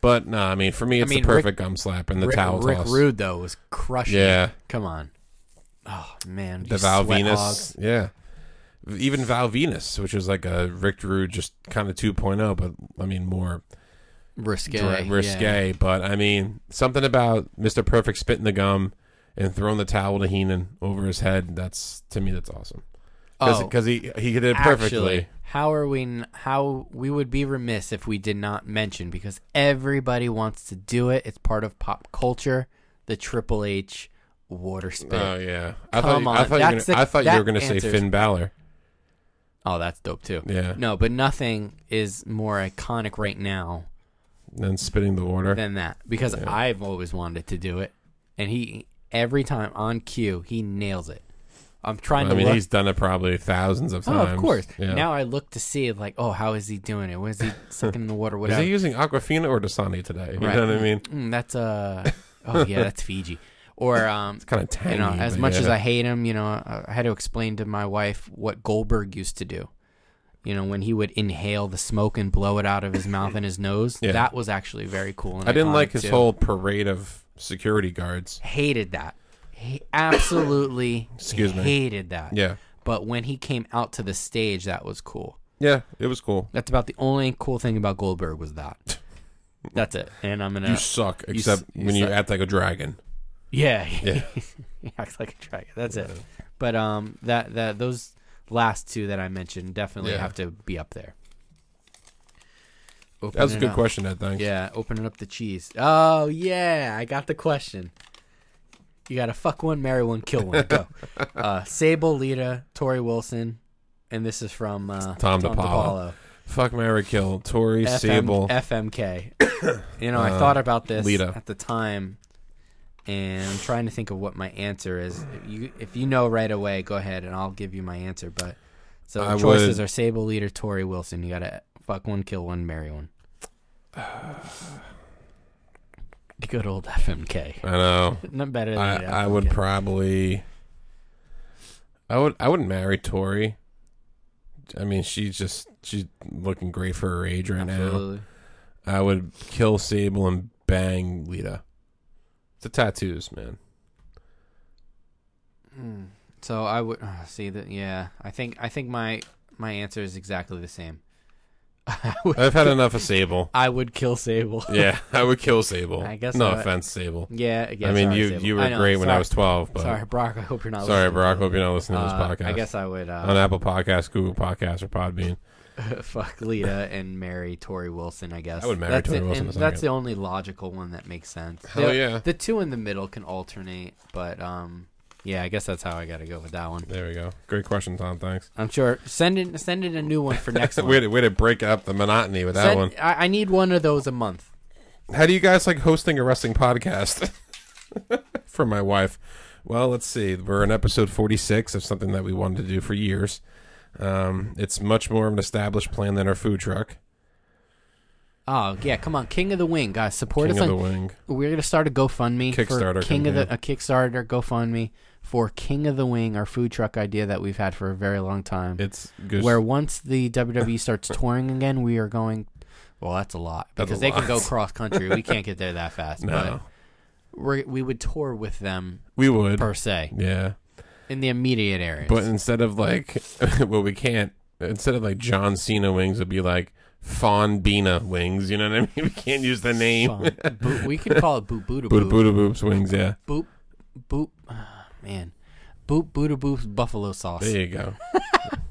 [SPEAKER 2] but no, I mean for me, it's
[SPEAKER 3] mean,
[SPEAKER 2] the
[SPEAKER 3] Rick-
[SPEAKER 2] perfect gum slap and the
[SPEAKER 3] Rick,
[SPEAKER 2] towel
[SPEAKER 3] Rick
[SPEAKER 2] toss.
[SPEAKER 3] Rude though was crushing.
[SPEAKER 2] Yeah.
[SPEAKER 3] it. come on. Oh man,
[SPEAKER 2] the
[SPEAKER 3] you
[SPEAKER 2] Val
[SPEAKER 3] sweat
[SPEAKER 2] Venus,
[SPEAKER 3] hog.
[SPEAKER 2] yeah, even Val Venus, which is like a Rick Rude just kind of 2.0, oh, but I mean more
[SPEAKER 3] risque,
[SPEAKER 2] direct,
[SPEAKER 3] yeah.
[SPEAKER 2] risque. But I mean, something about Mr. Perfect spitting the gum and throwing the towel to Heenan over his head. That's to me, that's awesome.
[SPEAKER 3] Oh.
[SPEAKER 2] Because he he did it
[SPEAKER 3] Actually,
[SPEAKER 2] perfectly.
[SPEAKER 3] how are we? n- How we would be remiss if we did not mention because everybody wants to do it. It's part of pop culture. The Triple H water spit.
[SPEAKER 2] Oh yeah, I thought
[SPEAKER 3] Come
[SPEAKER 2] you, I
[SPEAKER 3] on,
[SPEAKER 2] thought you were
[SPEAKER 3] that's
[SPEAKER 2] gonna,
[SPEAKER 3] the-
[SPEAKER 2] I thought you were
[SPEAKER 3] that
[SPEAKER 2] gonna say
[SPEAKER 3] answers-
[SPEAKER 2] Finn Balor.
[SPEAKER 3] Oh, that's dope too.
[SPEAKER 2] Yeah.
[SPEAKER 3] No, but nothing is more iconic right now
[SPEAKER 2] Then spitting the water.
[SPEAKER 3] than that because I've always wanted to do it, and he every time on cue he nails it. I'm trying
[SPEAKER 2] I
[SPEAKER 3] to
[SPEAKER 2] mean,
[SPEAKER 3] look.
[SPEAKER 2] he's done it probably thousands of
[SPEAKER 3] oh,
[SPEAKER 2] times.
[SPEAKER 3] of course.
[SPEAKER 2] Yeah.
[SPEAKER 3] Now I look to see like, oh, how is he doing it? Was he sucking in the water?
[SPEAKER 2] *laughs* is
[SPEAKER 3] Whatever.
[SPEAKER 2] he using Aquafina or Dasani today? You
[SPEAKER 3] Right.
[SPEAKER 2] know what I mean?
[SPEAKER 3] Mm, that's uh,
[SPEAKER 2] *laughs*
[SPEAKER 3] oh yeah, that's Fiji. Or um,
[SPEAKER 2] Kind of tangy.
[SPEAKER 3] you know, as
[SPEAKER 2] but
[SPEAKER 3] much
[SPEAKER 2] yeah.
[SPEAKER 3] as I hate him, you know, I I had to explain to my wife what Goldberg used to do. You know, when he would inhale the smoke and blow it out of his
[SPEAKER 2] *laughs*
[SPEAKER 3] mouth and his nose,
[SPEAKER 2] Yeah.
[SPEAKER 3] that was actually very cool. and
[SPEAKER 2] I didn't
[SPEAKER 3] iconic,
[SPEAKER 2] like his
[SPEAKER 3] too.
[SPEAKER 2] whole parade of security guards.
[SPEAKER 3] hated that. He absolutely
[SPEAKER 2] *coughs* Excuse me.
[SPEAKER 3] hated that.
[SPEAKER 2] Yeah,
[SPEAKER 3] But when he came out to the stage, that was cool.
[SPEAKER 2] yeah, it was cool.
[SPEAKER 3] That's about the only cool thing about Goldberg
[SPEAKER 2] *laughs*
[SPEAKER 3] was that. That's it. And I'm gonna
[SPEAKER 2] You suck,
[SPEAKER 3] You
[SPEAKER 2] except
[SPEAKER 3] su- you
[SPEAKER 2] when you
[SPEAKER 3] suck.
[SPEAKER 2] act like a dragon.
[SPEAKER 3] *laughs* Yeah, he acts like a dragon. That's it. But um, that that those last two that I mentioned definitely
[SPEAKER 2] Yeah.
[SPEAKER 3] have to be up there. Open
[SPEAKER 2] That was a
[SPEAKER 3] it
[SPEAKER 2] good
[SPEAKER 3] up.
[SPEAKER 2] question, Ed. Thanks.
[SPEAKER 3] Yeah, opening up the cheese. Oh yeah, I got the question. You gotta fuck one, marry one, kill one.
[SPEAKER 2] *laughs*
[SPEAKER 3] Go. uh, Sable, Lita, Tori Wilson, and this is from uh,
[SPEAKER 2] Tom DePaulo. Fuck Mary Kill, Tori
[SPEAKER 3] FM,
[SPEAKER 2] Sable. *coughs*
[SPEAKER 3] FMK. you know, I thought about this
[SPEAKER 2] Uh, Lita.
[SPEAKER 3] at the time, and I'm trying to think of what my answer is. If you, if you know right away, go ahead, and I'll give you my answer. But so the
[SPEAKER 2] I
[SPEAKER 3] choices
[SPEAKER 2] would-
[SPEAKER 3] are Sable Leader, Tori Wilson. You gotta fuck one, kill one, marry one. *sighs* Good old FMK.
[SPEAKER 2] I know.
[SPEAKER 3] Not better than
[SPEAKER 2] I,
[SPEAKER 3] the
[SPEAKER 2] I would
[SPEAKER 3] FMK.
[SPEAKER 2] probably. I would I would marry Tori. I mean, she's just she's looking great for her age right now.
[SPEAKER 3] Absolutely.
[SPEAKER 2] I would kill Sable and bang Lita. It's the tattoos, man.
[SPEAKER 3] Mm. So I would uh, see that. Yeah, I think I think my my answer is exactly the same. *laughs* I would,
[SPEAKER 2] I've had enough of Sable.
[SPEAKER 3] I would kill Sable.
[SPEAKER 2] Yeah, *laughs* I would kill Sable.
[SPEAKER 3] I guess
[SPEAKER 2] no
[SPEAKER 3] I-
[SPEAKER 2] offense, Sable.
[SPEAKER 3] *laughs* Yeah, yeah
[SPEAKER 2] I mean,
[SPEAKER 3] sorry,
[SPEAKER 2] you
[SPEAKER 3] Sable.
[SPEAKER 2] you were
[SPEAKER 3] I know,
[SPEAKER 2] great when I
[SPEAKER 3] sorry.
[SPEAKER 2] was twelve, but
[SPEAKER 3] Sorry, Brock. I hope you're not.
[SPEAKER 2] sorry,
[SPEAKER 3] listening.
[SPEAKER 2] Brock. Hope you're not listening to this
[SPEAKER 3] Uh,
[SPEAKER 2] podcast.
[SPEAKER 3] I guess I would
[SPEAKER 2] on
[SPEAKER 3] uh,
[SPEAKER 2] Apple Podcasts, Google Podcasts, or Podbean.
[SPEAKER 3] *laughs* fuck Lita and marry Tori Wilson. I guess
[SPEAKER 2] Oh, I would marry
[SPEAKER 3] that's
[SPEAKER 2] Tori
[SPEAKER 3] it,
[SPEAKER 2] Wilson
[SPEAKER 3] and
[SPEAKER 2] in a
[SPEAKER 3] that's
[SPEAKER 2] second.
[SPEAKER 3] the only logical one that makes sense.
[SPEAKER 2] Hell
[SPEAKER 3] the,
[SPEAKER 2] yeah.
[SPEAKER 3] The two in the middle can alternate, but um, yeah, I guess that's how I got to go with that one.
[SPEAKER 2] There we go. Great question, Tom. Thanks.
[SPEAKER 3] I'm sure. Send in send in a new
[SPEAKER 2] *laughs*
[SPEAKER 3] one for next one.
[SPEAKER 2] Way to, way to break up the monotony with that
[SPEAKER 3] Send-
[SPEAKER 2] one.
[SPEAKER 3] I, I need one of those a month.
[SPEAKER 2] How do you guys like hosting a wrestling podcast? *laughs* for my wife. Well, let's see. We're in episode 46 of something that we wanted to do for years. Um, it's much more of an established plan than our food truck.
[SPEAKER 3] Oh yeah, come on, King of the Wing, guys, support
[SPEAKER 2] King
[SPEAKER 3] us
[SPEAKER 2] of
[SPEAKER 3] on.
[SPEAKER 2] the Wing.
[SPEAKER 3] We're gonna start a GoFundMe for
[SPEAKER 2] Kickstarter
[SPEAKER 3] King
[SPEAKER 2] campaign.
[SPEAKER 3] of the a Kickstarter GoFundMe for King of the Wing, our food truck idea that we've had for a very long time.
[SPEAKER 2] It's good.
[SPEAKER 3] where once the WWE
[SPEAKER 2] *laughs*
[SPEAKER 3] starts touring again, we are going. Well, that's a lot
[SPEAKER 2] That's
[SPEAKER 3] because
[SPEAKER 2] a
[SPEAKER 3] they can
[SPEAKER 2] lot.
[SPEAKER 3] go cross country. We can't get
[SPEAKER 2] *laughs*
[SPEAKER 3] there that fast.
[SPEAKER 2] no,
[SPEAKER 3] But we're, we would tour with them
[SPEAKER 2] we would.
[SPEAKER 3] per se
[SPEAKER 2] yeah,
[SPEAKER 3] in the immediate area.
[SPEAKER 2] but instead of like, *laughs* well, we can't. Instead of like John Cena wings, it'd be like Fawn Bina wings. You know what I mean? *laughs* We can't use the name.
[SPEAKER 3] we could call it boot Buddha
[SPEAKER 2] Buddha
[SPEAKER 3] boot
[SPEAKER 2] Buddha Boops wings. Yeah,
[SPEAKER 3] boop boop ah, man boop Buddha boop's buffalo sauce.
[SPEAKER 2] there you go.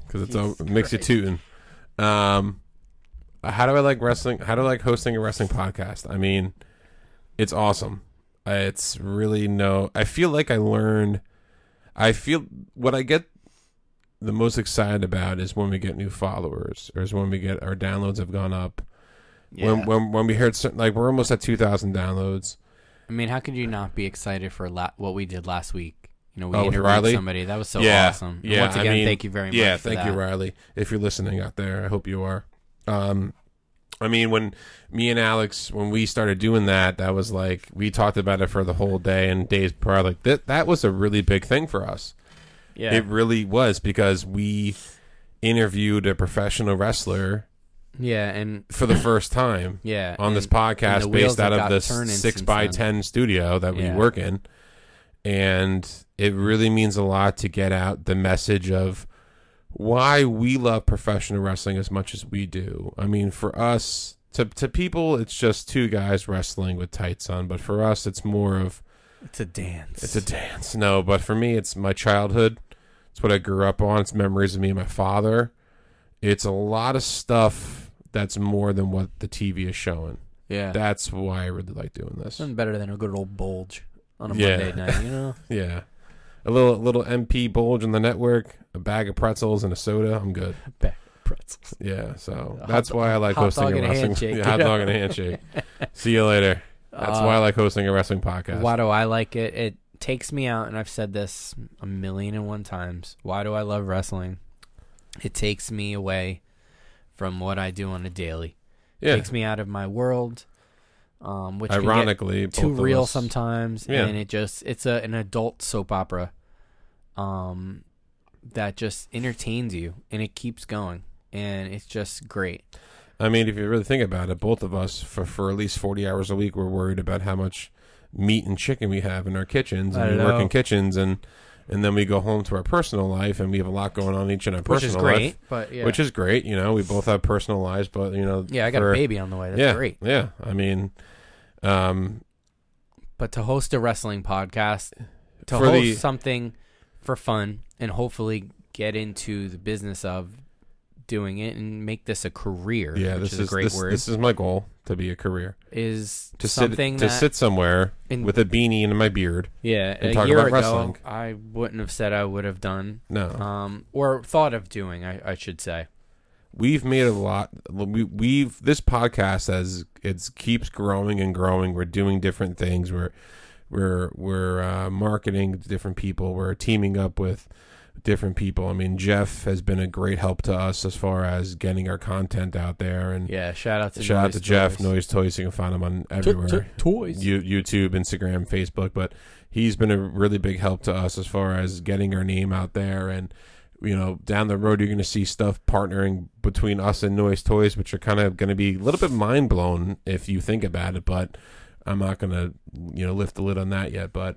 [SPEAKER 2] Because it's all it makes you tootin'. Um, how do I like wrestling? How do I like hosting a wrestling podcast? I mean, it's awesome. I- It's really no. I feel like I learned. I feel what I get the most excited about is when we get new followers, or is when we get our downloads have gone up.
[SPEAKER 3] Yeah.
[SPEAKER 2] When when when we heard certain, like we're almost at two thousand downloads.
[SPEAKER 3] I mean, how could you not be excited for la- what we did last week? You know, we
[SPEAKER 2] Oh, with
[SPEAKER 3] interviewed
[SPEAKER 2] Riley?
[SPEAKER 3] somebody that was so
[SPEAKER 2] yeah,
[SPEAKER 3] awesome. And
[SPEAKER 2] yeah.
[SPEAKER 3] once
[SPEAKER 2] I
[SPEAKER 3] again,
[SPEAKER 2] mean,
[SPEAKER 3] thank you very much.
[SPEAKER 2] Yeah,
[SPEAKER 3] for
[SPEAKER 2] thank you,
[SPEAKER 3] that.
[SPEAKER 2] Riley. If you're listening out there, I hope you are. Um, I mean, when me and Alex, when we started doing that, that was like we talked about it for the whole day and days prior. Like that, that was a really big thing for us.
[SPEAKER 3] Yeah,
[SPEAKER 2] It really was because we interviewed a professional wrestler
[SPEAKER 3] yeah, and
[SPEAKER 2] for the first time
[SPEAKER 3] yeah,
[SPEAKER 2] on
[SPEAKER 3] and-
[SPEAKER 2] this podcast
[SPEAKER 3] and the wheels
[SPEAKER 2] based out
[SPEAKER 3] have
[SPEAKER 2] of
[SPEAKER 3] got
[SPEAKER 2] this
[SPEAKER 3] turning
[SPEAKER 2] six
[SPEAKER 3] since
[SPEAKER 2] by
[SPEAKER 3] then.
[SPEAKER 2] ten studio that
[SPEAKER 3] Yeah.
[SPEAKER 2] we work in, and it really means a lot to get out the message of why we love professional wrestling as much as we do. I mean, for us, to to people, it's just two guys wrestling with tights on, but for us, it's more of
[SPEAKER 3] It's a dance.
[SPEAKER 2] it's a dance. No, but for me, it's my childhood. It's what I grew up on. It's memories of me and my father. It's a lot of stuff that's more than what the TV is showing.
[SPEAKER 3] yeah.
[SPEAKER 2] That's why I really like doing this.
[SPEAKER 3] Nothing better than a good old bulge on a
[SPEAKER 2] Yeah.
[SPEAKER 3] Monday night, you know.
[SPEAKER 2] Yeah. A little little MP bulge on the network, a bag of pretzels and a soda. I'm good.
[SPEAKER 3] Back pretzels.
[SPEAKER 2] Yeah, so
[SPEAKER 3] hot
[SPEAKER 2] that's why I *laughs* like
[SPEAKER 3] hot
[SPEAKER 2] hosting
[SPEAKER 3] dog
[SPEAKER 2] a
[SPEAKER 3] and a
[SPEAKER 2] wrestling
[SPEAKER 3] handshake.
[SPEAKER 2] Yeah, hot dog
[SPEAKER 3] *laughs*
[SPEAKER 2] and a handshake. See you later. That's
[SPEAKER 3] Uh,
[SPEAKER 2] why I like hosting a wrestling podcast.
[SPEAKER 3] Why do I like it? It takes me out, and I've said this a million and one times. Why do I love wrestling? It takes me away from what I do on a daily.
[SPEAKER 2] yeah.
[SPEAKER 3] takes me out of my world. Um, which can get
[SPEAKER 2] Ironically,
[SPEAKER 3] too
[SPEAKER 2] both of
[SPEAKER 3] real
[SPEAKER 2] us-
[SPEAKER 3] sometimes,
[SPEAKER 2] Yeah.
[SPEAKER 3] and it just it's a an adult soap opera, um, that just entertains you and it keeps going and it's just great.
[SPEAKER 2] I mean, if you really think about it, both of us for, for at least 40 hours a week, we're worried about how much meat and chicken we have in our kitchens.
[SPEAKER 3] I
[SPEAKER 2] And we work
[SPEAKER 3] know.
[SPEAKER 2] in kitchens and and then we go home to our personal life and we have a lot going on each in our
[SPEAKER 3] Which is
[SPEAKER 2] personal
[SPEAKER 3] great,
[SPEAKER 2] life.
[SPEAKER 3] but yeah,
[SPEAKER 2] Which is great, you know. We both have personal lives, but you know,
[SPEAKER 3] yeah, I got
[SPEAKER 2] for-
[SPEAKER 3] a baby on the way. That's
[SPEAKER 2] yeah,
[SPEAKER 3] great.
[SPEAKER 2] yeah. I mean, um,
[SPEAKER 3] But to host a wrestling podcast, to
[SPEAKER 2] For
[SPEAKER 3] host
[SPEAKER 2] the-
[SPEAKER 3] something for fun, and hopefully get into the business of doing it and make this a career.
[SPEAKER 2] yeah.
[SPEAKER 3] which
[SPEAKER 2] This
[SPEAKER 3] is,
[SPEAKER 2] is,
[SPEAKER 3] a great
[SPEAKER 2] this,
[SPEAKER 3] word.
[SPEAKER 2] this is my goal to be a career
[SPEAKER 3] is
[SPEAKER 2] to
[SPEAKER 3] something
[SPEAKER 2] sit to
[SPEAKER 3] that
[SPEAKER 2] sit somewhere
[SPEAKER 3] in-
[SPEAKER 2] with a beanie and my beard.
[SPEAKER 3] Yeah,
[SPEAKER 2] and
[SPEAKER 3] a
[SPEAKER 2] talk
[SPEAKER 3] year
[SPEAKER 2] about
[SPEAKER 3] ago,
[SPEAKER 2] wrestling.
[SPEAKER 3] I wouldn't have said I would have done,
[SPEAKER 2] No,
[SPEAKER 3] um, or thought of doing. I, I should say.
[SPEAKER 2] we've made a lot. We, we've this podcast as it keeps growing and growing. We're doing different things. We're we're we're uh, marketing to different people. We're teaming up with different people. I mean, Jeff has been a great help to us as far as getting our content out there. And
[SPEAKER 3] Yeah, shout out to
[SPEAKER 2] shout out
[SPEAKER 3] Noise
[SPEAKER 2] to Jeff
[SPEAKER 3] Toys.
[SPEAKER 2] Noise Toys. You can find him on everywhere.
[SPEAKER 3] toys.
[SPEAKER 2] You- YouTube, Instagram, Facebook, but he's been a really big help to us as far as getting our name out there. And, you know, down the road, you're going to see stuff partnering between us and Noise Toys, which are kind of going to be a little bit mind blown if you think about it. But I'm not going to, you know, lift the lid on that yet. But,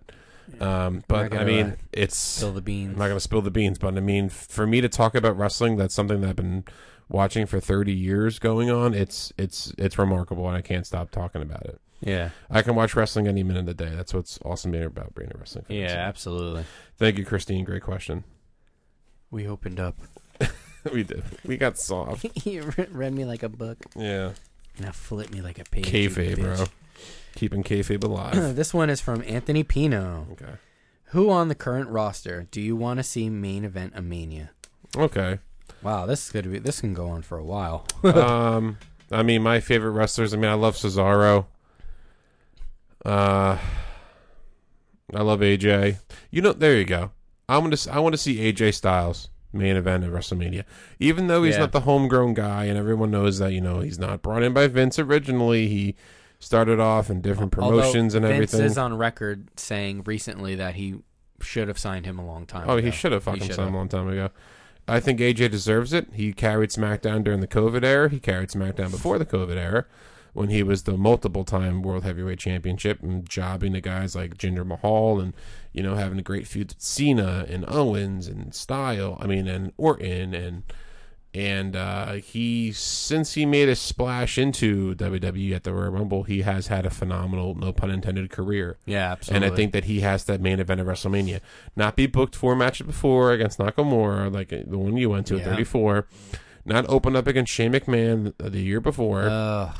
[SPEAKER 2] um, but
[SPEAKER 3] gonna,
[SPEAKER 2] I mean,
[SPEAKER 3] uh,
[SPEAKER 2] it's
[SPEAKER 3] Spill the beans.
[SPEAKER 2] I'm not going to spill the beans, but I mean, for me to talk about wrestling, that's something that I've been watching for 30 years going on. It's it's it's remarkable, and I can't stop talking about it.
[SPEAKER 3] yeah,
[SPEAKER 2] I can watch wrestling any minute of the day. That's what's awesome here about being a wrestling fan.
[SPEAKER 3] yeah, absolutely.
[SPEAKER 2] Thank you, Christine. Great question. *laughs*
[SPEAKER 3] We opened up.
[SPEAKER 2] we did. We got
[SPEAKER 3] *laughs*
[SPEAKER 2] soft.
[SPEAKER 3] you re- read me like a book.
[SPEAKER 2] Yeah.
[SPEAKER 3] Now flip me like a page. you
[SPEAKER 2] Kayfabe, bro.
[SPEAKER 3] bitch.
[SPEAKER 2] Keeping kayfabe alive.
[SPEAKER 3] *clears throat* this one is from Anthony Pino.
[SPEAKER 2] okay.
[SPEAKER 3] Who on the current roster do you want to see main event a mania?
[SPEAKER 2] Okay.
[SPEAKER 3] Wow, this could be. This can go on for a while.
[SPEAKER 2] um, I mean, my favorite wrestlers. I mean, I love Cesaro. Uh, I love AJ. You know, there you go. I want to. s- I want to see AJ Styles main event at WrestleMania. Even though he's
[SPEAKER 3] Yeah.
[SPEAKER 2] not the homegrown guy, and everyone knows that, you know, he's not brought in by Vince originally. He started off in different
[SPEAKER 3] Although
[SPEAKER 2] promotions and
[SPEAKER 3] Vince
[SPEAKER 2] everything.
[SPEAKER 3] is on record saying recently that he should have signed him a long time.
[SPEAKER 2] oh,
[SPEAKER 3] ago.
[SPEAKER 2] he should have fucking
[SPEAKER 3] should've.
[SPEAKER 2] signed a long time ago. I think AJ deserves it. He carried SmackDown during the COVID era. He carried SmackDown before the COVID era, when he was the multiple-time World Heavyweight Championship and jobbing to guys like Jinder Mahal and you know having a great feud with Cena and Owens and Style. I mean, and Orton and and uh, he since he made a splash into WWE at the Royal Rumble, he has had a phenomenal, no pun intended, career.
[SPEAKER 3] Yeah, absolutely.
[SPEAKER 2] And I think that he has that main event at WrestleMania. Not be booked four matches before against Nakamura, like uh, the one you went to at
[SPEAKER 3] Yeah.
[SPEAKER 2] 34. Not open up against Shane McMahon the the year before,
[SPEAKER 3] Ugh.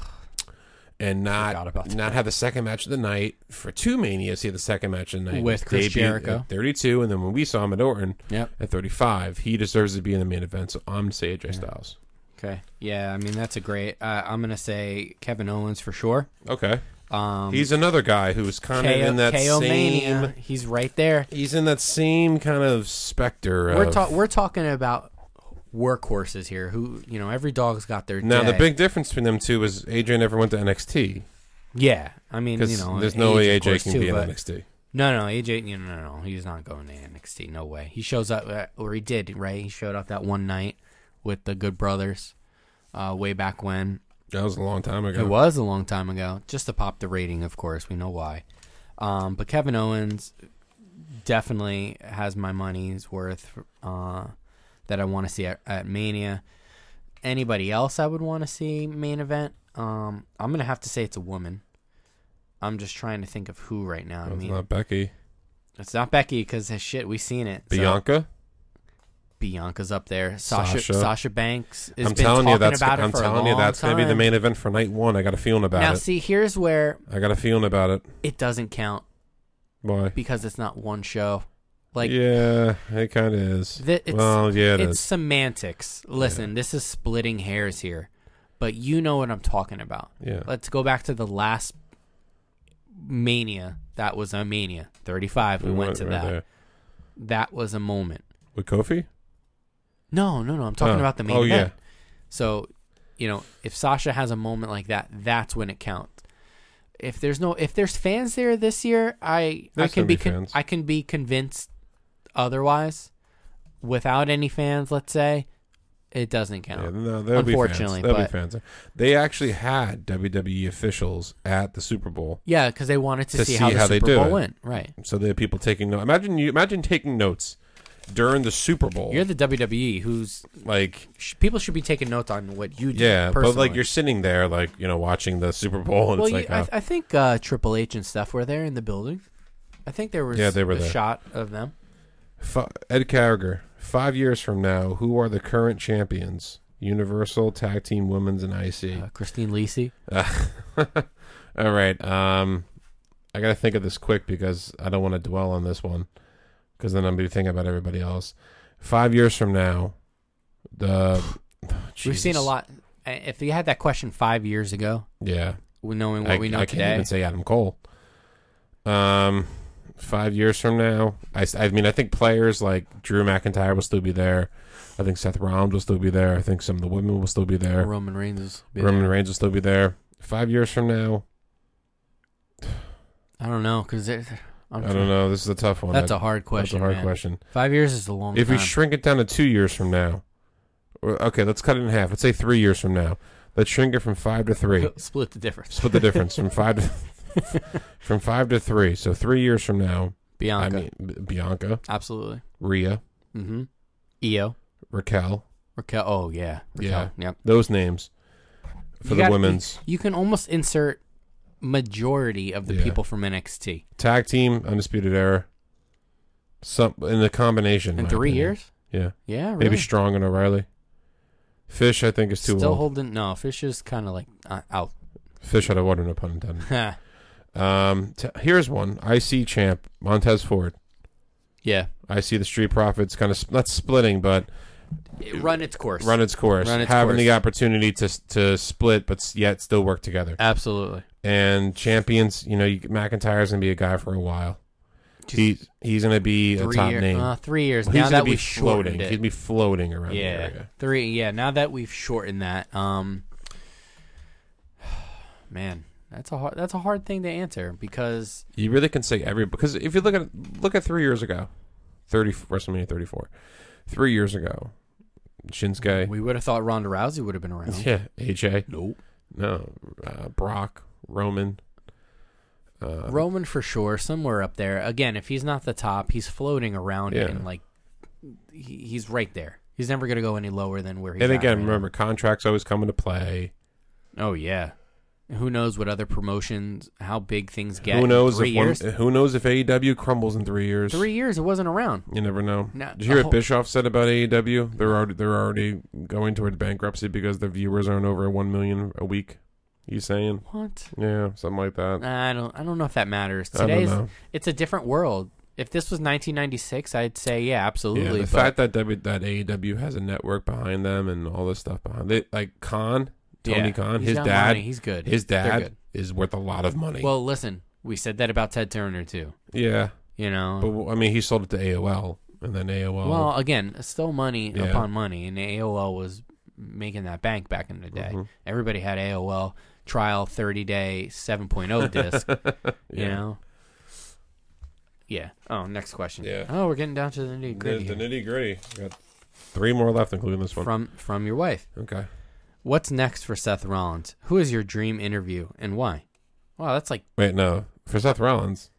[SPEAKER 2] and
[SPEAKER 3] Uh, forgot
[SPEAKER 2] not
[SPEAKER 3] about that.
[SPEAKER 2] not have the second match of the night for two manias. He had the second match of the night
[SPEAKER 3] With Chris
[SPEAKER 2] Debuted
[SPEAKER 3] Jericho.
[SPEAKER 2] at 32, and then when we saw him at Orton
[SPEAKER 3] Yep.
[SPEAKER 2] at 35, he deserves to be in the main event. So I'm gonna say AJ Styles.
[SPEAKER 3] Okay. Yeah, I mean that's a great. Uh, I'm gonna say Kevin Owens for sure.
[SPEAKER 2] Okay,
[SPEAKER 3] Um,
[SPEAKER 2] he's another guy who's kind of in that same.
[SPEAKER 3] KO Mania. He's right there.
[SPEAKER 2] He's in that same kind of specter.
[SPEAKER 3] We're
[SPEAKER 2] of,
[SPEAKER 3] ta- we're talking about workhorses here. Who you know, every dog's got their.
[SPEAKER 2] Now the
[SPEAKER 3] day.
[SPEAKER 2] big difference between them two is AJ never went to NXT
[SPEAKER 3] Yeah, I mean,
[SPEAKER 2] because
[SPEAKER 3] you know,
[SPEAKER 2] there's no way
[SPEAKER 3] of
[SPEAKER 2] AJ
[SPEAKER 3] course,
[SPEAKER 2] can
[SPEAKER 3] too,
[SPEAKER 2] be in
[SPEAKER 3] but-
[SPEAKER 2] NXT.
[SPEAKER 3] No, no, AJ, no, no, no, he's not going to NXT. No way. He shows up, uh, or he did, right? He showed up that one night with the Good Brothers, uh, way back when.
[SPEAKER 2] That was a long time ago.
[SPEAKER 3] It was a long time ago, just to pop the rating. Of course, we know why. Um, but Kevin Owens definitely has my money's worth uh, that I want to see at, at Mania. Anybody else I would want to see main event? Um, I'm gonna have to say it's a woman. I'm just trying to think of who right now. I
[SPEAKER 2] It's
[SPEAKER 3] mean,
[SPEAKER 2] not Becky.
[SPEAKER 3] it's not Becky because shit, we seen it. So,
[SPEAKER 2] Bianca.
[SPEAKER 3] Bianca's up there. Sasha,
[SPEAKER 2] Sasha.
[SPEAKER 3] Sasha, Banks. Has
[SPEAKER 2] I'm
[SPEAKER 3] been
[SPEAKER 2] telling
[SPEAKER 3] talking
[SPEAKER 2] you that's.
[SPEAKER 3] about it
[SPEAKER 2] I'm
[SPEAKER 3] for a
[SPEAKER 2] telling you
[SPEAKER 3] long
[SPEAKER 2] that's gonna be the
[SPEAKER 3] time.
[SPEAKER 2] main event for night one. I got a feeling about
[SPEAKER 3] Now,
[SPEAKER 2] it.
[SPEAKER 3] see, here's where
[SPEAKER 2] I got a feeling about it.
[SPEAKER 3] it doesn't count.
[SPEAKER 2] Why?
[SPEAKER 3] because it's not one show. Like
[SPEAKER 2] yeah, it kind of is.
[SPEAKER 3] thi- it's
[SPEAKER 2] well, yeah, it
[SPEAKER 3] it's
[SPEAKER 2] is.
[SPEAKER 3] semantics. Listen, this is splitting hairs here, but you know what I'm talking about.
[SPEAKER 2] Yeah.
[SPEAKER 3] Let's go back to the last mania. That was a mania. 35. We, went, to
[SPEAKER 2] right
[SPEAKER 3] that.
[SPEAKER 2] there.
[SPEAKER 3] That was a moment.
[SPEAKER 2] with Kofi.
[SPEAKER 3] No, no, no. I'm talking
[SPEAKER 2] Oh.
[SPEAKER 3] about the main
[SPEAKER 2] Oh,
[SPEAKER 3] event. So, you know, if Sasha has a moment like that, that's when it counts. If there's no, if there's fans there this year, I
[SPEAKER 2] There's
[SPEAKER 3] I can
[SPEAKER 2] gonna
[SPEAKER 3] be,
[SPEAKER 2] be
[SPEAKER 3] con-
[SPEAKER 2] fans.
[SPEAKER 3] I can be convinced otherwise. Without any fans, let's say, it doesn't count.
[SPEAKER 2] Yeah, no, there'll be fans.
[SPEAKER 3] Unfortunately,
[SPEAKER 2] There'll be
[SPEAKER 3] but-
[SPEAKER 2] fans. They actually had WWE officials at the Super Bowl.
[SPEAKER 3] Yeah, because they wanted to,
[SPEAKER 2] To
[SPEAKER 3] see,
[SPEAKER 2] see
[SPEAKER 3] how the
[SPEAKER 2] how they
[SPEAKER 3] Super
[SPEAKER 2] do
[SPEAKER 3] Bowl
[SPEAKER 2] it.
[SPEAKER 3] went. Right.
[SPEAKER 2] So they had people taking notes. Imagine you imagine taking notes during the Super Bowl.
[SPEAKER 3] You're the WWE, who's
[SPEAKER 2] like
[SPEAKER 3] sh- people should be taking notes on what you do.
[SPEAKER 2] Yeah,
[SPEAKER 3] personally.
[SPEAKER 2] but like you're sitting there, like you know, watching the Super Bowl, and
[SPEAKER 3] Well,
[SPEAKER 2] it's like,
[SPEAKER 3] you, I,
[SPEAKER 2] oh,
[SPEAKER 3] I think uh, Triple H and stuff were there in the building. I think there was
[SPEAKER 2] Yeah, they were
[SPEAKER 3] a
[SPEAKER 2] there.
[SPEAKER 3] shot of them.
[SPEAKER 2] fi- Ed Carriger. Five years from now, who are the current champions? Universal Tag Team Women's and IC.
[SPEAKER 3] Uh, Christine Lisi. Uh,
[SPEAKER 2] *laughs* All right, um, I gotta think of this quick because I don't want to dwell on this one because then I'm gonna be thinking about everybody else. Five years from now, the
[SPEAKER 3] We've seen a
[SPEAKER 2] Jesus.
[SPEAKER 3] lot. If you had that question five years ago,
[SPEAKER 2] Yeah.
[SPEAKER 3] knowing what
[SPEAKER 2] I,
[SPEAKER 3] we know
[SPEAKER 2] I
[SPEAKER 3] today,
[SPEAKER 2] can't even say Adam Cole. Um, five years from now, I, s- I mean, I think players like Drew McIntyre will still be there. I think Seth Rollins will still be there. I think some of the women will still be there.
[SPEAKER 3] Roman Reigns is.
[SPEAKER 2] Roman Reigns will still be there. Five years from now,
[SPEAKER 3] I don't know because I'm.
[SPEAKER 2] I don't know. This is a tough one.
[SPEAKER 3] That's
[SPEAKER 2] That-
[SPEAKER 3] a hard
[SPEAKER 2] that's
[SPEAKER 3] question.
[SPEAKER 2] a hard
[SPEAKER 3] man.
[SPEAKER 2] question.
[SPEAKER 3] Five years is a long
[SPEAKER 2] If
[SPEAKER 3] time.
[SPEAKER 2] we shrink it down to two years from now, or, okay, let's cut it in half. Let's say three years from now. Let's shrink it from five to
[SPEAKER 3] *laughs*
[SPEAKER 2] three.
[SPEAKER 3] split the difference.
[SPEAKER 2] Split the difference from five to from five to three. So three years from now,
[SPEAKER 3] *laughs* Bianca,
[SPEAKER 2] I mean B- Bianca,
[SPEAKER 3] absolutely.
[SPEAKER 2] Rhea,
[SPEAKER 3] Mm-hmm. Io,
[SPEAKER 2] Raquel,
[SPEAKER 3] Raquel. Oh yeah, Raquel. Yep.
[SPEAKER 2] those names for the
[SPEAKER 3] You gotta-
[SPEAKER 2] women's
[SPEAKER 3] You can almost insert majority of the
[SPEAKER 2] Yeah.
[SPEAKER 3] people from NXT
[SPEAKER 2] tag team undisputed era. Some in the combination
[SPEAKER 3] in
[SPEAKER 2] my
[SPEAKER 3] three
[SPEAKER 2] opinion.
[SPEAKER 3] years.
[SPEAKER 2] Yeah,
[SPEAKER 3] Yeah, really.
[SPEAKER 2] maybe Strong and O'Reilly. Fish, I think, is too
[SPEAKER 3] Still
[SPEAKER 2] old.
[SPEAKER 3] holding. No, Fish is kind of like uh, out. *laughs*
[SPEAKER 2] Fish out of water, no pun intended.
[SPEAKER 3] Huh.
[SPEAKER 2] Um, t- here's one. I see champ Montez Ford.
[SPEAKER 3] yeah,
[SPEAKER 2] I see the Street Profits kind of sp- not splitting, but
[SPEAKER 3] run its course.
[SPEAKER 2] run its course,
[SPEAKER 3] Run its
[SPEAKER 2] having
[SPEAKER 3] course.
[SPEAKER 2] the opportunity to s- to split, but s- yet still work together.
[SPEAKER 3] Absolutely.
[SPEAKER 2] and champions. You know, you, McIntyre's gonna be a guy for a while. He he's gonna be a
[SPEAKER 3] Three
[SPEAKER 2] top
[SPEAKER 3] year-
[SPEAKER 2] name.
[SPEAKER 3] uh, three years.
[SPEAKER 2] Well,
[SPEAKER 3] now
[SPEAKER 2] he's
[SPEAKER 3] that
[SPEAKER 2] gonna be
[SPEAKER 3] we've shortened
[SPEAKER 2] floating.
[SPEAKER 3] it.
[SPEAKER 2] He's gonna be floating around
[SPEAKER 3] yeah,
[SPEAKER 2] the area.
[SPEAKER 3] three. Yeah, now that we've shortened that, um, *sighs* man, that's a hard, that's a hard thing to answer because
[SPEAKER 2] You really can say every because if you look at look at three years ago, thirty WrestleMania thirty four, three years ago, Shinsuke,
[SPEAKER 3] we would have thought Ronda Rousey would have been around.
[SPEAKER 2] yeah, AJ,
[SPEAKER 3] Nope.
[SPEAKER 2] no, uh, Brock, Roman, uh,
[SPEAKER 3] Roman for sure, somewhere up there. Again, if he's not the top, he's floating around it
[SPEAKER 2] Yeah.
[SPEAKER 3] and like he, he's right there. He's never gonna go any lower than where he's.
[SPEAKER 2] and
[SPEAKER 3] at
[SPEAKER 2] again,
[SPEAKER 3] right now.
[SPEAKER 2] remember contracts always come into play.
[SPEAKER 3] Oh yeah. Who knows what other promotions, how big things get?
[SPEAKER 2] who
[SPEAKER 3] in
[SPEAKER 2] knows
[SPEAKER 3] Three
[SPEAKER 2] if
[SPEAKER 3] years.
[SPEAKER 2] One, who knows if AEW crumbles in three years?
[SPEAKER 3] three years, it wasn't around.
[SPEAKER 2] You never know.
[SPEAKER 3] No,
[SPEAKER 2] Did you hear
[SPEAKER 3] the
[SPEAKER 2] what
[SPEAKER 3] whole-
[SPEAKER 2] Bischoff said about AEW? They're already they're already going toward bankruptcy because their viewers aren't over one million a week. He's saying,
[SPEAKER 3] What?
[SPEAKER 2] yeah, something like that.
[SPEAKER 3] I don't. I don't know if that matters.
[SPEAKER 2] I don't
[SPEAKER 3] Today's
[SPEAKER 2] know.
[SPEAKER 3] it's a different world. If this was 1996, I'd say yeah,
[SPEAKER 2] Yeah,
[SPEAKER 3] absolutely.
[SPEAKER 2] the
[SPEAKER 3] but
[SPEAKER 2] fact that w, that AEW has a network behind them and all this stuff behind it, like Khan, Tony
[SPEAKER 3] yeah,
[SPEAKER 2] Khan,
[SPEAKER 3] he's
[SPEAKER 2] his
[SPEAKER 3] got
[SPEAKER 2] dad,
[SPEAKER 3] money, he's good.
[SPEAKER 2] his
[SPEAKER 3] They're
[SPEAKER 2] dad
[SPEAKER 3] good.
[SPEAKER 2] is worth a lot of money.
[SPEAKER 3] Well, listen, we said that about Ted Turner too.
[SPEAKER 2] yeah,
[SPEAKER 3] You know.
[SPEAKER 2] but I mean, he sold it to AOL, and then AOL.
[SPEAKER 3] well, again, it's still money
[SPEAKER 2] Yeah.
[SPEAKER 3] upon money, and AOL was making that bank back in the day.
[SPEAKER 2] Mm-hmm.
[SPEAKER 3] Everybody had AOL trial 30 day
[SPEAKER 2] *laughs*
[SPEAKER 3] 7.0 disc. You
[SPEAKER 2] Yeah.
[SPEAKER 3] know. Yeah. Oh, next question.
[SPEAKER 2] Yeah.
[SPEAKER 3] Oh, we're getting down to the nitty
[SPEAKER 2] the,
[SPEAKER 3] gritty.
[SPEAKER 2] the
[SPEAKER 3] here.
[SPEAKER 2] nitty gritty. Got three more left, including this one.
[SPEAKER 3] From from your wife.
[SPEAKER 2] okay.
[SPEAKER 3] What's next for Seth Rollins? Who is your dream interview and why? Wow, that's like
[SPEAKER 2] Wait, no. For Seth Rollins,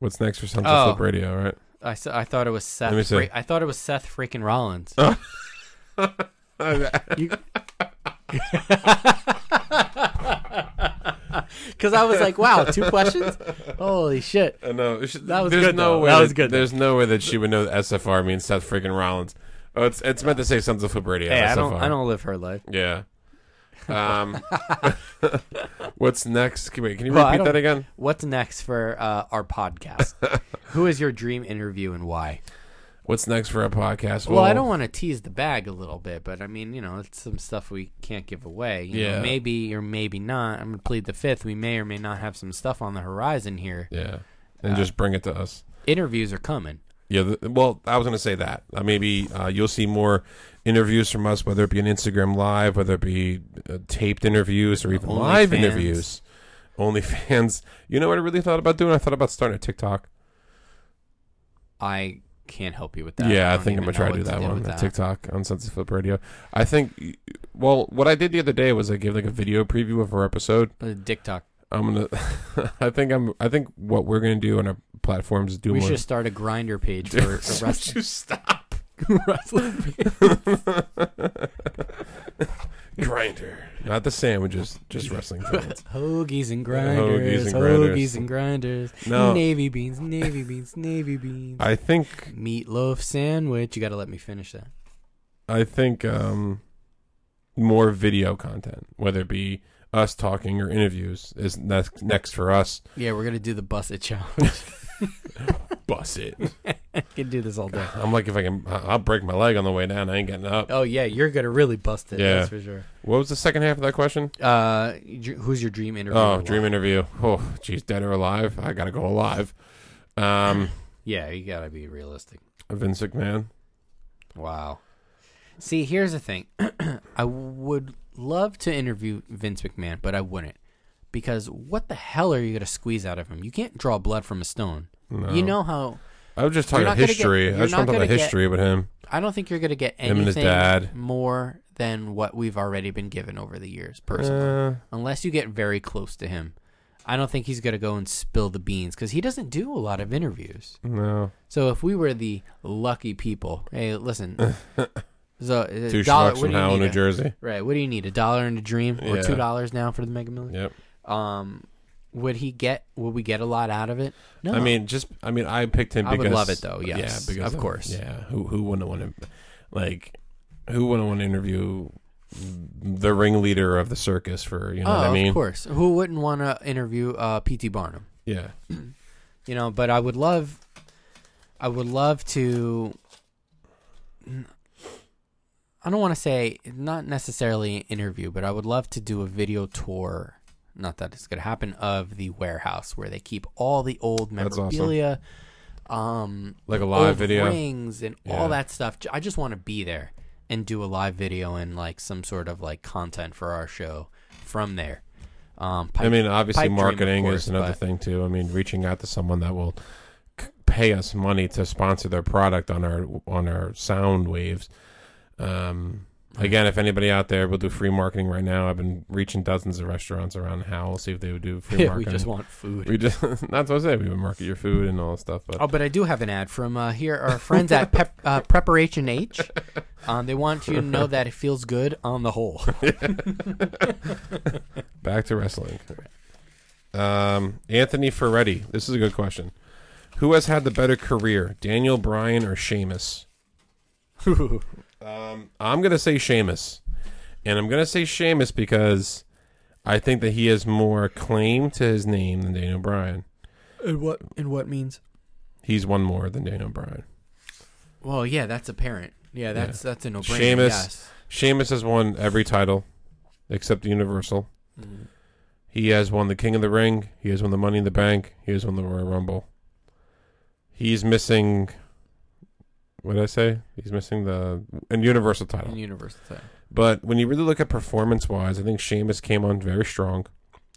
[SPEAKER 2] what's next for Sunset
[SPEAKER 3] Oh.
[SPEAKER 2] Flip Radio, right?
[SPEAKER 3] I, s- I thought it was Seth.
[SPEAKER 2] Let me see. Oh.
[SPEAKER 3] Fre- I thought it was Seth freaking Rollins. *laughs*
[SPEAKER 2] *laughs*
[SPEAKER 3] Because I was like, wow, two questions. Holy shit!
[SPEAKER 2] Uh, no, she,
[SPEAKER 3] That was
[SPEAKER 2] there's
[SPEAKER 3] good,
[SPEAKER 2] no
[SPEAKER 3] though.
[SPEAKER 2] way
[SPEAKER 3] That was good, though.
[SPEAKER 2] There's no way that she would know that SFR means Seth freaking Rollins. Oh, it's it's meant to say Sons of Flip Radio.
[SPEAKER 3] Hey,
[SPEAKER 2] SFR.
[SPEAKER 3] I don't I don't live her life.
[SPEAKER 2] Yeah.
[SPEAKER 3] *laughs*
[SPEAKER 2] Um, *laughs* what's next? Can, wait, can you
[SPEAKER 3] Well, I
[SPEAKER 2] repeat
[SPEAKER 3] don't-
[SPEAKER 2] that again?
[SPEAKER 3] What's next for uh, our
[SPEAKER 2] *laughs*
[SPEAKER 3] podcast? Who is your dream interview and why?
[SPEAKER 2] What's next for our podcast?
[SPEAKER 3] Well, I don't want to tease the bag a little bit, but I mean, you know, it's some stuff we can't give away. You know,
[SPEAKER 2] Yeah.
[SPEAKER 3] maybe or maybe not. I'm gonna plead the fifth. We may or may not have some stuff on the horizon here.
[SPEAKER 2] Yeah,
[SPEAKER 3] Uh,
[SPEAKER 2] and just bring it to us.
[SPEAKER 3] Interviews are coming.
[SPEAKER 2] Yeah, th well, I was going to say that. Uh, maybe uh, you'll see more interviews from us, whether it be an Instagram Live, whether it be uh, taped interviews, or even
[SPEAKER 3] Only
[SPEAKER 2] live
[SPEAKER 3] fans.
[SPEAKER 2] interviews. Only fans. *laughs* You know what I really thought about doing? I thought about starting a TikTok.
[SPEAKER 3] I can't help you with that.
[SPEAKER 2] yeah, I,
[SPEAKER 3] don't
[SPEAKER 2] think I'm going
[SPEAKER 3] even
[SPEAKER 2] to try
[SPEAKER 3] know
[SPEAKER 2] to do
[SPEAKER 3] what
[SPEAKER 2] that one,
[SPEAKER 3] with
[SPEAKER 2] a TikTok on Sense of Flip Radio. I think, well, what I did the other day was I gave like a video preview of our episode.
[SPEAKER 3] Uh, TikTok.
[SPEAKER 2] I'm going to, *laughs* I think I'm, I think what we're going to do on our platforms is do
[SPEAKER 3] We
[SPEAKER 2] more.
[SPEAKER 3] should start a
[SPEAKER 2] *laughs*
[SPEAKER 3] grinder page for for wrestling.
[SPEAKER 2] you stop?
[SPEAKER 3] *laughs* wrestling.
[SPEAKER 2] *laughs* Grinder. Not the sandwiches, just
[SPEAKER 3] *laughs*
[SPEAKER 2] wrestling. fans.
[SPEAKER 3] Hoagies and
[SPEAKER 2] Hoagies
[SPEAKER 3] grinders.
[SPEAKER 2] and
[SPEAKER 3] Hoagies
[SPEAKER 2] grinders.
[SPEAKER 3] and grinders.
[SPEAKER 2] No.
[SPEAKER 3] Navy beans. Navy beans. Navy beans.
[SPEAKER 2] I think
[SPEAKER 3] Meatloaf sandwich. You got to let me finish that.
[SPEAKER 2] I think um, more video content, whether it be us talking or interviews, is next next for us. *laughs*
[SPEAKER 3] *laughs* Yeah, we're gonna do the busset challenge.
[SPEAKER 2] Bus it.
[SPEAKER 3] I can do this all day.
[SPEAKER 2] I'm like, if I can, I- I'll break my leg on the way down. I ain't getting up.
[SPEAKER 3] Oh yeah, you're gonna really bust it.
[SPEAKER 2] Yeah.
[SPEAKER 3] That's for sure.
[SPEAKER 2] What was the second half of that question?
[SPEAKER 3] Uh, dr- who's your dream interview?
[SPEAKER 2] Oh, dream interview. Oh, geez, dead or alive? I gotta go alive. Um,
[SPEAKER 3] Yeah, you gotta be realistic.
[SPEAKER 2] Vince McMahon.
[SPEAKER 3] Wow. See, here's the thing. *clears throat* I would love to interview Vince McMahon, but I wouldn't. Because what the hell are you going to squeeze out of him? You can't draw blood from a stone. You know how.
[SPEAKER 2] I was just talking
[SPEAKER 3] not
[SPEAKER 2] about
[SPEAKER 3] gonna get-
[SPEAKER 2] history. I
[SPEAKER 3] you're
[SPEAKER 2] just
[SPEAKER 3] not
[SPEAKER 2] want to talk
[SPEAKER 3] gonna
[SPEAKER 2] about
[SPEAKER 3] get-
[SPEAKER 2] history with him.
[SPEAKER 3] I don't think you're going to get
[SPEAKER 2] Him and his
[SPEAKER 3] anything
[SPEAKER 2] dad.
[SPEAKER 3] more than what we've already been given over the years,
[SPEAKER 2] Uh,
[SPEAKER 3] personally. Unless you get very close to him. I don't think he's going to go and spill the beans because he doesn't do a lot of interviews.
[SPEAKER 2] no.
[SPEAKER 3] So if we were the lucky people,
[SPEAKER 2] *laughs*
[SPEAKER 3] hey, listen. so, uh,
[SPEAKER 2] Two
[SPEAKER 3] dollar,
[SPEAKER 2] schmucks
[SPEAKER 3] what
[SPEAKER 2] from
[SPEAKER 3] do you
[SPEAKER 2] Howell,
[SPEAKER 3] need
[SPEAKER 2] New
[SPEAKER 3] to-
[SPEAKER 2] Jersey.
[SPEAKER 3] Right. What do you need? A dollar and a dream, or
[SPEAKER 2] Yeah.
[SPEAKER 3] two dollars now for the Mega Million?
[SPEAKER 2] Yep.
[SPEAKER 3] Um, would he get? Would we get a lot out of it? No.
[SPEAKER 2] I mean, just I mean, I picked him.
[SPEAKER 3] I would
[SPEAKER 2] Because,
[SPEAKER 3] love it, though, yes,
[SPEAKER 2] yeah, because
[SPEAKER 3] of course.
[SPEAKER 2] Yeah, who who wouldn't want to, like, who wouldn't want to interview the ringleader of the circus for you know
[SPEAKER 3] oh,
[SPEAKER 2] what I mean?
[SPEAKER 3] of course. Who wouldn't want to interview uh, P.T. Barnum?
[SPEAKER 2] Yeah,
[SPEAKER 3] You know, but I would love, I would love to. I don't want to say not necessarily an interview, but I would love to do a video tour. Not that it's going to happen of the warehouse where they keep all the old
[SPEAKER 2] That's awesome.
[SPEAKER 3] memorabilia. Um,
[SPEAKER 2] like a live
[SPEAKER 3] old
[SPEAKER 2] video.
[SPEAKER 3] rings and
[SPEAKER 2] Yeah.
[SPEAKER 3] all that stuff. J- I just want to be there and do a live video and like some sort of like content for our show from there. Um, pipe-
[SPEAKER 2] I mean, obviously,
[SPEAKER 3] pipe dream, of
[SPEAKER 2] marketing
[SPEAKER 3] course,
[SPEAKER 2] is another
[SPEAKER 3] but-
[SPEAKER 2] thing too. I mean, reaching out to someone that will c- pay us money to sponsor their product on our on our sound waves. Um, again, if anybody out there will do free marketing right now, I've been reaching dozens of restaurants around Howell, see if they would do *laughs* free
[SPEAKER 3] *laughs* yeah, we
[SPEAKER 2] marketing.
[SPEAKER 3] just want food.
[SPEAKER 2] We just *laughs* that's what I said. We would market your food and all that stuff. But
[SPEAKER 3] Oh, but I do have an ad from uh, here our friends at Pep, uh, Preparation H. Um, they want you to know that it feels good on the whole.
[SPEAKER 2] back to wrestling. Um, Anthony Ferretti. This is a good question. Who has had the better career, Daniel Bryan or Sheamus? Um, I'm gonna say Sheamus, and I'm gonna say Sheamus because I think that he has more claim to his name than Daniel Bryan.
[SPEAKER 3] and what and what means?
[SPEAKER 2] He's won more than Daniel Bryan.
[SPEAKER 3] Well, yeah, that's apparent. Yeah, that's that's a no brainer.
[SPEAKER 2] Sheamus.
[SPEAKER 3] Yes.
[SPEAKER 2] Sheamus has won every title except the Universal.
[SPEAKER 3] Mm-hmm.
[SPEAKER 2] He has won the King of the Ring. He has won the Money in the Bank. He has won the Royal Rumble. He's missing. What did I say? He's missing the and Universal title.
[SPEAKER 3] In uh, Universal title.
[SPEAKER 2] But when you really look at performance wise, I think Sheamus came on very strong,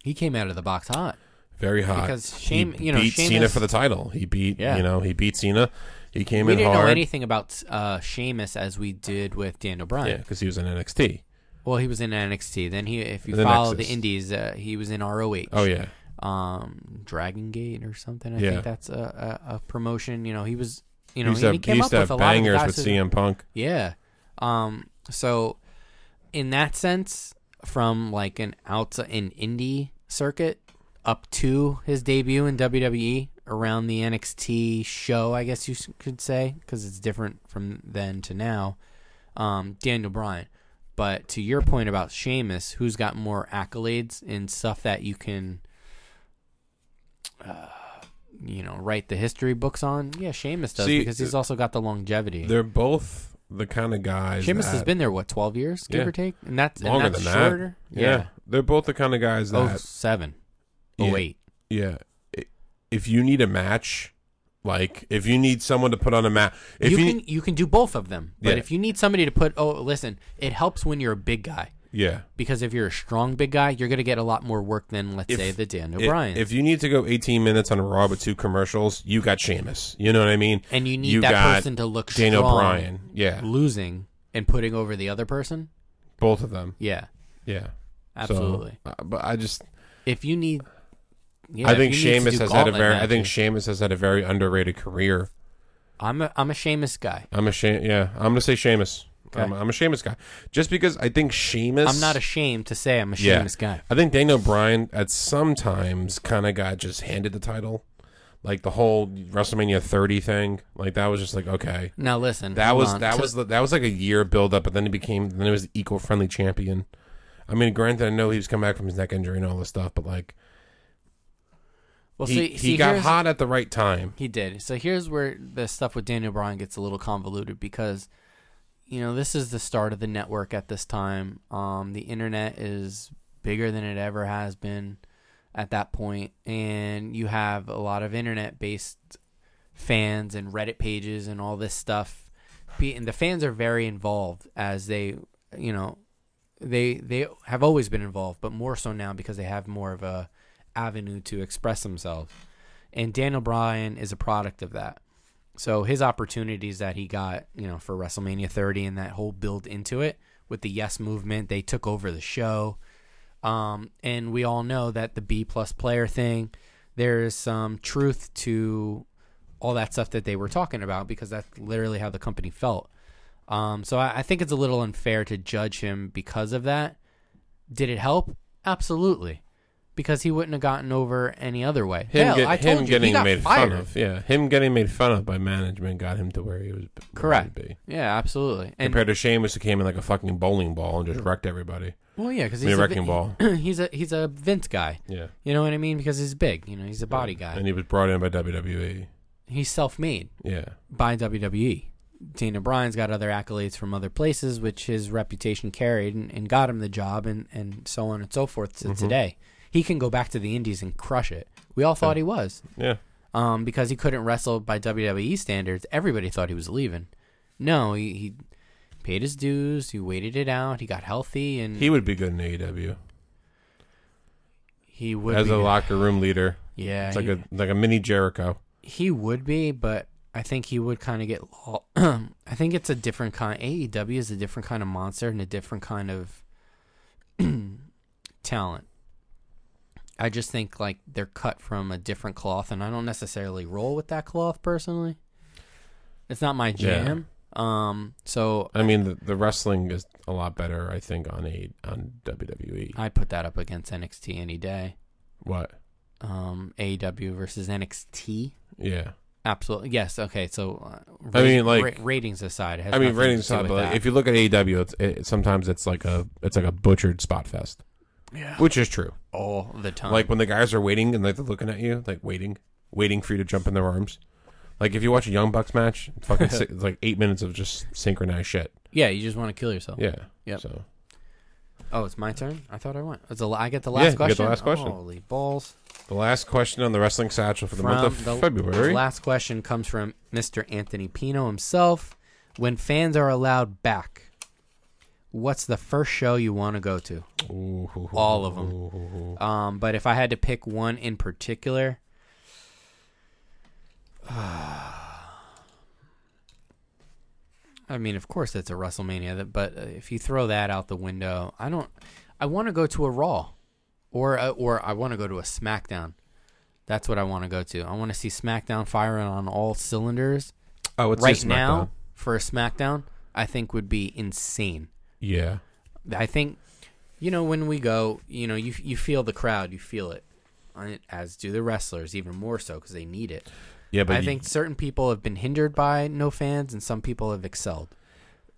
[SPEAKER 3] He came out of the box hot.
[SPEAKER 2] very hot.
[SPEAKER 3] Because Sheam-
[SPEAKER 2] he
[SPEAKER 3] you know,
[SPEAKER 2] beat Cena
[SPEAKER 3] Sheamus-
[SPEAKER 2] for the title. He beat
[SPEAKER 3] Yeah.
[SPEAKER 2] you know he beat Cena. He came
[SPEAKER 3] we
[SPEAKER 2] in
[SPEAKER 3] didn't
[SPEAKER 2] hard.
[SPEAKER 3] know anything about uh, Sheamus as we did with Daniel
[SPEAKER 2] yeah,
[SPEAKER 3] Bryan.
[SPEAKER 2] because he was in NXT.
[SPEAKER 3] Well, he was in NXT. Then he, if you
[SPEAKER 2] The
[SPEAKER 3] follow
[SPEAKER 2] Nexus.
[SPEAKER 3] the Indies, uh, he was in ROH.
[SPEAKER 2] Oh yeah,
[SPEAKER 3] um, Dragon Gate or something. I
[SPEAKER 2] Yeah.
[SPEAKER 3] think that's a, a, a promotion. You know, he was. You know,
[SPEAKER 2] he used to
[SPEAKER 3] he, he
[SPEAKER 2] have, he
[SPEAKER 3] came
[SPEAKER 2] used
[SPEAKER 3] up
[SPEAKER 2] to have
[SPEAKER 3] with a lot of
[SPEAKER 2] bangers
[SPEAKER 3] guys
[SPEAKER 2] with
[SPEAKER 3] who-
[SPEAKER 2] CM Punk.
[SPEAKER 3] Yeah. Um. So, in that sense, from like an out an indie circuit up to his debut in WWE around the NXT show, I guess you s- could say, because it's different from then to now. Um, Daniel Bryan. But to your point about Sheamus, who's got more accolades and stuff that you can, uh, you know, write the history books on? Yeah, Sheamus does
[SPEAKER 2] See,
[SPEAKER 3] because he's also got the longevity.
[SPEAKER 2] They're both the kind of guys.
[SPEAKER 3] Sheamus
[SPEAKER 2] that-
[SPEAKER 3] has been there what twelve years, give
[SPEAKER 2] Yeah.
[SPEAKER 3] or take, and that's
[SPEAKER 2] longer
[SPEAKER 3] and that's
[SPEAKER 2] than
[SPEAKER 3] shorter.
[SPEAKER 2] that. Yeah. they're both the kind of guys that.
[SPEAKER 3] oh seven, oh
[SPEAKER 2] Yeah.
[SPEAKER 3] eight.
[SPEAKER 2] Yeah, I- if you need a match, like if you need someone to put on a match, if
[SPEAKER 3] you,
[SPEAKER 2] you,
[SPEAKER 3] can you can do both of them, but
[SPEAKER 2] Yeah.
[SPEAKER 3] if you need somebody to put oh listen, it helps when you're a big guy
[SPEAKER 2] yeah,
[SPEAKER 3] because if you're a strong big guy, you're gonna get a lot more work than let's
[SPEAKER 2] If-
[SPEAKER 3] say the Daniel
[SPEAKER 2] if,
[SPEAKER 3] Bryan.
[SPEAKER 2] if you need to go 18 minutes on Raw with two commercials, you got Sheamus. You know what I mean?
[SPEAKER 3] and you need
[SPEAKER 2] you got
[SPEAKER 3] that person to look
[SPEAKER 2] Daniel
[SPEAKER 3] strong,
[SPEAKER 2] Bryan, yeah,
[SPEAKER 3] losing and putting over the other person.
[SPEAKER 2] both of them,
[SPEAKER 3] Yeah,
[SPEAKER 2] yeah, So,
[SPEAKER 3] absolutely.
[SPEAKER 2] uh, but I just,
[SPEAKER 3] if you need, yeah,
[SPEAKER 2] I
[SPEAKER 3] if
[SPEAKER 2] think
[SPEAKER 3] you need to
[SPEAKER 2] Sheamus
[SPEAKER 3] do
[SPEAKER 2] has had a
[SPEAKER 3] gauntlet
[SPEAKER 2] very, I think
[SPEAKER 3] matches-
[SPEAKER 2] Sheamus has had a very underrated career.
[SPEAKER 3] I'm a I'm a Sheamus guy.
[SPEAKER 2] I'm a shame. Yeah, I'm gonna say Sheamus.
[SPEAKER 3] Okay.
[SPEAKER 2] I'm, I'm a Sheamus guy, just because I think Sheamus.
[SPEAKER 3] I'm not ashamed to say I'm a
[SPEAKER 2] Yeah.
[SPEAKER 3] Sheamus guy.
[SPEAKER 2] I think Daniel Bryan at some times kind of got just handed the title, like the whole WrestleMania 30 thing. Like that was just like okay,
[SPEAKER 3] Now listen,
[SPEAKER 2] that
[SPEAKER 3] hold
[SPEAKER 2] was
[SPEAKER 3] on.
[SPEAKER 2] that
[SPEAKER 3] To-
[SPEAKER 2] was the, that was like a year build up, but then he became then it was equal friendly champion. I mean, granted, I know he was coming back from his neck injury and all this stuff, but like
[SPEAKER 3] Well,
[SPEAKER 2] He,
[SPEAKER 3] see,
[SPEAKER 2] he
[SPEAKER 3] see,
[SPEAKER 2] got
[SPEAKER 3] here's-
[SPEAKER 2] hot at the right time.
[SPEAKER 3] He did. So here's where the stuff with Daniel Bryan gets a little convoluted because, you know, this is the start of the network at this time. Um, the internet is bigger than it ever has been at that point, and you have a lot of internet-based fans and Reddit pages and all this stuff. Be- And the fans are very involved as they, you know, they they have always been involved, but more so now because they have more of a avenue to express themselves and Daniel Bryan is a product of that. So his opportunities that he got, you know, for WrestleMania 30 and that whole build into it with the Yes movement, they took over the show. Um, and we all know that the B plus player thing, there is some truth to all that stuff that they were talking about because that's literally how the company felt. Um, so I, I think it's a little unfair to judge him because of that. Did it help? Absolutely, because he wouldn't have gotten over any other way.
[SPEAKER 2] Him,
[SPEAKER 3] Hell,
[SPEAKER 2] get-
[SPEAKER 3] I told
[SPEAKER 2] him
[SPEAKER 3] you, he
[SPEAKER 2] getting
[SPEAKER 3] got
[SPEAKER 2] made
[SPEAKER 3] fired.
[SPEAKER 2] fun of. Yeah, him getting made fun of by management got him to where he was. where he
[SPEAKER 3] Correct.
[SPEAKER 2] would be.
[SPEAKER 3] Yeah, absolutely. And
[SPEAKER 2] Compared to Sheamus, who came in like a fucking bowling ball and just wrecked everybody.
[SPEAKER 3] well, yeah, because
[SPEAKER 2] I mean,
[SPEAKER 3] he's
[SPEAKER 2] a
[SPEAKER 3] a
[SPEAKER 2] wrecking
[SPEAKER 3] Vin-
[SPEAKER 2] ball.
[SPEAKER 3] *clears throat* He's a he's a Vince guy.
[SPEAKER 2] Yeah.
[SPEAKER 3] You know what I mean? Because he's big. You know, he's a body guy.
[SPEAKER 2] And he was brought in by WWE.
[SPEAKER 3] He's self-made
[SPEAKER 2] Yeah.
[SPEAKER 3] by WWE. Dana Bryan's got other accolades from other places, which his reputation carried and, and got him the job, and, and so on and so forth
[SPEAKER 2] Mm-hmm.
[SPEAKER 3] to today. He can go back to the Indies and crush it. We all thought he was.
[SPEAKER 2] Yeah.
[SPEAKER 3] um, because he couldn't wrestle by WWE standards. Everybody thought he was leaving. No, he, he paid his dues. He waited it out. He got healthy, and
[SPEAKER 2] He
[SPEAKER 3] he,
[SPEAKER 2] would be good in AEW
[SPEAKER 3] would
[SPEAKER 2] as
[SPEAKER 3] be
[SPEAKER 2] a locker room leader.
[SPEAKER 3] Yeah,
[SPEAKER 2] It's like
[SPEAKER 3] he,
[SPEAKER 2] a like a mini Jericho.
[SPEAKER 3] he would be, but I think he would kind of get. lo- *clears throat* I think it's a different kind. AEW is a different kind of monster and a different kind of *clears throat* talent. I just think like they're cut from a different cloth, and I don't necessarily roll with that cloth personally. It's not my
[SPEAKER 2] Yeah.
[SPEAKER 3] jam. Um, so
[SPEAKER 2] I mean, the, the wrestling is a lot better, I think, on a on WWE.
[SPEAKER 3] I put that up against NXT any day.
[SPEAKER 2] What?
[SPEAKER 3] Um, AEW versus NXT.
[SPEAKER 2] Yeah.
[SPEAKER 3] Absolutely. Yes. Okay. So, uh,
[SPEAKER 2] I mean,
[SPEAKER 3] ra-
[SPEAKER 2] like-
[SPEAKER 3] ra- ratings aside, it has
[SPEAKER 2] I mean,
[SPEAKER 3] nothing to
[SPEAKER 2] ratings
[SPEAKER 3] do
[SPEAKER 2] aside,
[SPEAKER 3] with
[SPEAKER 2] but like,
[SPEAKER 3] that.
[SPEAKER 2] if you look at AEW, it's, it, sometimes it's like a it's like a butchered spot fest,
[SPEAKER 3] yeah.
[SPEAKER 2] which is true.
[SPEAKER 3] all the time.
[SPEAKER 2] Like when the guys are waiting and like they're looking at you, like waiting, waiting for you to jump in their arms. Like if you watch a Young Bucks match, it's fucking
[SPEAKER 3] *laughs*
[SPEAKER 2] si it's like eight minutes of just synchronized shit.
[SPEAKER 3] yeah, you just want to kill yourself.
[SPEAKER 2] Yeah.
[SPEAKER 3] Yep.
[SPEAKER 2] So
[SPEAKER 3] Oh, it's my turn. I thought I went. It's a, I get the
[SPEAKER 2] Yeah,
[SPEAKER 3] last
[SPEAKER 2] you get the
[SPEAKER 3] question.
[SPEAKER 2] last question.
[SPEAKER 3] Holy balls!
[SPEAKER 2] the last question on the wrestling satchel for the month of
[SPEAKER 3] From the-
[SPEAKER 2] February.
[SPEAKER 3] The last question comes from Mr. Anthony Pino himself. When fans are allowed back, what's the first show you want to go to?
[SPEAKER 2] Ooh, hoo, hoo,
[SPEAKER 3] All of 'em.
[SPEAKER 2] hoo, hoo, hoo.
[SPEAKER 3] Um, but if I had to pick one in particular, *sighs* I mean, of course, it's a WrestleMania. that- But uh, if you throw that out the window, I don't. I want to go to a Raw, or a, or I want to go to a SmackDown. That's what I want to go to. I want to see SmackDown firing on all cylinders
[SPEAKER 2] I would say
[SPEAKER 3] right now.
[SPEAKER 2] Oh, SmackDown.
[SPEAKER 3] For a SmackDown, I think would be insane.
[SPEAKER 2] Yeah.
[SPEAKER 3] I think, you know, when we go, you know, you you feel the crowd, you feel it, I- as do the wrestlers, even more so because they need it.
[SPEAKER 2] Yeah, but
[SPEAKER 3] I
[SPEAKER 2] you-
[SPEAKER 3] think certain people have been hindered by no fans, and some people have excelled.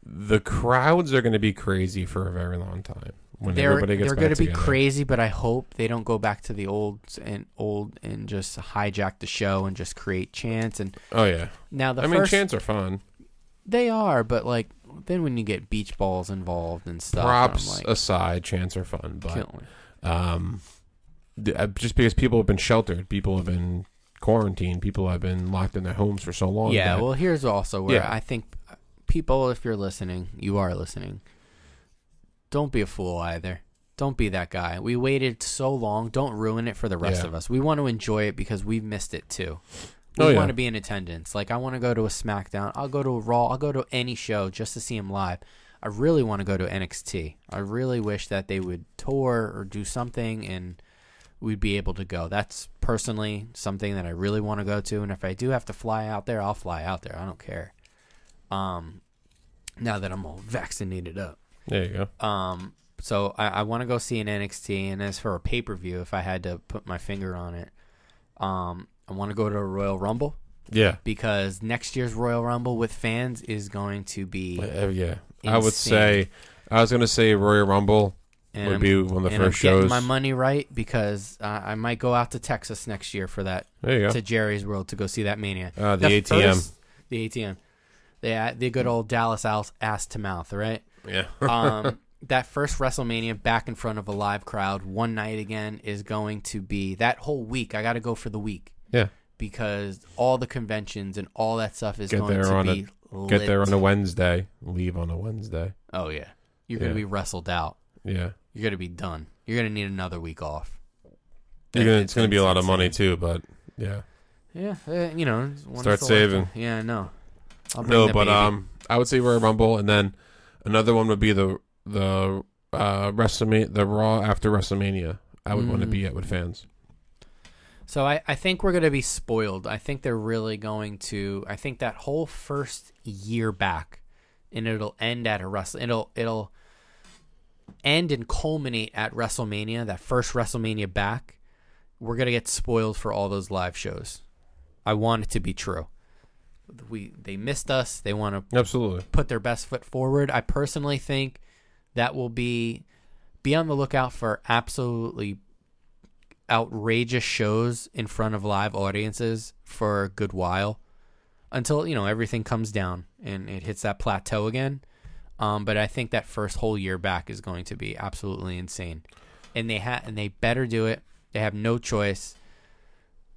[SPEAKER 2] the crowds are going to be crazy for a very long time when
[SPEAKER 3] They're
[SPEAKER 2] everybody gets
[SPEAKER 3] they're
[SPEAKER 2] back
[SPEAKER 3] going to be
[SPEAKER 2] together.
[SPEAKER 3] crazy, but I hope they don't go back to the old and old and just hijack the show and just create chance. And
[SPEAKER 2] Oh yeah,
[SPEAKER 3] now the
[SPEAKER 2] I mean,
[SPEAKER 3] first
[SPEAKER 2] chants are fun.
[SPEAKER 3] they are, but like then when you get beach balls involved and stuff,
[SPEAKER 2] Props
[SPEAKER 3] I'm like,
[SPEAKER 2] aside, chants are fun, but
[SPEAKER 3] kill me.
[SPEAKER 2] um, th- uh, just because people have been sheltered, people have been quarantined, people have been locked in their homes for so long.
[SPEAKER 3] Yeah,
[SPEAKER 2] that-
[SPEAKER 3] well, here's also where
[SPEAKER 2] Yeah.
[SPEAKER 3] I think people, if you're listening, you are listening. Don't be a fool either. Don't be that guy. We waited so long. Don't ruin it for the rest
[SPEAKER 2] Yeah.
[SPEAKER 3] of us. We want to enjoy it because we've missed it too. We
[SPEAKER 2] Oh, yeah.
[SPEAKER 3] want to be in attendance. Like I want to go to a SmackDown. I'll go to a Raw. I'll go to any show just to see him live. I really want to go to NXT. I really wish that they would tour or do something and we'd be able to go. That's personally something that I really want to go to, and if I do have to fly out there, I'll fly out there. I don't care. Um, now that I'm all vaccinated up,
[SPEAKER 2] there you go.
[SPEAKER 3] um, so I, I want to go see an NXT, and as for a pay per view, if I had to put my finger on it, um, I want to go to a Royal Rumble
[SPEAKER 2] Yeah,
[SPEAKER 3] because next year's Royal Rumble with fans is going to be
[SPEAKER 2] Uh, yeah. I would
[SPEAKER 3] Insane.
[SPEAKER 2] say, I was going to say Royal Rumble,
[SPEAKER 3] And
[SPEAKER 2] Would
[SPEAKER 3] I'm-
[SPEAKER 2] be one of the
[SPEAKER 3] and
[SPEAKER 2] first
[SPEAKER 3] I'm getting
[SPEAKER 2] shows.
[SPEAKER 3] My money right because uh, I might go out to Texas next year for that
[SPEAKER 2] There you go.
[SPEAKER 3] to Jerry's World to go see that Mania.
[SPEAKER 2] Ah, the ATM.
[SPEAKER 3] first- the ATM. The the good old Dallas ass, ass to mouth, right?
[SPEAKER 2] *laughs* yeah.
[SPEAKER 3] Um, that first WrestleMania back in front of a live crowd one night again is going to be that whole week. I got to go for the week
[SPEAKER 2] yeah.
[SPEAKER 3] because all the conventions and all that stuff is
[SPEAKER 2] Get
[SPEAKER 3] going
[SPEAKER 2] there
[SPEAKER 3] to
[SPEAKER 2] on a
[SPEAKER 3] be
[SPEAKER 2] get *laughs*
[SPEAKER 3] lit.
[SPEAKER 2] get there on a Wednesday. Leave on a Wednesday.
[SPEAKER 3] oh yeah, you're gonna
[SPEAKER 2] Yeah.
[SPEAKER 3] be wrestled out.
[SPEAKER 2] Yeah.
[SPEAKER 3] You're gonna be done. You're gonna need another week off.
[SPEAKER 2] You're gonna,
[SPEAKER 3] That-
[SPEAKER 2] it's going to be a lot of money too, but yeah.
[SPEAKER 3] Yeah, eh, you know. it's one
[SPEAKER 2] Start
[SPEAKER 3] for the life-
[SPEAKER 2] saving.
[SPEAKER 3] Yeah, I know. I'll bring
[SPEAKER 2] No,
[SPEAKER 3] the
[SPEAKER 2] but
[SPEAKER 3] baby.
[SPEAKER 2] um, I would say Royal Rumble, and then another one would be the the uh WrestleMania, the Raw after WrestleMania. I would want to
[SPEAKER 3] Mm.
[SPEAKER 2] be at with fans.
[SPEAKER 3] So I, I think we're going to be spoiled. I think they're really going to. I think that whole first year back, and it'll end at a wrestle. It'll it'll end and culminate at WrestleMania. That first WrestleMania back, we're gonna get spoiled for all those live shows. I want it to be true. We they missed us. They want to
[SPEAKER 2] Absolutely.
[SPEAKER 3] put their best foot forward. I personally think that will be be on the lookout for absolutely outrageous shows in front of live audiences for a good while until you know everything comes down and it hits that plateau again. Um, but I think that first whole year back is going to be absolutely insane, and they ha- and they better do it. They have no choice.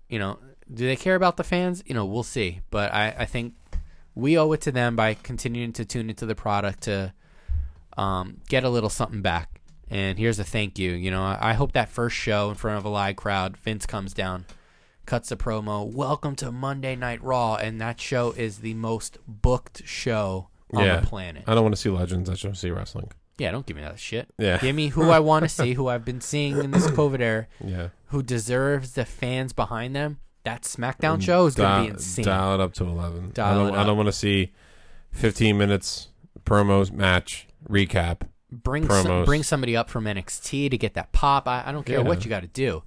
[SPEAKER 3] You know, do they care about the fans? You know, we'll see. But I, I think we owe it to them by continuing to tune into the product to um, get a little something back. And here's a thank you. You know, I, I hope that first show in front of a live crowd, Vince comes down, cuts the promo, welcome to Monday Night Raw, and that show is the most booked show on
[SPEAKER 2] yeah.
[SPEAKER 3] the planet.
[SPEAKER 2] I don't want to see legends. I just want to see wrestling.
[SPEAKER 3] Yeah, don't give me that shit.
[SPEAKER 2] Yeah.
[SPEAKER 3] Give me who I
[SPEAKER 2] *laughs*
[SPEAKER 3] want to see, who I've been seeing in this COVID era,
[SPEAKER 2] Yeah.
[SPEAKER 3] who deserves the fans behind them. That
[SPEAKER 2] Mm,
[SPEAKER 3] SmackDown show is going to be
[SPEAKER 2] Dial-
[SPEAKER 3] insane.
[SPEAKER 2] Dial it up to eleven. I
[SPEAKER 3] Dial
[SPEAKER 2] don't.
[SPEAKER 3] it
[SPEAKER 2] I
[SPEAKER 3] up.
[SPEAKER 2] don't want to see fifteen minutes promos match recap.
[SPEAKER 3] bring some,
[SPEAKER 2] promos.
[SPEAKER 3] bring somebody up from NXT to get that pop. I, I don't care
[SPEAKER 2] Yeah.
[SPEAKER 3] what you got to do.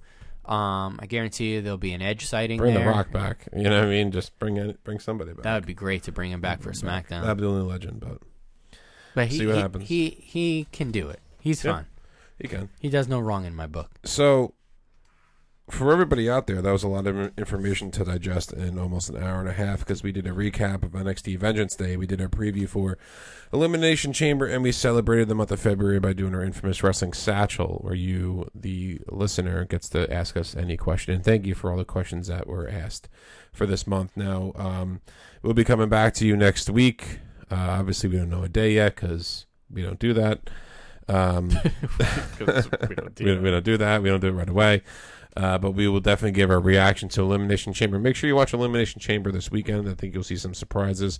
[SPEAKER 3] Um, I guarantee you there'll be an edge sighting
[SPEAKER 2] Bring
[SPEAKER 3] there.
[SPEAKER 2] the Rock back. *laughs* You know what I mean? Just bring it. Bring somebody back.
[SPEAKER 3] That would be great to bring him back for SmackDown.
[SPEAKER 2] That'd be the only legend, but
[SPEAKER 3] but he,
[SPEAKER 2] see what
[SPEAKER 3] he,
[SPEAKER 2] happens.
[SPEAKER 3] he he can do it. He's
[SPEAKER 2] Yeah.
[SPEAKER 3] fine.
[SPEAKER 2] you can.
[SPEAKER 3] He does no wrong in my book.
[SPEAKER 2] So, for everybody out there, that was a lot of information to digest in almost an hour and a half because we did a recap of NXT Vengeance Day. We did a preview for Elimination Chamber, and we celebrated the month of February by doing our infamous wrestling satchel, where you, the listener, gets to ask us any question. And thank you for all the questions that were asked for this month. Now, um, we'll be coming back to you next week. Uh, obviously, we don't know a day yet because we don't do that.
[SPEAKER 3] *laughs*
[SPEAKER 2] Um,
[SPEAKER 3] we don't
[SPEAKER 2] *laughs* we, don't, we don't do that. We don't do it right away. Uh, but we will definitely give our reaction to Elimination Chamber. Make sure you watch Elimination Chamber this weekend. I think you'll see some surprises,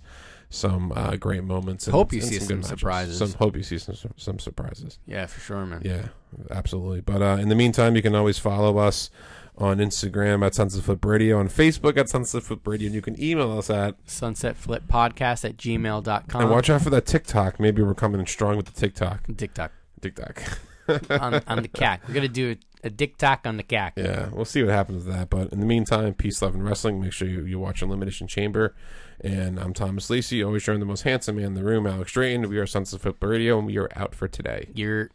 [SPEAKER 2] some uh, great moments. And,
[SPEAKER 3] Hope you
[SPEAKER 2] and
[SPEAKER 3] see some
[SPEAKER 2] good matches.
[SPEAKER 3] surprises.
[SPEAKER 2] Some hope you see some some surprises.
[SPEAKER 3] Yeah, for sure, man.
[SPEAKER 2] Yeah, absolutely. But uh, in the meantime, you can always follow us on Instagram at Sunset Flip Radio, on Facebook at Sunset Flip Radio, and you can email us at
[SPEAKER 3] Sunset Flip Podcast at gmail.com.
[SPEAKER 2] and watch out for that TikTok. Maybe we're coming in strong with the TikTok.
[SPEAKER 3] TikTok
[SPEAKER 2] TikTok. *laughs*
[SPEAKER 3] on, on the cack. We're gonna do a, a TikTok on the cack.
[SPEAKER 2] Yeah, we'll see what happens with that. But in the meantime, peace, love, and wrestling. Make sure you, you watch Elimination Chamber. And I'm Thomas Lacey, always joined the most handsome man in the room, Alex Drayton. We are Sunset Football Radio, and we are out for today.
[SPEAKER 3] You're